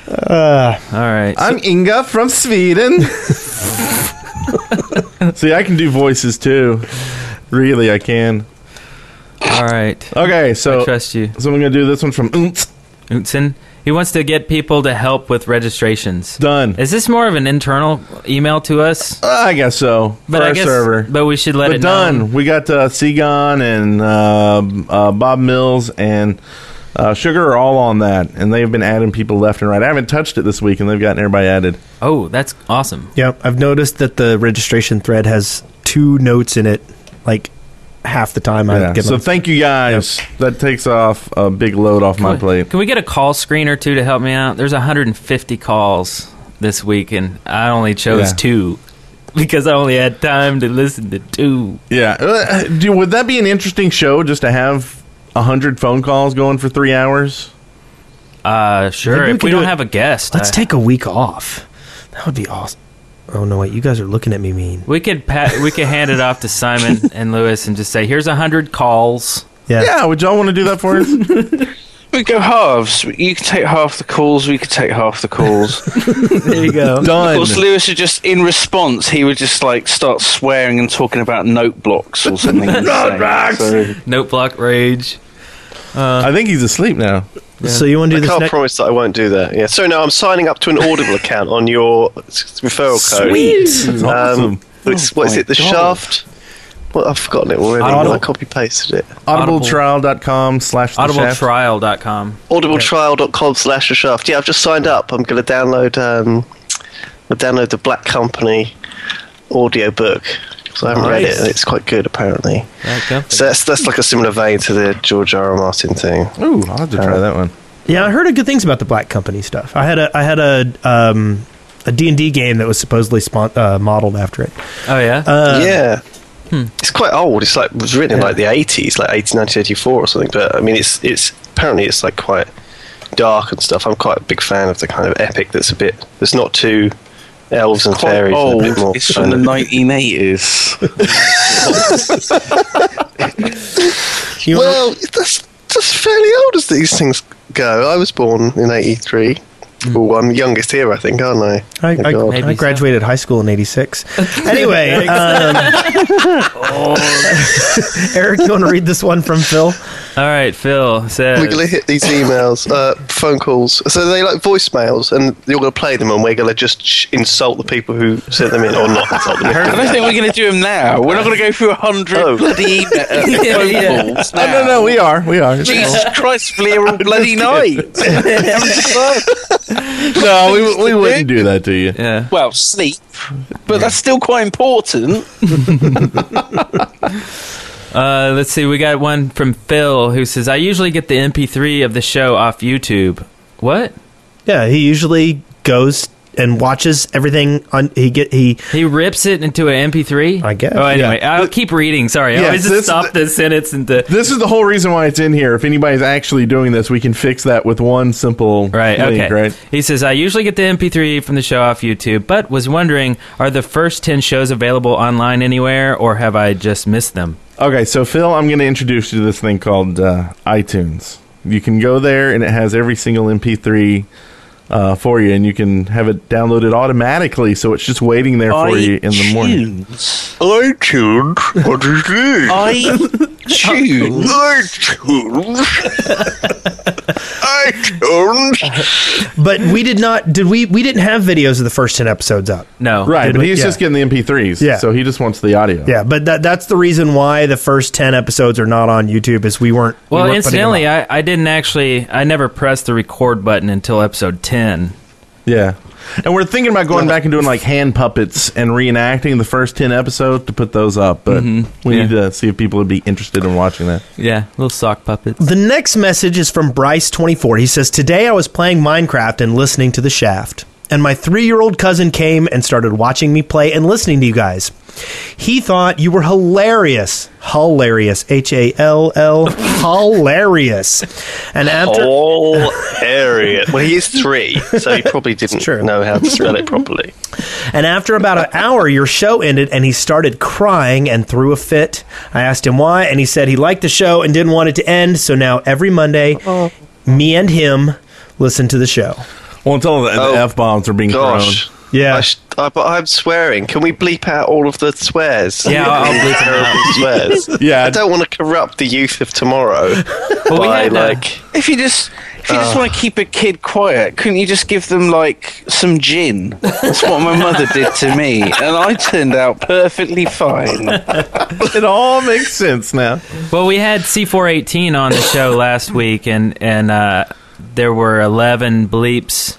Speaker 2: Uh,
Speaker 1: All right.
Speaker 4: I'm Inga from Sweden. See, I can do voices too. Really, I can.
Speaker 1: All right.
Speaker 4: Okay, so
Speaker 1: I trust you.
Speaker 4: So I'm gonna do this one from Oontz.
Speaker 1: Untsen. He wants to get people to help with registrations.
Speaker 4: Done.
Speaker 1: Is this more of an internal email to us?
Speaker 4: I guess so.
Speaker 1: But
Speaker 4: for
Speaker 1: I
Speaker 4: our
Speaker 1: guess-
Speaker 4: server.
Speaker 1: But we should let
Speaker 4: but
Speaker 1: it
Speaker 4: done.
Speaker 1: known.
Speaker 4: We got uh, Seagon and uh, uh, Bob Mills and uh, Sugar are all on that, and they've been adding people left and right. I haven't touched it this week, and they've gotten everybody added.
Speaker 1: Oh, that's awesome.
Speaker 2: yeah. I've noticed that the registration thread has two notes in it, like half the time I
Speaker 4: Yeah.
Speaker 2: give
Speaker 4: So
Speaker 2: them.
Speaker 4: thank you guys. That takes off a big load off my plate.
Speaker 1: Can we get a call screen or two to help me out? There's 150 calls this week, and I only chose
Speaker 4: Yeah.
Speaker 1: two because I only had time to listen to two.
Speaker 4: Yeah. Uh, Do, would that be an interesting show just to have 100 phone calls going for three hours?
Speaker 1: Uh, sure.
Speaker 2: Maybe we
Speaker 1: if
Speaker 2: could
Speaker 1: we
Speaker 2: do
Speaker 1: don't
Speaker 2: it-
Speaker 1: have a guest,
Speaker 2: Let's
Speaker 1: I-
Speaker 2: take a week off. That would be awesome. Oh no, wait! You guys are looking at me mean.
Speaker 1: We could pat, we could hand it off to Simon and Lewis and just say, "Here's a hundred calls."
Speaker 2: Yeah.
Speaker 4: Yeah. Would y'all want to do that for us?
Speaker 5: We go halves. You can take half the calls. We could take half the calls.
Speaker 2: There you go.
Speaker 5: Of
Speaker 4: Done. Uh,
Speaker 5: course, Lewis would just in response he would just like start swearing and talking about note blocks or something. insane.
Speaker 1: Note block rage.
Speaker 4: I think he's asleep now.
Speaker 2: So you want to do
Speaker 6: I
Speaker 2: this
Speaker 6: can't
Speaker 2: next-
Speaker 6: promise that I won't do that. Yeah. So now I'm signing up to an Audible account on your s- referral code.
Speaker 2: Sweet. That's
Speaker 6: Um,
Speaker 2: awesome.
Speaker 6: it's, what is
Speaker 4: my
Speaker 6: it? The
Speaker 4: God.
Speaker 6: Shaft. Well, I've forgotten it already.
Speaker 4: Audible-
Speaker 6: Oh I copy pasted it.
Speaker 4: Audibletrial.com slash the shaft.
Speaker 1: Audibletrial.com.
Speaker 6: audibletrial.com slash the shaft yeah i've just signed up i'm going to download um I'll download the black company audiobook because i haven't read it
Speaker 1: Nice.
Speaker 6: and it's quite good apparently
Speaker 1: Black Company.
Speaker 6: so that's that's like a similar vein to the george r r martin thing
Speaker 4: ooh i'll have to try that one
Speaker 2: Yeah, I heard of good things about the Black Company stuff. I had a I had a um, a D and D game that was supposedly spon- uh, modeled after it.
Speaker 1: Oh yeah,
Speaker 2: Uh,
Speaker 6: yeah
Speaker 5: hmm.
Speaker 6: it's quite old it's like it was written in like the 80s like 18, 1984 or something but i mean it's it's apparently it's like quite dark and stuff i'm quite a big fan of the kind of epic that's a bit that's not too elves and
Speaker 5: Quite
Speaker 6: fairies and
Speaker 5: old.
Speaker 6: a bit more
Speaker 5: It's from the
Speaker 6: kind of-
Speaker 5: 1980s.
Speaker 6: well, that's that's fairly old as these things go. I was born in '83.
Speaker 5: Hmm.
Speaker 6: Well, I'm youngest here, I think, aren't I?
Speaker 2: I,
Speaker 6: Oh,
Speaker 2: I,
Speaker 6: God.
Speaker 2: I graduated high school in '86. anyway, um, Eric, you want to read this one from Phil?
Speaker 11: All right, Phil says.
Speaker 6: We're gonna hit these emails, uh, phone calls. So they like voicemails, and you're gonna play them, and we're gonna just sh- insult the people who sent them in, or not insult them.
Speaker 5: I don't think we're going to do them now. We're not going to go through a hundred bloody uh, phone calls now.
Speaker 4: Uh, No, no, no, we are. We are.
Speaker 5: Jesus Christ, Blair, all bloody night.
Speaker 4: no, Uh, we, we wouldn't do that to you.
Speaker 11: Yeah.
Speaker 5: well, sleep, but that's still quite important.
Speaker 1: Uh, let's see. We got one from Phil who says, "I usually get the MP3 of the show off YouTube." What?
Speaker 2: Yeah, he usually goes and watches everything on. He get he
Speaker 1: he rips it into an MP3. I
Speaker 2: guess.
Speaker 1: Oh, anyway, I'll keep reading. Sorry, I
Speaker 4: Yeah,
Speaker 1: always just
Speaker 4: this-
Speaker 1: stop the sentence and the.
Speaker 4: This is the whole reason why it's in here. If anybody's actually doing this, we can fix that with one simple
Speaker 1: Right.
Speaker 4: link,
Speaker 1: Okay.
Speaker 4: right?
Speaker 1: He says, "I usually get the MP3 from the show off YouTube, but was wondering, are the first ten shows available online anywhere, or have I just missed them?"
Speaker 4: Okay, so Phil, I'm going to introduce you to this thing called uh, iTunes. You can go there, and it has every single MP3 uh, for you, and you can have it downloaded automatically, so it's just waiting there for you in the morning.
Speaker 6: Mm. iTunes. What is this?
Speaker 5: iTunes.
Speaker 2: But we did not. Did we? We didn't have videos of the first ten episodes up.
Speaker 1: No,
Speaker 4: right?
Speaker 2: Did
Speaker 4: But
Speaker 2: we-
Speaker 4: he's
Speaker 2: yeah.
Speaker 4: just getting the MP3s,
Speaker 2: Yeah.
Speaker 4: So he just wants the audio.
Speaker 2: Yeah, but that that's the reason why the first ten episodes are not on YouTube is we weren't. we
Speaker 1: Well,
Speaker 2: weren't putting them
Speaker 1: incidentally, I, I didn't actually. I never pressed the record button until episode ten.
Speaker 4: Yeah. And we're thinking about going back and doing like hand puppets and reenacting the first 10 episodes to put those up, but
Speaker 1: Mhm.
Speaker 2: Mm-hmm.
Speaker 4: we
Speaker 1: Yeah.
Speaker 4: need to see if people would be interested in watching that.
Speaker 1: Yeah, little sock puppets.
Speaker 2: The next message is from Bryce24. He says, Today I was playing Minecraft and listening to The Shaft, and my three year old cousin came and started watching me play and listening to you guys. He thought you were hilarious. Hilarious. H A L L. Hilarious. And after.
Speaker 6: Oh. All area. Well, he is three, so he probably didn't know how to spell it properly.
Speaker 2: And after about an hour, your show ended, and he started crying and threw a fit. I asked him why, and he said he liked the show and didn't want it to end. So now every Monday, me and him listen to the show.
Speaker 4: Well, until the, the F bombs are being
Speaker 6: Gosh.
Speaker 4: thrown.
Speaker 2: Yeah.
Speaker 6: I sh- I, but I'm swearing. Can we bleep out all of the swears?
Speaker 1: Yeah, I'll- I'll bleep them
Speaker 6: Terrible swears.
Speaker 4: Yeah.
Speaker 6: I don't want to corrupt the youth of tomorrow
Speaker 1: we
Speaker 6: by
Speaker 1: had, uh,
Speaker 6: like.
Speaker 5: If you just if you just want to keep a kid quiet, couldn't you just give them like some gin? That's what my mother did to me, and I turned out perfectly fine.
Speaker 4: it all makes sense now.
Speaker 1: Well, we had C418 on the show last week, and and uh, there were eleven bleeps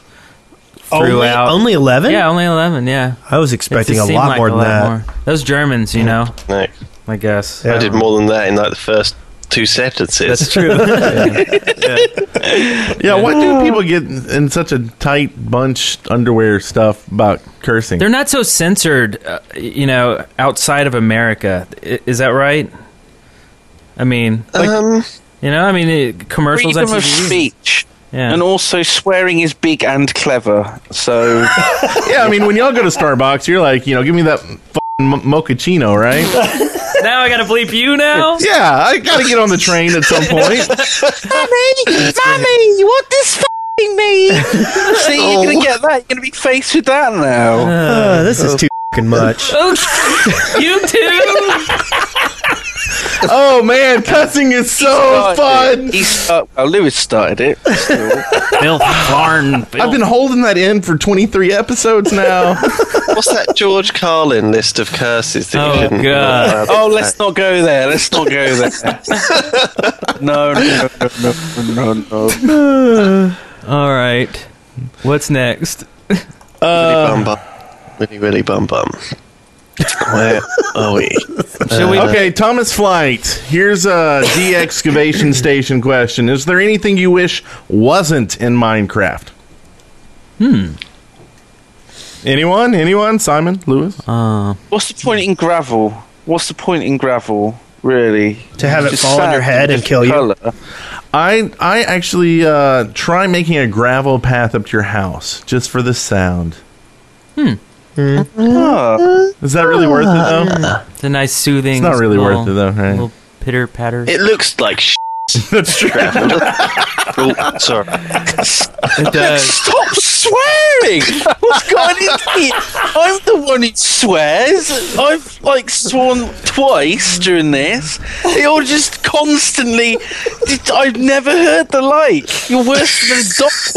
Speaker 2: Only-
Speaker 1: throughout.
Speaker 2: only 11?
Speaker 1: Yeah, only eleven. Yeah,
Speaker 2: I was expecting a lot more than that.
Speaker 1: Those Germans, you know,
Speaker 6: No,
Speaker 1: I guess.
Speaker 6: I did more than that in like the first two sentences.
Speaker 1: That's true.
Speaker 4: Yeah, why do people get in such a tight bunch underwear stuff about cursing?
Speaker 1: They're not so censored, uh, you know, outside of America. I- Is that right? I mean,
Speaker 6: um,
Speaker 1: you know, I mean, uh, commercials on
Speaker 5: Freedom of
Speaker 1: TV.
Speaker 5: speech.
Speaker 1: Yeah.
Speaker 5: And also, swearing is big and clever. So,
Speaker 4: yeah, I mean, when y'all go to Starbucks, you're like, you know, give me that f- mo- mochaccino, right?
Speaker 1: now I gotta bleep you now.
Speaker 4: yeah, I got to get on the train at some point.
Speaker 5: Mummy, Mummy, what does f***ing mean? See, you're going to get that. You're going to be faced with that now.
Speaker 4: Uh,
Speaker 2: Uh, this is too fing much.
Speaker 1: you too.
Speaker 4: oh man, cussing is
Speaker 5: Oh,
Speaker 4: so fun.
Speaker 5: He start, well, Lewis started it.
Speaker 4: Filth, barn. I've been holding that in for 23 episodes now.
Speaker 6: What's that George Carlin list of curses that you shouldn't?
Speaker 5: God.
Speaker 6: Uh,
Speaker 5: Oh, let's not go there. Let's not go there. no, no, no, no, no, no.
Speaker 11: All right. What's next?
Speaker 6: Willy bum bum. Willy willy bum bum. Where are we?
Speaker 4: Shall we- okay, Thomas Flight. Here's a de excavation station question. Is there anything you wish wasn't in Minecraft?
Speaker 11: Hmm.
Speaker 4: Anyone? Anyone? Simon? Lewis?
Speaker 11: Uh,
Speaker 5: What's the point in gravel? What's the point in gravel, really?
Speaker 4: To have it
Speaker 5: Just
Speaker 4: fall on
Speaker 5: sand
Speaker 4: your head and kill you?
Speaker 5: colour.
Speaker 4: I I actually uh, try making a gravel path up to your house just for the sound.
Speaker 11: Hmm.
Speaker 4: Oh. Is that really worth it though?
Speaker 11: It's a nice soothing.
Speaker 4: It's not really worth it, though, right?
Speaker 11: Little pitter patter.
Speaker 6: It looks like sh-
Speaker 4: That's true.
Speaker 6: oh, sorry.
Speaker 11: It does.
Speaker 5: Stop swearing! What's going on here? I'm the one who swears. I've like sworn twice during this. You're just constantly. I've never heard the like. You're worse than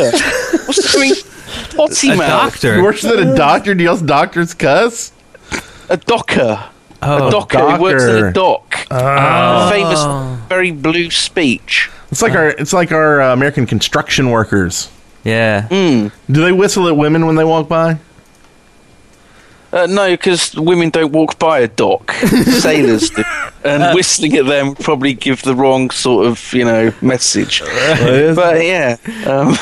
Speaker 5: a doctor. What's going? Potty
Speaker 4: A
Speaker 5: mouth.
Speaker 4: doctor? Worse than a doctor? Do you doctors cuss?
Speaker 5: A docker.
Speaker 4: Oh,
Speaker 5: a docker. He works in
Speaker 4: docker.
Speaker 5: a dock.
Speaker 4: Oh.
Speaker 5: Famous, very blue speech.
Speaker 4: It's like our it's like our uh, American construction workers.
Speaker 11: Yeah.
Speaker 4: Mm. Do they whistle at women when they walk by?
Speaker 5: Uh, no, because women don't walk by a dock. Sailors do. And whistling at them would probably give the wrong sort of, you know, message. but yeah. Um,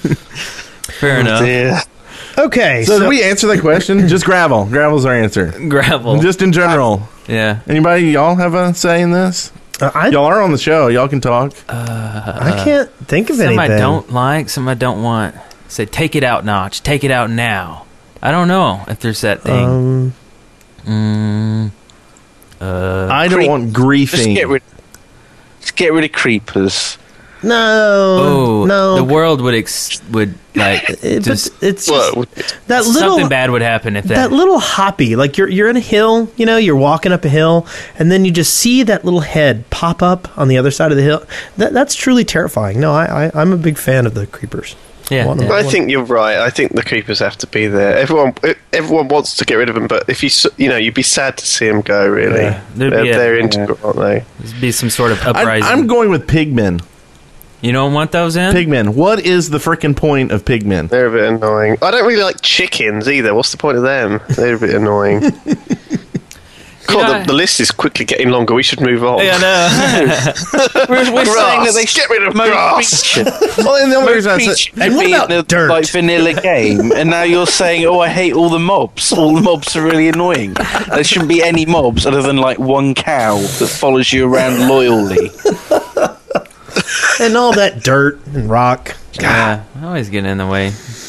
Speaker 11: Fair enough.
Speaker 2: Okay.
Speaker 4: So, did we answer that question? Just gravel. Gravel's our answer.
Speaker 11: Gravel.
Speaker 4: Just in general.
Speaker 11: Yeah.
Speaker 4: Anybody y'all have a say in this? y'all are on the show. Y'all can talk.
Speaker 2: I can't think of
Speaker 11: some
Speaker 2: anything.
Speaker 11: I don't like, some I don't want. Say, take it out, Notch. Take it out now. I don't know if there's that thing.
Speaker 2: Um,
Speaker 11: Mm, uh,
Speaker 4: I don't want
Speaker 5: just
Speaker 4: griefing.
Speaker 5: get rid. Just get rid of creepers.
Speaker 2: no.
Speaker 11: oh,
Speaker 2: no.
Speaker 11: the world would ex- would like
Speaker 2: It- but
Speaker 11: just
Speaker 2: it's just, that little
Speaker 11: something bad would happen if that.
Speaker 2: that little hoppy like you're you're in a hill you know you're walking up a hill and then you just see that little head pop up on the other side of the hill that, that's truly terrifying no I, I i'm a big fan of the creepers Want 'em-
Speaker 6: I
Speaker 2: want-
Speaker 6: think you're right. I think the creepers have to be there. Everyone, e, everyone wants to get rid of them, but if you, s- you know, you'd be sad to see them go. Really,
Speaker 11: Yeah.
Speaker 6: they're,
Speaker 11: There'd be a-
Speaker 6: they're integral, aren't they?
Speaker 11: There'd be some sort of
Speaker 4: I,
Speaker 11: uprising.
Speaker 4: I'm going with pigmen.
Speaker 11: you don't want those in.
Speaker 4: Pigmen. What is the freaking point of pigmen?
Speaker 6: They're a bit annoying. I don't really like chickens either. What's the point of them? They're a bit annoying. God,
Speaker 11: know, I-
Speaker 6: the, the list is quickly getting longer. We should move on.
Speaker 11: Yeah, I
Speaker 5: We're, we're saying that they
Speaker 6: Grass. get rid of
Speaker 5: Mo
Speaker 6: grass.
Speaker 5: Beach-
Speaker 4: well, and the only
Speaker 5: Mo
Speaker 4: reason I said-
Speaker 5: Beach
Speaker 2: and
Speaker 5: should
Speaker 2: what
Speaker 5: be
Speaker 2: about
Speaker 5: in a,
Speaker 2: dirt?
Speaker 5: Like vanilla game, and now you're saying, "Oh, I hate all the mobs. All the mobs are really annoying. There shouldn't be any mobs other than like one cow that follows you around loyally."
Speaker 2: and all that dirt and rock
Speaker 11: yeah, I always get in the way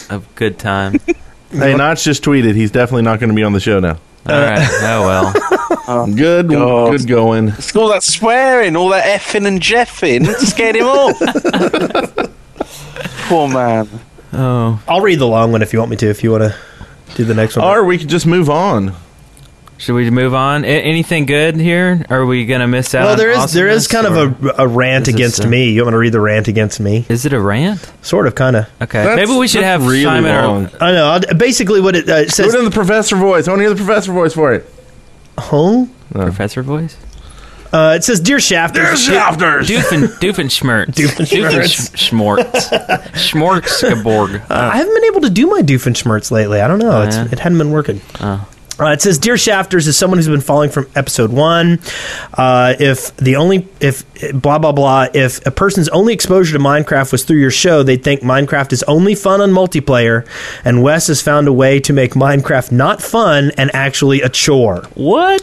Speaker 11: of good time.
Speaker 4: Hey, Notch just tweeted. He's definitely not going to be on the show now.
Speaker 11: All right. Oh well.
Speaker 4: Good, good going.
Speaker 5: It's all that swearing, all that effing and jeffing scared him off. Poor man.
Speaker 11: Oh,
Speaker 2: i'll read the long one if you want me to if you want to do the next one
Speaker 4: Or we could just move on.
Speaker 11: should we move on? A- anything good here? Are we gonna miss out?
Speaker 2: well
Speaker 11: on
Speaker 2: there is there is
Speaker 11: awesomeness,
Speaker 2: kind
Speaker 11: or-
Speaker 2: of a, a rant
Speaker 11: Is this
Speaker 2: against
Speaker 11: a-
Speaker 2: me you want to read the rant against me
Speaker 11: Is it a rant?
Speaker 2: sort of kind of
Speaker 11: Okay.
Speaker 4: That's-
Speaker 11: Maybe we should
Speaker 4: that's
Speaker 11: have
Speaker 4: really
Speaker 11: Simon or-
Speaker 4: long.
Speaker 2: i know I'll, basically what it, uh, it
Speaker 4: Do it
Speaker 2: says
Speaker 4: in the professor voice. I want to hear the professor voice for it.
Speaker 2: huh?
Speaker 11: Professor voice.
Speaker 2: uh, it says dear shafters
Speaker 4: Shafters.
Speaker 11: Doofen Doofenshmirtz. Doofenshmirtz. Schmorksgeborg.
Speaker 2: Uh, I haven't been able to do my Doofenshmirtz lately. I don't know. it's, It hadn't been working. Uh, it says, "Dear Shafters, is someone who's been following from episode one, uh, if the only if blah blah blah, if a person's only exposure to Minecraft was through your show, they'd think Minecraft is only fun on multiplayer, and Wes has found a way to make Minecraft not fun and actually a chore."
Speaker 11: What?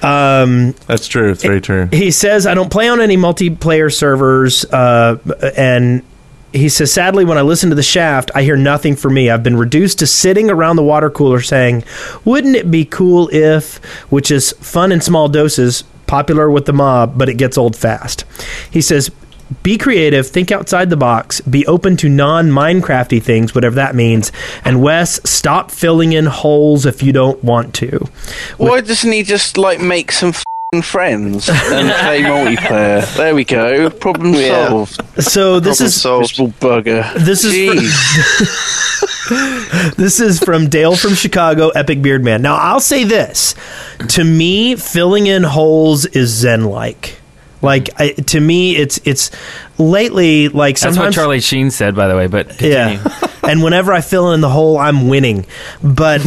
Speaker 4: That's true. It's very true.
Speaker 2: He says, I don't play on any multiplayer servers. Uh, and he says, sadly, when I listen to The Shaft, I hear nothing for me. I've been reduced to sitting around the water cooler saying, wouldn't it be cool if, which is fun in small doses, popular with the mob, but it gets old fast. He says, be creative, think outside the box, be open to non Minecrafty things, whatever that means. And Wes, stop filling in holes if you don't want to.
Speaker 5: Why doesn't he just like make some and friends and play multiplayer. There we go. Problem
Speaker 2: Yeah.
Speaker 5: solved.
Speaker 2: So this
Speaker 5: Problem
Speaker 2: is-
Speaker 5: solved. Miserable bugger.
Speaker 2: This is
Speaker 5: Jeez.
Speaker 2: this is from Dale from Chicago, Epic Beard Man. Now I'll say this: to me, filling in holes is zen-like. Like I, to me, it's it's lately like
Speaker 11: That's what
Speaker 2: sometimes
Speaker 11: Charlie Sheen said, by the way. But
Speaker 2: yeah. and whenever I fill in the hole, I'm winning. But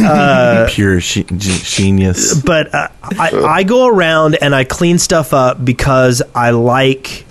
Speaker 2: uh,
Speaker 4: Pure she- g- genius.
Speaker 2: but uh, I, I go around and I clean stuff up because I like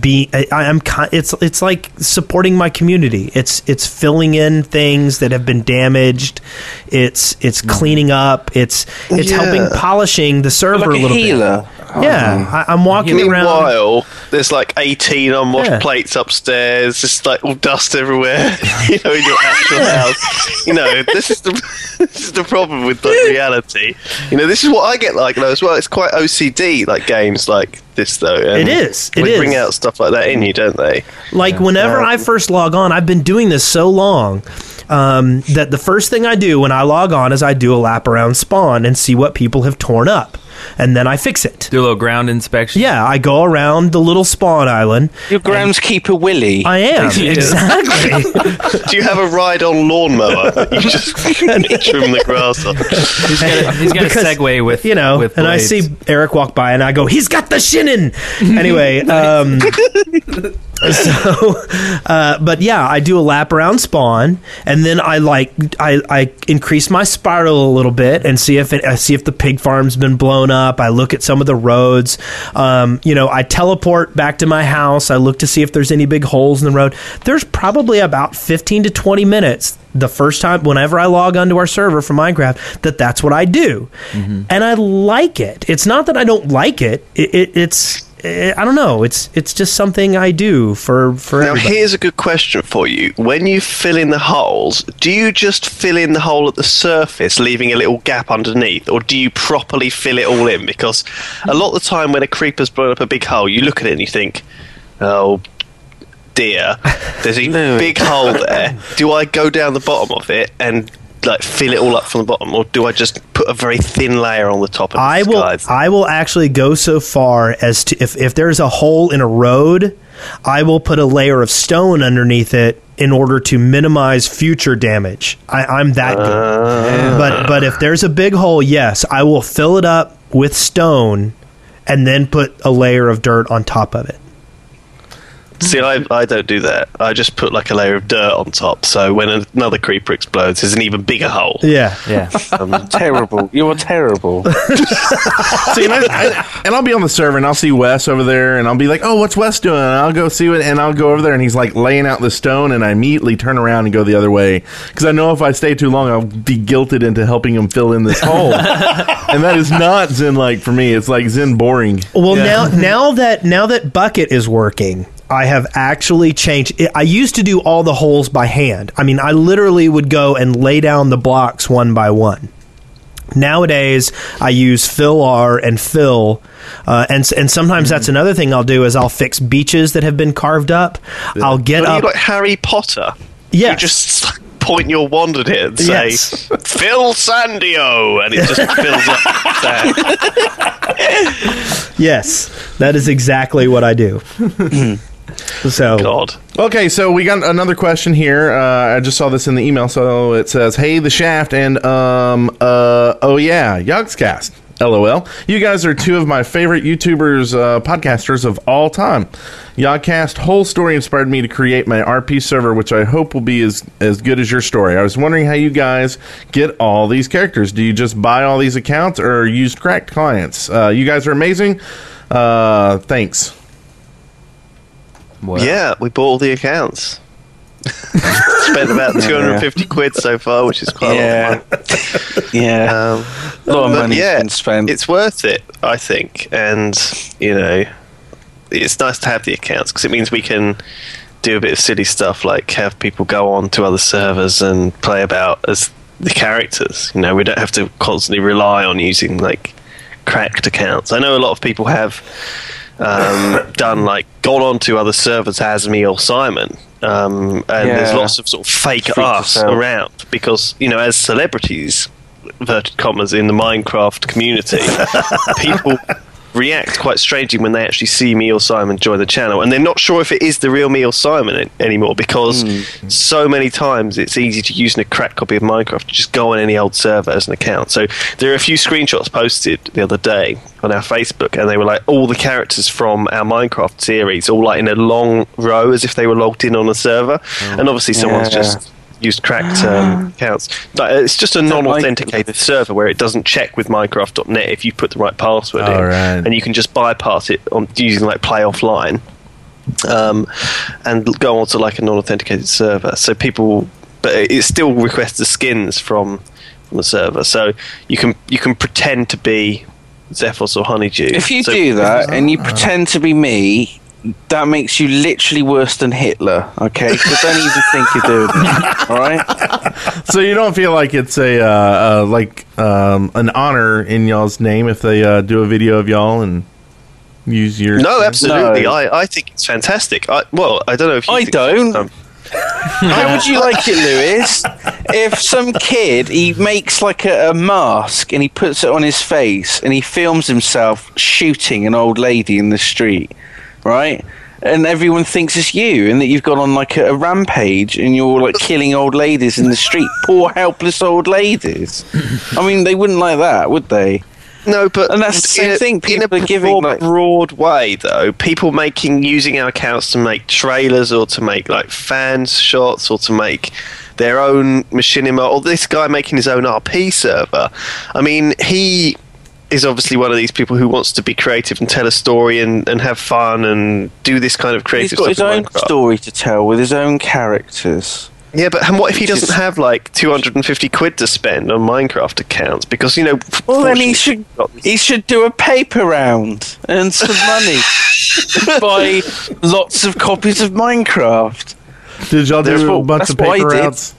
Speaker 2: be I, I'm ki- it's it's like supporting my community. It's it's filling in things that have been damaged. It's it's cleaning up. It's it's helping
Speaker 6: Yeah.
Speaker 2: polishing the server
Speaker 6: Like a
Speaker 2: a little
Speaker 6: healer.
Speaker 2: bit. Yeah, I, I'm walking around.
Speaker 6: Meanwhile, there's like 18 unwashed
Speaker 2: Yeah.
Speaker 6: plates upstairs, just like all dust everywhere, you know, in your actual house. You know, this is the this is the problem with like reality. You know, this is what I get like though as well. It's quite OCD like games like this though.
Speaker 2: It
Speaker 6: and
Speaker 2: is, it
Speaker 6: they
Speaker 2: is.
Speaker 6: bring out stuff like that in you, don't they?
Speaker 2: Like whenever I first log on, I've been doing this so long um, that the first thing I do when I log on is I do a lap around spawn and see what people have torn up, and then I fix it.
Speaker 11: do a little ground inspection.
Speaker 2: Yeah, I go around the little spawn island.
Speaker 5: Your groundskeeper Willie.
Speaker 2: I am exactly.
Speaker 6: Do you have a ride-on lawnmower that you just trim the grass on?
Speaker 11: He's got a, he's got
Speaker 2: Because,
Speaker 11: a segue with
Speaker 2: you know,
Speaker 11: with
Speaker 2: and I
Speaker 11: blades.
Speaker 2: see Eric walk by, and I go, "He's got the shinin." Anyway, um, so, uh, but yeah, I do a lap around spawn, and then I like I, I increase my spiral a little bit and see if it, I see if the pig farm's been blown up. I look at some of the roads. Um, you know, I teleport back to my house. I look to see if there's any big holes in the road. There's probably about fifteen to twenty minutes the first time whenever I log onto our server for Minecraft that that's what I do, and I like it. It's not that I don't like it. It, it it's Eh, I don't know. It's it's just something I do for for
Speaker 6: Now,
Speaker 2: everybody.
Speaker 6: here's a good question for you. When you fill in the holes, do you just fill in the hole at the surface, leaving a little gap underneath, or do you properly fill it all in? Because a lot of the time, when a creeper's blown up a big hole, you look at it and you think, oh dear, there's a big hole there. Do I go down the bottom of it and like fill it all up from the bottom, or do I just put a very thin layer on the top? And
Speaker 2: I will I will actually go so far as to if if there's a hole in a road, I will put a layer of stone underneath it in order to minimize future damage. I, I'm that good. But but if there's a big hole, yes, I will fill it up with stone and then put a layer of dirt on top of it.
Speaker 6: See, I, I don't do that. I just put like a layer of dirt on top, so when another creeper explodes, there's an even bigger hole.
Speaker 2: Yeah.
Speaker 11: Yeah.
Speaker 6: Um,
Speaker 5: terrible. You are terrible.
Speaker 4: see, and, I, I, and I'll be on the server and I'll see Wes over there and I'll be like, oh, what's Wes doing? And I'll go see it and I'll go over there and he's like laying out the stone and I immediately turn around and go the other way because I know if I stay too long, I'll be guilted into helping him fill in this hole. and that is not Zen like for me. It's like Zen boring.
Speaker 2: Well, now now that now that bucket is working, I have actually changed. It. I used to do all the holes by hand. I mean, I literally would go and lay down the blocks one by one. Nowadays, I use fill R and fill, uh, and s- and sometimes that's another thing I'll do is I'll fix beaches that have been carved up. I'll get
Speaker 6: Are
Speaker 2: up.
Speaker 6: you like Harry Potter?
Speaker 2: Yes.
Speaker 6: You just point your wand at it and say,
Speaker 2: Yes.
Speaker 6: Phil Sandio! And it just fills up sand.
Speaker 2: yes, that is exactly what I do. so
Speaker 6: God.
Speaker 4: Okay, so we got another question here. Uh, I just saw this in the email. So it says, "Hey, the Shaft, and um, uh, oh yeah, Yogscast. LOL. You guys are two of my favorite YouTubers, uh, podcasters of all time. Yogcast whole story inspired me to create my RP server, which I hope will be as as good as your story. I was wondering how you guys get all these characters. Do you just buy all these accounts or use cracked clients? Uh, you guys are amazing. Uh, thanks."
Speaker 6: Yeah, we bought all the accounts. Spent about 250 quid so far, which is quite a lot
Speaker 5: Yeah.
Speaker 6: of money.
Speaker 5: Yeah. a lot
Speaker 6: Um,
Speaker 5: of
Speaker 6: but
Speaker 5: money's
Speaker 6: yeah,
Speaker 5: been spent.
Speaker 6: it's worth it, I think. And, you know, it's nice to have the accounts because it means we can do a bit of silly stuff like have people go on to other servers and play about as the characters. You know, we don't have to constantly rely on using like cracked accounts. I know a lot of people have um, done like gone on to other servers as me or Simon. Um, and there's
Speaker 5: Yeah.
Speaker 6: lots of sort of fake
Speaker 5: Freak
Speaker 6: us
Speaker 5: yourself.
Speaker 6: around because you know as celebrities inverted commas in the Minecraft community, people react quite strangely when they actually see me or Simon join the channel, and they're not sure if it is the real me or Simon an- anymore because so many times it's easy to use in a cracked copy of Minecraft to just go on any old server as an account. So there are a few screenshots posted the other day on our Facebook, and they were like all the characters from our Minecraft series, all like in a long row as if they were logged in on a server, and obviously someone's
Speaker 5: Yeah.
Speaker 6: just used cracked um, accounts. But it's just a non-authenticated server where it doesn't check with Minecraft.net if you put the right password in, and you can just bypass it on using like play offline, um, and go onto like a non-authenticated server. So people, but it it still requests the skins from, from the server. So you can you can pretend to be Zephos or Honeydew.
Speaker 5: If you
Speaker 6: So-
Speaker 5: do that and you pretend to be me, that makes you literally worse than Hitler, okay? Because don't even think you're doing it, all right?
Speaker 4: so you don't feel like it's a uh, uh, like um, an honor in y'all's name if they uh, do a video of y'all and use your
Speaker 6: No, absolutely. I, I think it's fantastic. I, well, I don't know if you Um, I
Speaker 5: don't. How would you like it, Lewis? If some kid he makes like a, a mask and he puts it on his face and he films himself shooting an old lady in the street, right? And everyone thinks it's you and that you've gone on like a, a rampage and you're like killing old ladies in the street, poor helpless old ladies. I mean, they wouldn't like that, would they?
Speaker 6: No, but
Speaker 5: and that's the same
Speaker 6: in a-
Speaker 5: thing.
Speaker 6: in a
Speaker 5: People are giving
Speaker 6: broad,
Speaker 5: like
Speaker 6: broad way though. People making using our accounts to make trailers or to make like fans shots or to make their own machinima or this guy making his own RP server. I mean, he is obviously one of these people who wants to be creative and tell a story and, and have fun and do this kind of creative
Speaker 5: he's got
Speaker 6: stuff.
Speaker 5: his
Speaker 6: in
Speaker 5: own
Speaker 6: Minecraft.
Speaker 5: story to tell with his own characters.
Speaker 6: Yeah, but and what if he
Speaker 5: Which is-
Speaker 6: doesn't have like 250 quid to spend on Minecraft accounts because you know?
Speaker 5: Well, then he should he should do a paper round and some money, buy lots of copies of Minecraft.
Speaker 4: Did y'all
Speaker 5: That's
Speaker 4: do a
Speaker 5: what-
Speaker 4: bunch
Speaker 5: that's
Speaker 4: of
Speaker 5: what I
Speaker 4: paper
Speaker 5: did.
Speaker 4: routes?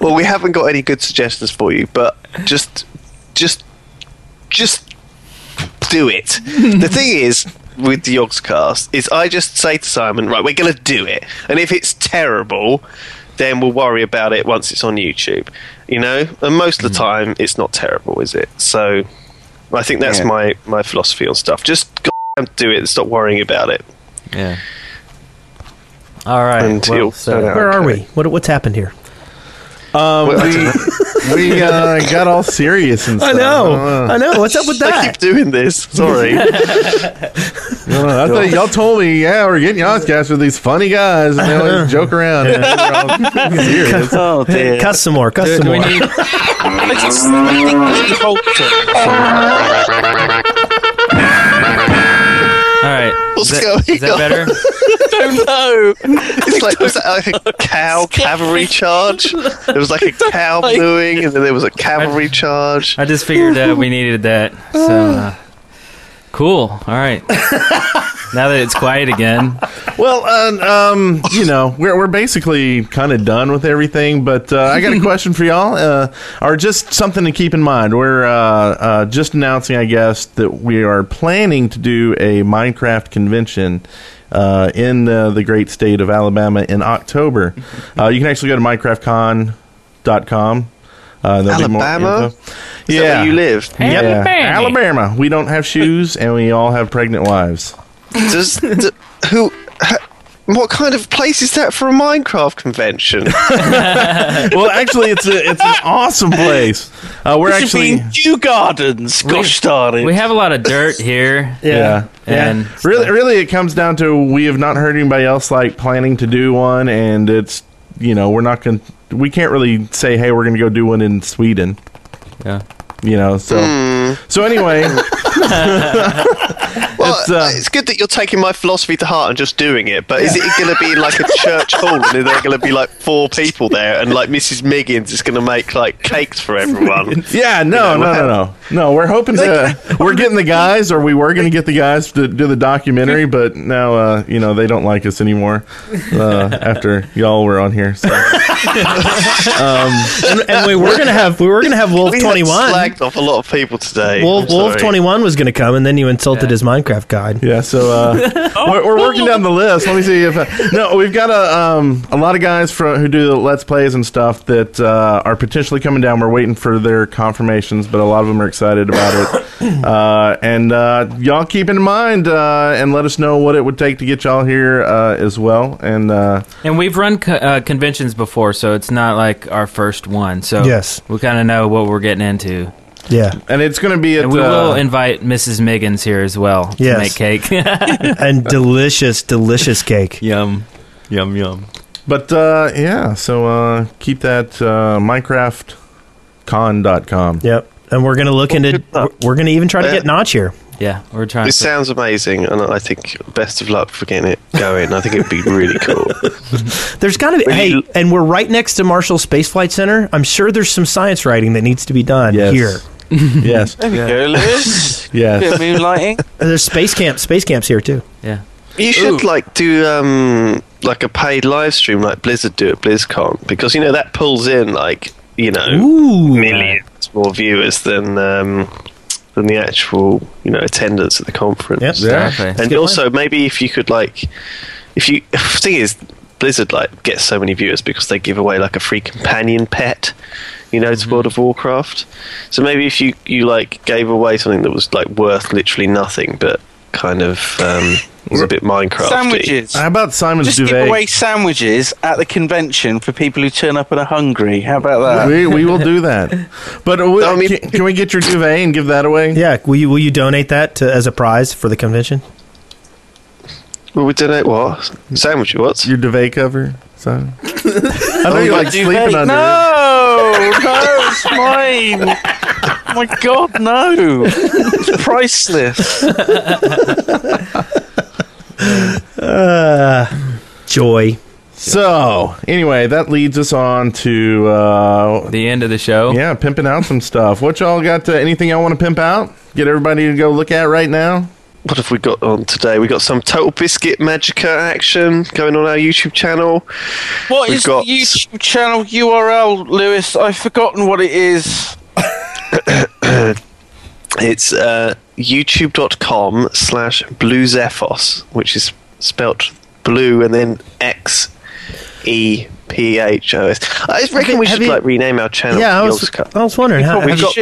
Speaker 6: well, we haven't got any good suggestions for you, but just, just, just do it. the thing is with the Yogscast is I just say to Simon, right, we're going to do it, and if it's terrible, then we'll worry about it once it's on YouTube. You know, and most
Speaker 11: Mm.
Speaker 6: of the time it's not terrible, is it? So I think that's
Speaker 5: Yeah.
Speaker 6: my my philosophy on stuff. Just goddamn do it and stop worrying about it.
Speaker 11: Yeah. All right.
Speaker 6: Until-
Speaker 11: well, so-
Speaker 2: Where are we? What, what's happened here?
Speaker 4: Um, we we uh, got all serious and
Speaker 2: I
Speaker 4: stuff.
Speaker 2: know.
Speaker 4: Uh,
Speaker 2: I know. What's up with that?
Speaker 6: I keep doing this. Sorry.
Speaker 4: I thought y'all told me, yeah, we're getting Yozcast with these funny guys, and they always joke around. And they're all serious.
Speaker 5: Oh dear.
Speaker 2: Cuss some more. Cuss some more.
Speaker 5: I just I think we should hold it.
Speaker 11: All right.
Speaker 6: What's
Speaker 11: is that,
Speaker 6: going
Speaker 11: is that
Speaker 6: on?
Speaker 11: better?
Speaker 5: Don't know.
Speaker 6: It's like was that like a cow cavalry charge? There was like a cow bluing, and then there was a cavalry charge.
Speaker 11: I just figured uh, we needed that. So uh, cool. All right. now that it's quiet again,
Speaker 4: Well, uh, um, you know, we're we're basically kind of done with everything, but uh, I got a question for y'all, uh, or just something to keep in mind. We're uh, uh, just announcing, I guess, that we are planning to do a Minecraft convention. Uh, in uh, the great state of Alabama in October, uh, you can actually go to MinecraftCon.com. Uh, there'll be more
Speaker 6: Alabama?
Speaker 4: info.
Speaker 6: Is that where you live?
Speaker 4: Yep.
Speaker 11: Alabama.
Speaker 4: Alabama. We don't have shoes, and we all have pregnant wives.
Speaker 6: Does d- who? ha- What kind of place is that for a Minecraft convention?
Speaker 4: well, actually, it's a it's an awesome place. Uh, we're
Speaker 5: It should be
Speaker 4: actually
Speaker 5: in Kew Gardens. Gosh darn it.
Speaker 11: we have a lot of dirt here.
Speaker 4: yeah.
Speaker 11: And
Speaker 4: Really, really, it comes down to we have not heard anybody else like planning to do one, and it's you know we're not going to we can't really say hey we're going to go do one in Sweden.
Speaker 11: Yeah.
Speaker 4: You know, so so anyway,
Speaker 6: Well,
Speaker 4: It's,
Speaker 6: it's,
Speaker 4: uh,
Speaker 6: good that you're taking my philosophy to heart and just doing it, but is it going to be like a church hall and are there going to be like four people there and like Mrs. Miggins is going to make like cakes for everyone?
Speaker 4: yeah, no, no, no, no, no. We're hoping to we're getting the guys, or we were going to get the guys to do the documentary, but now uh, you know they don't like us anymore uh, after y'all were on here. So.
Speaker 2: Um, and, and we were gonna have we were gonna have Wolf
Speaker 6: We
Speaker 2: Twenty One.
Speaker 6: slagged off a lot of people today.
Speaker 2: Wolf
Speaker 6: I'm
Speaker 2: Wolf
Speaker 6: sorry.
Speaker 2: Twenty One was gonna come, and then you insulted his Minecraft Minecraft guide.
Speaker 4: Yeah, so uh,
Speaker 11: Oh,
Speaker 4: we're, we're working down the list. Let me see if I, no, we've got a um, a lot of guys from who do the let's plays and stuff that uh, are potentially coming down. We're waiting for their confirmations, but a lot of them are excited about it. Uh, and uh, y'all keep in mind uh, and let us know what it would take to get y'all here uh, as well. And uh,
Speaker 11: And we've run co- uh, conventions before, so it's not like our first one. So
Speaker 4: Yes.
Speaker 11: we kind of know what we're getting into.
Speaker 2: Yeah,
Speaker 4: and it's going to be at
Speaker 11: And we will
Speaker 4: uh,
Speaker 11: invite Mrs. Miggins here as well
Speaker 2: Yes.
Speaker 11: to make cake.
Speaker 2: and delicious, delicious cake.
Speaker 4: Yum, yum, yum. But uh, yeah, so uh, keep that uh, MinecraftCon.com.
Speaker 2: Yep, and we're gonna look into. We're gonna even try to
Speaker 6: Yeah.
Speaker 2: get Notch here.
Speaker 11: Yeah, we're trying.
Speaker 6: This sounds amazing, and I think best of luck for getting it going. I think it'd be really cool.
Speaker 2: There's got to be. Hey, and we're right next to Marshall Space Flight Center. I'm sure there's some science writing that needs to be done here.
Speaker 4: yes.
Speaker 5: There we go, Lewis.
Speaker 4: Yes.
Speaker 5: Bit of moonlighting.
Speaker 2: There's space camp. Space camps here too.
Speaker 11: Yeah.
Speaker 6: You should like do um like a paid live stream like Blizzard do at BlizzCon because you know that pulls in like you know millions more viewers than um than the actual you know attendance at the conference.
Speaker 2: Yep. Yeah. Exactly. That's a
Speaker 6: And
Speaker 2: good
Speaker 6: also maybe if you could like if you the thing is Blizzard like gets so many viewers because they give away like a free companion pet. You know,
Speaker 2: Mm-hmm.
Speaker 6: to World of Warcraft. So maybe if you, you like gave away something that was like worth literally nothing, but kind of um, was a bit Minecraft.
Speaker 5: Sandwiches.
Speaker 4: How about Simon's
Speaker 5: Just
Speaker 6: duvet?
Speaker 5: give away sandwiches at the convention for people who turn up and are hungry. How about that?
Speaker 4: We, we will do that. But uh, we, can, can we get your duvet and give that away?
Speaker 2: Yeah. Will you Will you donate that to, as a prize for the convention?
Speaker 6: Well, we donate what? Sandwich, what?
Speaker 4: Your duvet cover? Simon? I know you
Speaker 5: duvet.
Speaker 4: like sleeping under it.
Speaker 5: No, no, it's mine. Oh my God, no! It's priceless.
Speaker 2: Uh, joy.
Speaker 4: So, anyway, that leads us on to uh,
Speaker 11: the end of the show.
Speaker 4: Yeah, pimping out some stuff. What y'all got? To, anything y'all want to pimp out? Get everybody to go look at right now.
Speaker 6: What have we got on today? We got some Total Biscuit Magica action going on our YouTube channel.
Speaker 5: What
Speaker 6: We've
Speaker 5: is
Speaker 6: got-
Speaker 5: the YouTube channel URL, Lewis? I've forgotten what it is.
Speaker 6: It's uh, youtube.com slash blue zephos, which is spelt blue and then X E P H O S. I reckon we
Speaker 2: Have
Speaker 6: should
Speaker 2: you-
Speaker 6: like rename our channel.
Speaker 2: yeah, I
Speaker 6: to
Speaker 2: was,
Speaker 6: Yogscast.
Speaker 2: I was wondering how.
Speaker 6: We've got-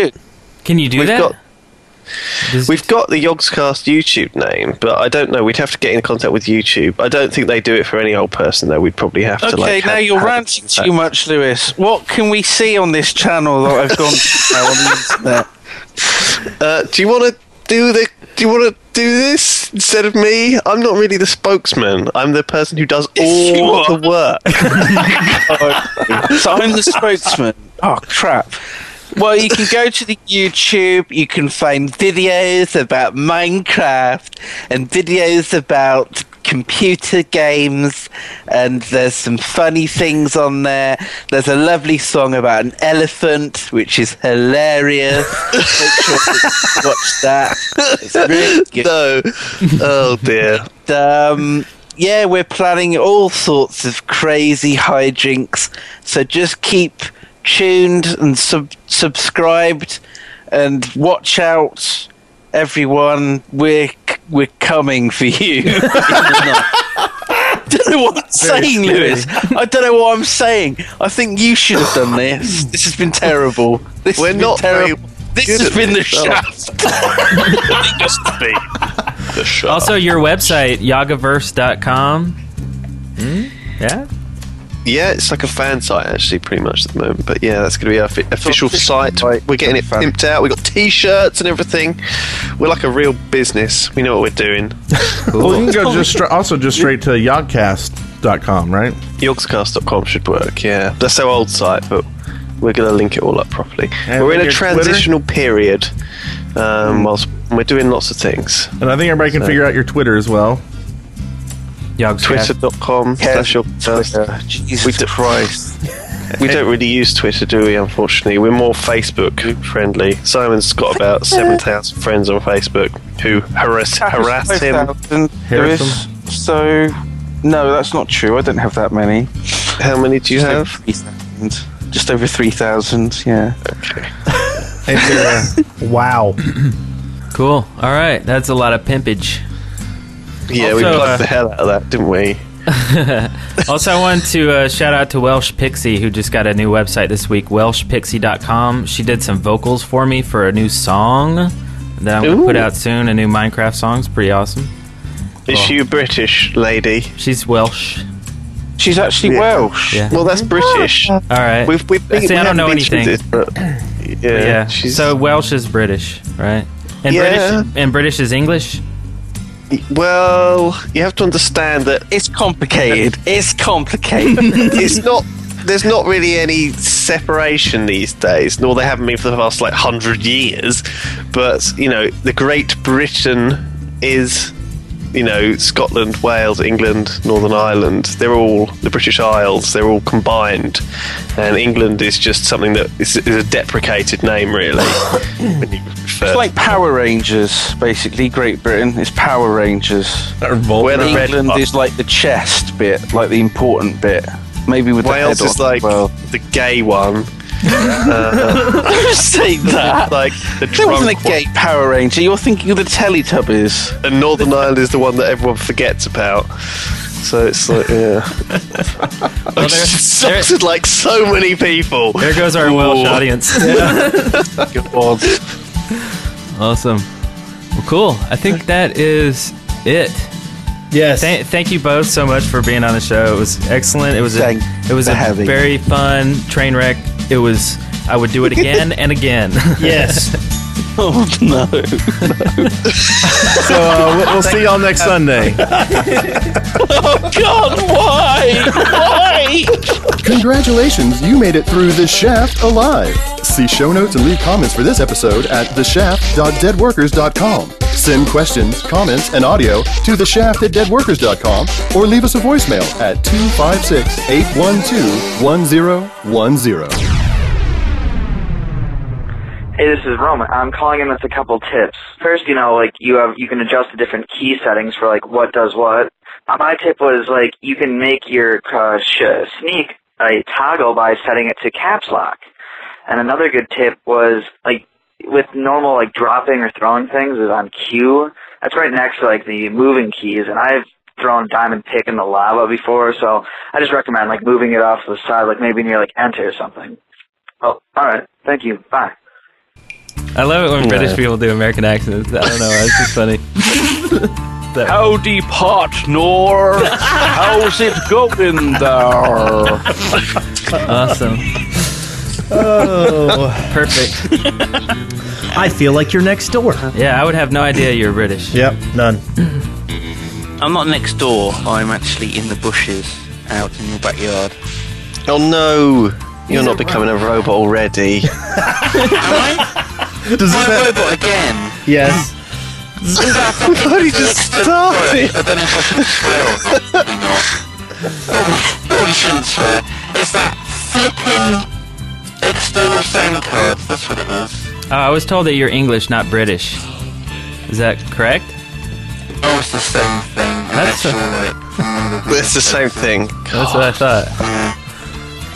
Speaker 11: Can you do
Speaker 6: we've
Speaker 11: that?
Speaker 6: Got, we've got the Yogscast YouTube name, but I don't know. We'd have to get in contact with YouTube. I don't think they do it for any old person, though. We'd probably have to
Speaker 5: Okay,
Speaker 6: like.
Speaker 5: now
Speaker 6: have-
Speaker 5: you're
Speaker 6: have-
Speaker 5: ranting too much, Lewis. What can we see on this channel that I've gone to now on the internet?
Speaker 6: Uh, do you want to do the? Do you want to do this instead of me? I'm not really the spokesman. I'm the person who does
Speaker 5: Yes, you
Speaker 6: all
Speaker 5: are.
Speaker 6: the work.
Speaker 5: so I'm the spokesman. Oh crap. Well, you can go to the YouTube. You can find videos about Minecraft and videos about computer games, and there's some funny things on there. There's a lovely song about an elephant, which is hilarious. Make sure to watch that. It's really good.
Speaker 6: No. Oh dear.
Speaker 5: um, yeah, we're planning all sorts of crazy hijinks. So just keep tuned and sub- subscribed, and watch out, everyone. We're c- we're coming for you. I don't know what I'm saying, Lewis. I don't know what I'm saying. I think you should have done this. This has been terrible. This
Speaker 6: We're
Speaker 5: has been
Speaker 6: not very
Speaker 5: terrible. This
Speaker 6: good
Speaker 5: has
Speaker 6: at
Speaker 5: been the
Speaker 6: this, Oh, are we?
Speaker 5: shaft.
Speaker 6: Just to be the show.
Speaker 11: Also, your website, yagaverse.com. Hmm? Yeah.
Speaker 6: Yeah, it's like a fan site actually, pretty much at the moment. But yeah, that's going to be our fi- official site. We're getting it pimped out. We got T-shirts and everything. We're like a real business. We know what we're doing.
Speaker 4: Well, you can go just stra- also just straight to yogcast.com, right?
Speaker 6: Yogscast.com should work. Yeah, that's our old site, but we're going to link it all up properly.
Speaker 4: And
Speaker 6: we're in a
Speaker 4: your Twitter?
Speaker 6: transitional period. Um, whilst we're doing lots of things.
Speaker 4: And I think everybody can
Speaker 6: So-
Speaker 4: figure out your Twitter as well.
Speaker 6: Twitter.com slash Yogscast. Oh, We do- We don't really use Twitter, do we? Unfortunately, we're more Facebook friendly. Simon's got about seven thousand friends on Facebook who harass harass him.
Speaker 5: Harass him. So, no, that's not true. I don't have that many.
Speaker 6: How many do you have?
Speaker 5: Just over 3,000, yeah.
Speaker 4: And, uh,
Speaker 2: wow.
Speaker 1: Cool. All right. That's a lot of pimpage.
Speaker 6: Yeah, we
Speaker 1: Also,
Speaker 6: plugged
Speaker 1: uh,
Speaker 6: the hell out of that, didn't we?
Speaker 1: also, I want to uh, shout out to Welsh Pixie, who just got a new website this week, welshpixie.com. She did some vocals for me for a new song that I'm going to
Speaker 6: Ooh.
Speaker 1: put out soon, a new Minecraft song. It's pretty awesome.
Speaker 6: Is she a British lady?
Speaker 1: She's Welsh.
Speaker 6: She's actually Welsh.
Speaker 1: Yeah.
Speaker 6: Well, that's British. All
Speaker 1: right.
Speaker 6: We've, we've been,
Speaker 1: See,
Speaker 6: we
Speaker 1: I don't
Speaker 6: haven't
Speaker 1: know
Speaker 6: been through
Speaker 1: anything.
Speaker 6: This, but yeah,
Speaker 1: But yeah.
Speaker 6: She's,
Speaker 1: so Welsh is British, right? And
Speaker 6: Yeah.
Speaker 1: British and British is English.
Speaker 6: well, you have to understand that it's complicated. It's complicated. it's not. There's not really any separation these days, nor there haven't been for the past like hundred years. But you know, the Great Britain is, you know, Scotland, Wales, England, Northern Ireland. They're all the British Isles. They're all combined, and England is just something that is, is a deprecated name, really. when you refer
Speaker 5: It's like Power Rangers, basically. Great Britain is Power Rangers.
Speaker 6: Where the red
Speaker 5: England
Speaker 6: part-
Speaker 5: is like the chest bit, like the important bit. Maybe with
Speaker 6: Wales
Speaker 5: the head
Speaker 6: is
Speaker 5: on.
Speaker 6: like
Speaker 5: well.
Speaker 6: the gay one. uh,
Speaker 5: Say that.
Speaker 6: like the
Speaker 5: There wasn't
Speaker 6: drunk
Speaker 5: a gay Power Ranger. You're thinking of the Teletubbies.
Speaker 6: and Northern Ireland is the one that everyone forgets about. So it's like, yeah. I just insulted like Oh, so many people.
Speaker 1: There goes our Welsh audience. Awesome. Well, cool. I think that is it.
Speaker 2: Yes.
Speaker 1: Thank, thank you both so much for being on the show. It was excellent. It was a,
Speaker 5: Thank
Speaker 1: it was
Speaker 5: for
Speaker 1: a
Speaker 5: having
Speaker 1: very fun train wreck. It was. I would do it again and again.
Speaker 2: Yes.
Speaker 5: Oh no.
Speaker 4: So uh, we'll, we'll see y'all next Sunday.
Speaker 5: oh God! Why? Why?
Speaker 3: Congratulations, you made it through The Shaft alive. See show notes and leave comments for this episode at theshaft.deadworkers.com. Send questions, comments, and audio to theshaft at deadworkers.com or leave us a voicemail at 256 812 1010.
Speaker 12: Hey, this is Roman. I'm calling in with a couple tips. First, you know, like you have you can adjust the different key settings for like what does what. Uh, My tip was like you can make your uh, sh- sneak a toggle by setting it to caps lock. And another good tip was like with normal like dropping or throwing things is on Q. That's right next to like the moving keys, and I've thrown diamond pick in the lava before, so I just recommend like moving it off to the side, like maybe near like enter or something. Oh, all right. Thank you. Bye.
Speaker 1: I love it when British
Speaker 5: Yeah.
Speaker 1: people do American accents. I don't know. It's just funny.
Speaker 5: Howdy, partner. How's it going there?
Speaker 1: Awesome.
Speaker 2: Oh.
Speaker 1: Perfect.
Speaker 2: I feel like you're next door.
Speaker 1: Yeah, I would have no idea you're British.
Speaker 2: Yep, none.
Speaker 5: I'm not next door. I'm actually in the bushes, out in your backyard.
Speaker 6: Oh no, you're not becoming a robot already.
Speaker 5: Does I'm a robot again.
Speaker 2: Yes.
Speaker 6: Bloody just started.
Speaker 5: I don't know if I should swear or not. Probably not. Probably shouldn't swear. uh, It's that flipping external sound card. That's what it is.
Speaker 1: Oh, I was told that you're English, not British. Is that correct?
Speaker 5: Oh, it's the same thing.
Speaker 1: That's
Speaker 5: right.
Speaker 6: it's the same thing.
Speaker 1: That's what I thought.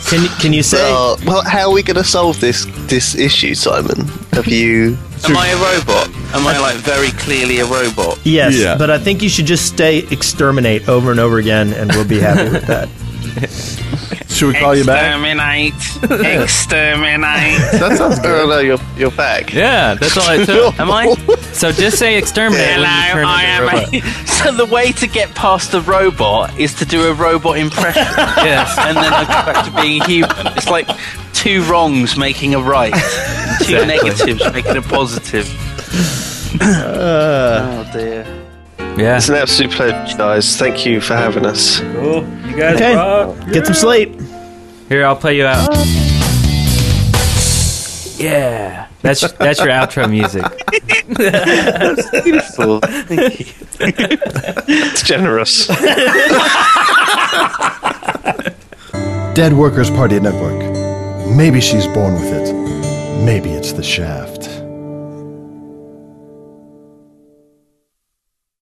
Speaker 2: Can you, can you say?
Speaker 6: Well, well, how are we going to solve this this issue, Simon? Have you?
Speaker 5: Am I a robot? Am I like very clearly a robot?
Speaker 2: Yes, but I think you should just stay exterminate over and over again, and we'll be happy with that.
Speaker 4: Should we call you back?
Speaker 5: Exterminate. Exterminate.
Speaker 6: That sounds good. Oh no, you're you're back.
Speaker 1: Yeah, that's all I took. Am I? So just say exterminate. when you turn
Speaker 5: Hello, I
Speaker 1: into a
Speaker 5: am
Speaker 1: robot.
Speaker 5: a. So the way to get past the robot is to do a robot impression.
Speaker 1: Yes.
Speaker 5: And then I go back to being human. It's like two wrongs making a right, and two negatives making a positive. Oh dear.
Speaker 1: Yeah.
Speaker 6: It's an absolute pleasure, guys. Thank you for having us.
Speaker 1: Cool. You guys
Speaker 2: Okay, get some sleep.
Speaker 1: Here, I'll play you out. Yeah. That's that's your outro music.
Speaker 6: Beautiful. it's generous.
Speaker 3: Dead Workers Party Network. Maybe she's born with it. Maybe it's the shaft.